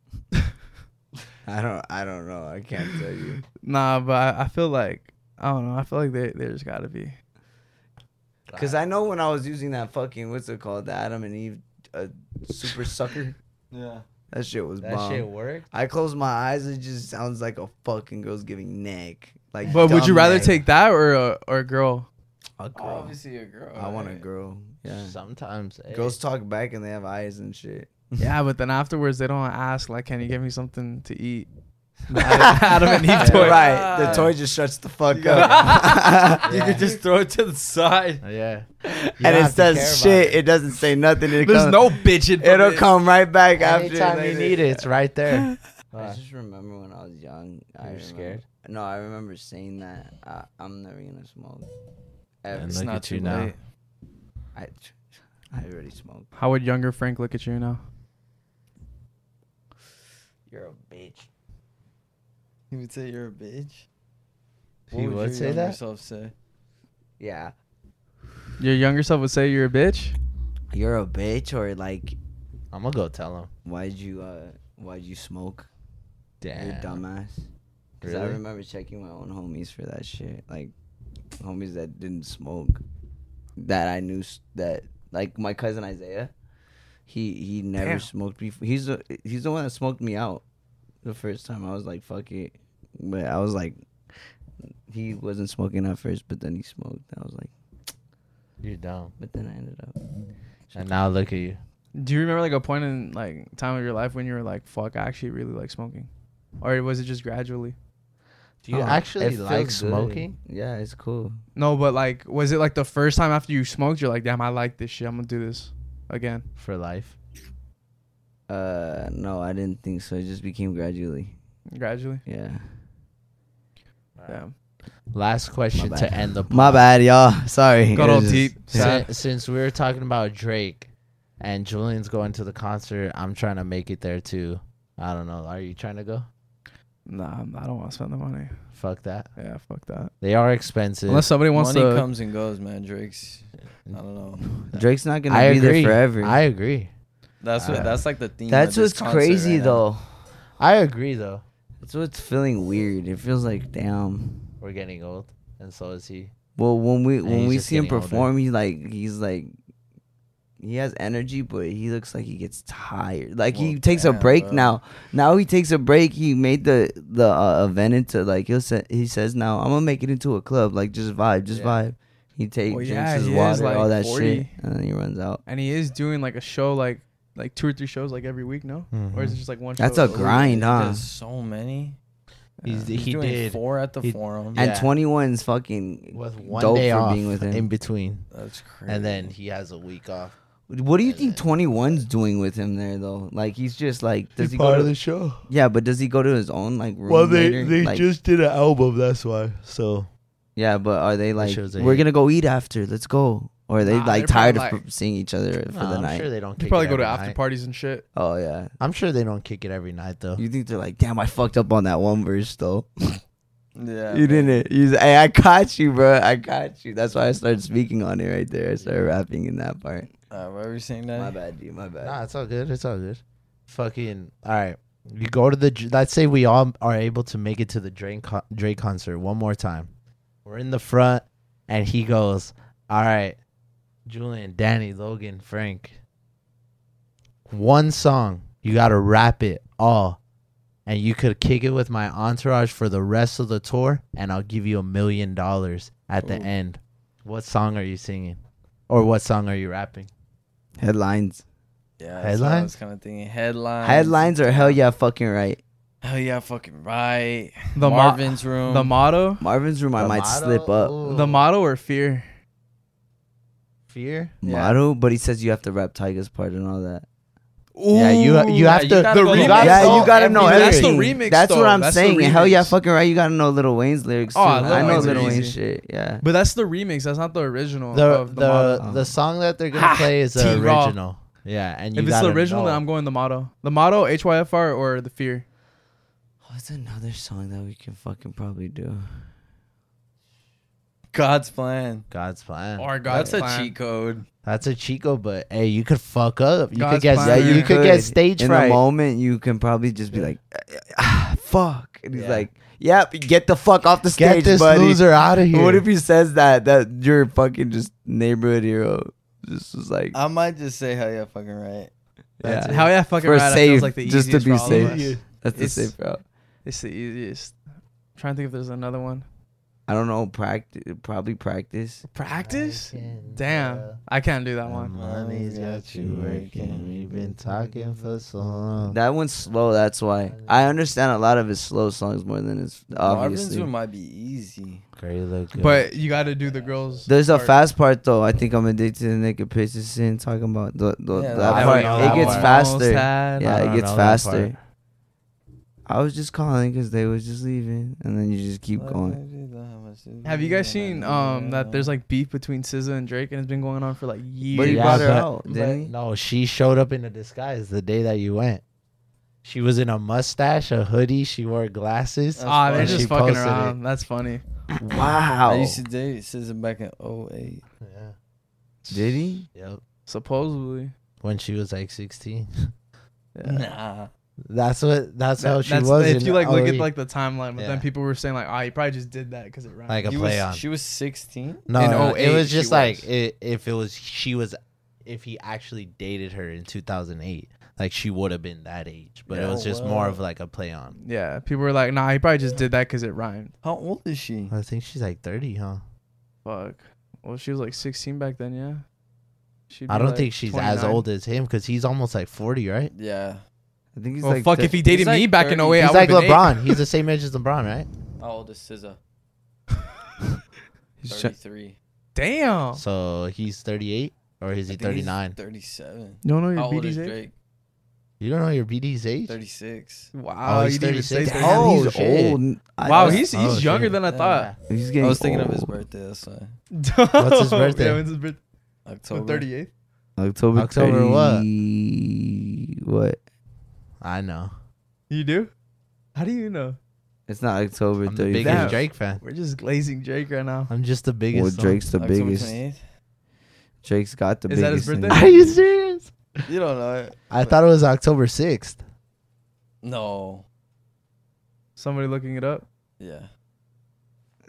Speaker 1: I don't I don't know. I can't tell you.
Speaker 2: Nah, but I, I feel like I don't know. I feel like there there's gotta be.
Speaker 1: Cause I know when I was using that fucking what's it called, the Adam and Eve uh, super sucker.
Speaker 5: Yeah.
Speaker 1: That shit was
Speaker 4: that
Speaker 1: bomb.
Speaker 4: shit worked.
Speaker 1: I close my eyes, it just sounds like a fucking girl's giving neck. Like
Speaker 2: But would
Speaker 1: dumb
Speaker 2: you rather
Speaker 1: neck.
Speaker 2: take that or a or a girl?
Speaker 1: a girl?
Speaker 5: Obviously a girl.
Speaker 1: I want a
Speaker 5: right?
Speaker 1: girl. Yeah.
Speaker 4: Sometimes eh.
Speaker 1: Girls talk back and they have eyes and shit.
Speaker 2: yeah, but then afterwards they don't ask like, "Can you give me something to eat?" Adam and Eve toy.
Speaker 1: Right. The toy just shuts the fuck up.
Speaker 4: Yeah.
Speaker 5: Just throw it to the side.
Speaker 4: yeah. You don't
Speaker 1: and it
Speaker 4: have to care about
Speaker 1: says shit.
Speaker 4: it.
Speaker 1: It. doesn't say nothing. It
Speaker 2: There's
Speaker 1: comes-
Speaker 2: no bitching. from
Speaker 1: It'll
Speaker 2: it.
Speaker 1: come right back
Speaker 4: Anytime
Speaker 1: after.
Speaker 4: you need it, it's right there.
Speaker 1: I
Speaker 4: Uh,
Speaker 1: just remember when I was young. I
Speaker 4: You were
Speaker 1: remember,
Speaker 4: scared?
Speaker 1: No, I remember saying that I, I'm never gonna smoke. Ever.
Speaker 4: And Look
Speaker 5: not
Speaker 4: at you
Speaker 5: too
Speaker 4: now.
Speaker 5: late.
Speaker 1: I, I already smoked.
Speaker 2: How would younger Frank look at you now?
Speaker 1: You're a bitch.
Speaker 5: He would say you're a bitch.
Speaker 4: He
Speaker 5: your
Speaker 4: would say
Speaker 5: younger
Speaker 4: that?
Speaker 5: Self say?
Speaker 1: Yeah.
Speaker 2: Your younger self would say you're a bitch.
Speaker 1: You're a bitch, or like,
Speaker 4: I'm gonna go tell him.
Speaker 1: why'd you uh, why'd you smoke? You
Speaker 4: Damn.
Speaker 1: dumbass. Because I
Speaker 4: Really?
Speaker 1: remember checking my own homies for that shit. Like, homies that didn't smoke. That I knew s- that, like, my cousin Isaiah, he he never smoked before. He's the, he's the one that smoked me out the first time. I was like, fuck it. But I was like, he wasn't smoking at first, but then he smoked. I was like,
Speaker 4: You're dumb.
Speaker 1: but then I ended up.
Speaker 4: And now look at you.
Speaker 2: Do you remember like a point in like time of your life when you were like, "Fuck, I actually really like smoking," or was it just gradually?
Speaker 4: Do you
Speaker 1: Oh, it
Speaker 4: actually
Speaker 1: feels
Speaker 4: like
Speaker 1: good.
Speaker 4: smoking?
Speaker 1: Yeah, it's cool.
Speaker 2: No, but like, was it like the first time after you smoked, you're like, "Damn, I like this shit. I'm gonna do this again."
Speaker 4: for life?
Speaker 1: Uh, no, I didn't think so. It just became gradually.
Speaker 2: Gradually.
Speaker 1: Yeah.
Speaker 2: Damn.
Speaker 4: Last question
Speaker 1: bad.
Speaker 4: to end the
Speaker 1: My
Speaker 4: pod.
Speaker 1: bad, y'all. Sorry.
Speaker 2: Got
Speaker 1: It
Speaker 2: all
Speaker 1: was just-
Speaker 2: deep. Sad.
Speaker 4: Since, since we were talking about Drake and Julian's going to the concert, I'm trying to make it there too. I don't know. Are you trying to go?
Speaker 2: Nah, I'm- I don't want to spend the money.
Speaker 4: Fuck that.
Speaker 2: Yeah, fuck that.
Speaker 4: They are expensive.
Speaker 2: Unless somebody wants
Speaker 5: Money
Speaker 2: to.
Speaker 5: comes and goes, man. Drake's. I don't know.
Speaker 1: Drake's not gonna
Speaker 4: I
Speaker 1: be
Speaker 4: agree.
Speaker 1: there forever.
Speaker 4: I agree.
Speaker 5: That's what.
Speaker 4: Uh,
Speaker 5: that's like the theme.
Speaker 1: That's what's crazy though.
Speaker 4: I agree though.
Speaker 1: That's what's feeling weird. It feels like damn.
Speaker 4: We're getting old, and so is he.
Speaker 1: Well, when we
Speaker 4: And
Speaker 1: when
Speaker 4: he's
Speaker 1: we
Speaker 4: just
Speaker 1: see him
Speaker 4: getting older.
Speaker 1: perform, he like he's like he has energy, but he looks like he gets tired. Like he
Speaker 5: Well,
Speaker 1: takes a
Speaker 5: damn,
Speaker 1: break
Speaker 5: bro.
Speaker 1: now. Now he takes a break. He made the the uh, event into like he'll say, he says now I'm gonna make it into a club. Like just vibe, just
Speaker 5: Yeah.
Speaker 1: vibe. He takes
Speaker 2: Well,
Speaker 1: drinks
Speaker 2: yeah,
Speaker 1: his
Speaker 2: he is,
Speaker 1: water,
Speaker 2: like,
Speaker 1: all that
Speaker 2: 40.
Speaker 1: shit, and then he runs out.
Speaker 2: and he is doing like a show, like like two or three shows, like every week. No,
Speaker 1: Mm-hmm.
Speaker 2: or is it just like one?
Speaker 1: That's
Speaker 2: show
Speaker 1: a
Speaker 2: week?
Speaker 1: grind, huh?
Speaker 5: There's so many.
Speaker 4: He's,
Speaker 2: Yeah.
Speaker 4: he
Speaker 5: doing
Speaker 4: did
Speaker 5: four at the
Speaker 4: He-
Speaker 5: forum.
Speaker 1: And
Speaker 4: Yeah.
Speaker 1: 21's fucking
Speaker 4: with one
Speaker 1: dope
Speaker 4: day
Speaker 1: for
Speaker 4: off
Speaker 1: being with him.
Speaker 4: in between,
Speaker 5: That's crazy.
Speaker 4: and then he has a week off.
Speaker 1: What do you think
Speaker 4: And-
Speaker 1: 21's doing with him there though? Like he's just like does he,
Speaker 4: part
Speaker 1: go to,
Speaker 4: of the show?
Speaker 1: Yeah, but does he go to his own like room later? Like,
Speaker 4: did an album, that's why. So
Speaker 1: Yeah, but are they like
Speaker 4: show's a
Speaker 1: we're
Speaker 4: hit.
Speaker 1: going to go eat after. Let's go. Or are they
Speaker 2: Nah,
Speaker 1: like
Speaker 2: they're
Speaker 1: tired
Speaker 2: probably
Speaker 1: of p- seeing each other for
Speaker 4: Nah,
Speaker 1: the
Speaker 4: I'm
Speaker 1: night?
Speaker 4: sure they don't.
Speaker 2: You
Speaker 4: kick
Speaker 2: probably
Speaker 4: it
Speaker 2: go to
Speaker 4: every
Speaker 2: after
Speaker 4: night.
Speaker 2: parties and shit.
Speaker 1: Oh yeah.
Speaker 4: I'm sure they don't kick it every night though.
Speaker 1: You think they're like, "Damn, I fucked up on that one verse though."
Speaker 5: yeah,
Speaker 1: you didn't. You say, "Hey, I caught you, bro. I caught you." That's why I started speaking on it right there. I started rapping in that part.
Speaker 5: Uh, what were you saying
Speaker 1: My
Speaker 5: that?
Speaker 1: bad, dude. My bad.
Speaker 4: Nah, it's all good. It's all good. Fucking all right. You go to the. dr- Let's say we all are able to make it to the Drake con- Drake concert one more time. We're in the front, and he goes, "All right, Julian, Danny, Logan, Frank. One song. You gotta rap it all, and you could kick it with my entourage for the rest of the tour, and I'll give you a million dollars at the
Speaker 5: Ooh.
Speaker 4: end. What song are you singing, or what song are you rapping?
Speaker 1: Headlines.
Speaker 5: Yeah, that's what I was
Speaker 4: Headlines?
Speaker 5: kind of thinking headlines.
Speaker 1: Headlines are hell yeah fucking right.
Speaker 5: Hell yeah, fucking right.
Speaker 2: The mo-
Speaker 5: Marvin's room.
Speaker 2: the motto,
Speaker 1: Marvin's room I
Speaker 4: The
Speaker 1: might
Speaker 4: motto?
Speaker 1: slip up.
Speaker 2: the
Speaker 4: Ooh.
Speaker 2: motto or fear.
Speaker 4: fear.
Speaker 5: Yeah.
Speaker 1: motto, but he says you have to rap Tiger's part and all that.
Speaker 4: Yeah, you you have
Speaker 5: you
Speaker 4: to.
Speaker 5: gotta The go
Speaker 2: remix.
Speaker 4: gotta
Speaker 1: yeah,
Speaker 2: know
Speaker 1: you gotta know
Speaker 2: every-
Speaker 1: everything.
Speaker 2: That's the remix,
Speaker 1: That's what
Speaker 2: though.
Speaker 1: I'm
Speaker 2: That's the
Speaker 1: saying. And hell yeah,
Speaker 2: remix.
Speaker 1: fucking right. You gotta know Little Wayne's lyrics too.
Speaker 2: Oh, Lil
Speaker 1: I know
Speaker 2: Wayne's
Speaker 1: Little
Speaker 2: are
Speaker 1: Wayne's
Speaker 2: easy.
Speaker 1: shit. Yeah,
Speaker 2: But that's the remix. That's not the original.
Speaker 4: The
Speaker 2: Oh, of the, motto.
Speaker 4: the the song that they're gonna play is the
Speaker 2: T-Raw.
Speaker 4: original. Yeah, and you
Speaker 2: If it's the
Speaker 4: gotta
Speaker 2: original, then
Speaker 4: know.
Speaker 2: I'm going the motto. The motto, HYFR, or the fear.
Speaker 1: what's Oh, another song that we can fucking probably do?
Speaker 5: God's plan.
Speaker 4: God's plan.
Speaker 2: Or God's
Speaker 5: that's
Speaker 2: plan.
Speaker 5: a cheat code.
Speaker 4: That's a Chico, but hey, you could fuck up. You
Speaker 2: God's
Speaker 4: could get
Speaker 2: plan.
Speaker 1: Yeah,
Speaker 4: you,
Speaker 1: you
Speaker 4: could
Speaker 1: could.
Speaker 4: get stage
Speaker 1: In
Speaker 4: fright.
Speaker 1: the moment, you can probably just be like, ah, "Fuck," and he's
Speaker 4: Yeah.
Speaker 1: like, "Yep, get the fuck off the
Speaker 4: get
Speaker 1: stage,
Speaker 4: this
Speaker 1: buddy."
Speaker 4: loser out of here.
Speaker 1: What if he says that? That you're fucking just neighborhood hero. Just is like,
Speaker 2: Oh,
Speaker 5: I might just say hell yeah, fucking right.
Speaker 1: yeah,
Speaker 2: Hell yeah, fucking
Speaker 1: For
Speaker 2: right. That feels
Speaker 1: safe,
Speaker 2: like the
Speaker 1: just
Speaker 2: easiest
Speaker 1: to be
Speaker 2: for all of
Speaker 1: safe.
Speaker 2: us.
Speaker 1: Idiot. that's the
Speaker 2: It's-
Speaker 1: safe route.
Speaker 2: It's the easiest. I'm trying to think if there's another one.
Speaker 1: I don't know. Practice, probably practice.
Speaker 2: Practice?
Speaker 4: Practice, yeah.
Speaker 2: Damn. I can't do that one.
Speaker 4: Money's got you working. We've been talking for so long.
Speaker 1: That one's slow. That's why I understand a lot of his slow songs more than his
Speaker 5: Marvin's
Speaker 1: obviously.
Speaker 5: room might be easy.
Speaker 4: Great look. good.
Speaker 2: But you got to do the girls.
Speaker 1: There's a
Speaker 2: part.
Speaker 1: fast part though. I think I'm addicted to naked pictures and talking about the, the,
Speaker 5: Yeah,
Speaker 1: that
Speaker 5: I
Speaker 2: That
Speaker 1: part.
Speaker 2: one, um,
Speaker 1: It
Speaker 4: know that
Speaker 1: gets
Speaker 4: part.
Speaker 1: faster.
Speaker 2: Sad.
Speaker 1: Yeah,
Speaker 4: I
Speaker 1: it
Speaker 4: don't
Speaker 1: gets
Speaker 4: know that
Speaker 1: faster. I was just calling because they was just leaving, and then you just
Speaker 4: Uh,
Speaker 1: keep going.
Speaker 2: Have you guys seen um that there's like beef between SZA and Drake and it's been going on for like years?
Speaker 1: But he
Speaker 4: Yeah,
Speaker 1: brought her
Speaker 4: but-
Speaker 1: out, didn't he?
Speaker 4: No, she showed up in a disguise the day that you went. She was in a mustache, a hoodie. She wore glasses.
Speaker 5: That's
Speaker 2: Ah, they're
Speaker 5: funny.
Speaker 2: just
Speaker 4: She
Speaker 2: fucking
Speaker 4: posted it.
Speaker 2: around. That's funny.
Speaker 1: Wow.
Speaker 5: oh I used to date SZA back in 08.
Speaker 4: Yeah.
Speaker 1: Did he?
Speaker 4: Yep.
Speaker 2: Supposedly.
Speaker 4: When she was like 16.
Speaker 2: Yeah.
Speaker 3: Nah.
Speaker 4: That's what. That's how
Speaker 2: That-
Speaker 4: she was.
Speaker 2: If
Speaker 4: in
Speaker 2: you like look at
Speaker 4: LA.
Speaker 2: like the timeline, but then
Speaker 4: Yeah.
Speaker 2: people were saying like, ah, he probably just did that because it rhymed.
Speaker 4: like a
Speaker 3: He
Speaker 4: play
Speaker 3: was,
Speaker 4: on.
Speaker 3: She was 16.
Speaker 4: no,
Speaker 2: in
Speaker 4: no,
Speaker 2: 08
Speaker 4: it was
Speaker 2: she
Speaker 4: just like
Speaker 2: was.
Speaker 4: i if it was she was, if he actually dated her in 2008, like she would have been that age. But it
Speaker 3: Yeah.
Speaker 4: was just
Speaker 3: Oh,
Speaker 4: more
Speaker 3: wow.
Speaker 4: of like a play on.
Speaker 2: yeah, people were like, nah, he probably just did that because it rhymed.
Speaker 3: How old is she?
Speaker 4: I think she's like 30, huh?
Speaker 2: Fuck. Well, she was like 16 back then, yeah. She'd
Speaker 4: I
Speaker 2: be,
Speaker 4: don't
Speaker 2: like,
Speaker 4: think she's as
Speaker 2: 29.
Speaker 4: old as him because he's almost like 40, right?
Speaker 3: Yeah.
Speaker 1: I think he's
Speaker 2: Well,
Speaker 1: like.
Speaker 2: fuck
Speaker 1: thi-
Speaker 2: if he dated
Speaker 3: like
Speaker 2: me back in
Speaker 3: 30.
Speaker 2: 08.
Speaker 4: he's
Speaker 2: I
Speaker 4: like
Speaker 2: would've been Oh,
Speaker 4: LeBron. he's the same age as LeBron, right?
Speaker 3: How old is SZA?
Speaker 2: eight. He's tr-
Speaker 3: 33.
Speaker 2: Damn.
Speaker 4: So he's 38 or is
Speaker 3: I
Speaker 4: he
Speaker 3: think he's
Speaker 4: 39?
Speaker 3: 37.
Speaker 2: You don't know
Speaker 3: How
Speaker 2: your
Speaker 3: old is
Speaker 2: BD's age?
Speaker 3: Drake?
Speaker 4: You don't know your BD's age?
Speaker 3: 36.
Speaker 2: Wow,
Speaker 4: Oh,
Speaker 2: you
Speaker 4: he's
Speaker 2: didn't even say
Speaker 4: 36.
Speaker 2: 30.
Speaker 4: Damn,
Speaker 1: Oh,
Speaker 4: he's
Speaker 1: he's
Speaker 4: shit.
Speaker 1: old. I-
Speaker 2: Wow,
Speaker 1: I-
Speaker 2: he's he's
Speaker 4: Oh,
Speaker 2: younger
Speaker 4: shit.
Speaker 2: than I
Speaker 3: Yeah.
Speaker 2: thought.
Speaker 1: he's
Speaker 3: I
Speaker 1: getting.
Speaker 3: was thinking of his
Speaker 1: old.
Speaker 3: birthday. That's why.
Speaker 4: What's his birthday?
Speaker 2: yeah, when's his birthday? The
Speaker 3: October.
Speaker 2: 38th.
Speaker 1: October.
Speaker 4: October what?
Speaker 1: 30 what?
Speaker 4: I know.
Speaker 2: You do? How do you know?
Speaker 1: It's not October.
Speaker 4: I'm the
Speaker 1: 30th.
Speaker 4: biggest
Speaker 2: Damn.
Speaker 4: Drake fan.
Speaker 2: We're just glazing Drake right now.
Speaker 4: I'm just the biggest.
Speaker 1: Well,
Speaker 4: one.
Speaker 1: Drake's the
Speaker 3: October
Speaker 1: biggest.
Speaker 3: 28th?
Speaker 1: Drake's got the
Speaker 2: Is
Speaker 1: biggest.
Speaker 2: that his
Speaker 1: in-
Speaker 2: birthday?
Speaker 4: Are you serious?
Speaker 3: You don't know it.
Speaker 4: I thought it was October 6th.
Speaker 3: No.
Speaker 2: Somebody looking it up.
Speaker 3: Yeah.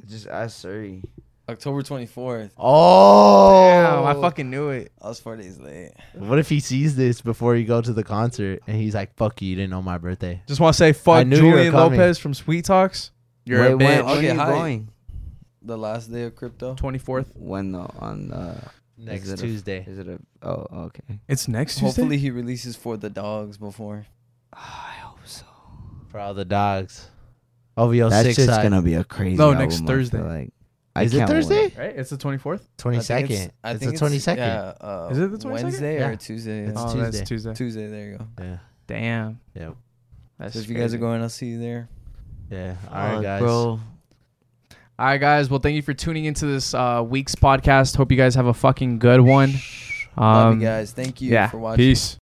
Speaker 1: Just ask Surrey.
Speaker 3: October 24th.
Speaker 4: Oh.
Speaker 2: Damn, I fucking knew it.
Speaker 3: I was four days late.
Speaker 4: What if he sees this before you go to the concert and he's like, fuck you, you didn't know my birthday?
Speaker 2: Just want to say, fuck
Speaker 4: knew you were
Speaker 2: Julian
Speaker 4: coming.
Speaker 2: Lopez from Sweet Talks. You're
Speaker 1: Wait,
Speaker 2: a
Speaker 1: when,
Speaker 2: bitch.
Speaker 1: when
Speaker 3: Okay,
Speaker 1: are you
Speaker 3: hi.
Speaker 1: going?
Speaker 3: The last day of crypto.
Speaker 2: 24th.
Speaker 1: When though? On uh,
Speaker 4: Next
Speaker 1: it a-
Speaker 4: Tuesday.
Speaker 1: is it a? Oh, okay.
Speaker 2: It's next Tuesday.
Speaker 3: Hopefully he releases for the dogs before.
Speaker 1: Ah, I hope so.
Speaker 4: For all the dogs. OVO
Speaker 1: That
Speaker 4: 6
Speaker 1: shit's
Speaker 4: side,
Speaker 1: gonna be a crazy.
Speaker 2: No,
Speaker 1: album,
Speaker 2: next
Speaker 1: I feel
Speaker 2: Thursday.
Speaker 1: Like,
Speaker 4: Is it Thursday?
Speaker 2: Right? It's the 24th.
Speaker 3: I
Speaker 4: 22nd.
Speaker 3: think it's- I
Speaker 4: it's
Speaker 3: think
Speaker 4: the 22nd.
Speaker 3: Yeah, uh,
Speaker 2: Is it the 22nd?
Speaker 3: Wednesday
Speaker 4: Yeah.
Speaker 3: or Tuesday?
Speaker 4: It's
Speaker 3: yeah.
Speaker 2: oh,
Speaker 4: Tuesday.
Speaker 2: that's Tuesday.
Speaker 3: Tuesday. There you go.
Speaker 4: Yeah.
Speaker 2: Damn.
Speaker 4: Yeah.
Speaker 2: That's
Speaker 3: So if you guys
Speaker 2: crazy.
Speaker 3: are going, I'll see you there.
Speaker 4: Yeah. All right,
Speaker 1: Fuck,
Speaker 4: guys.
Speaker 1: Bro,
Speaker 2: All right, guys. Well, thank you for tuning into this uh, week's podcast. Hope you guys have a fucking good one. Um,
Speaker 3: Love you guys. Thank you
Speaker 2: yeah.
Speaker 3: for watching.
Speaker 2: Peace.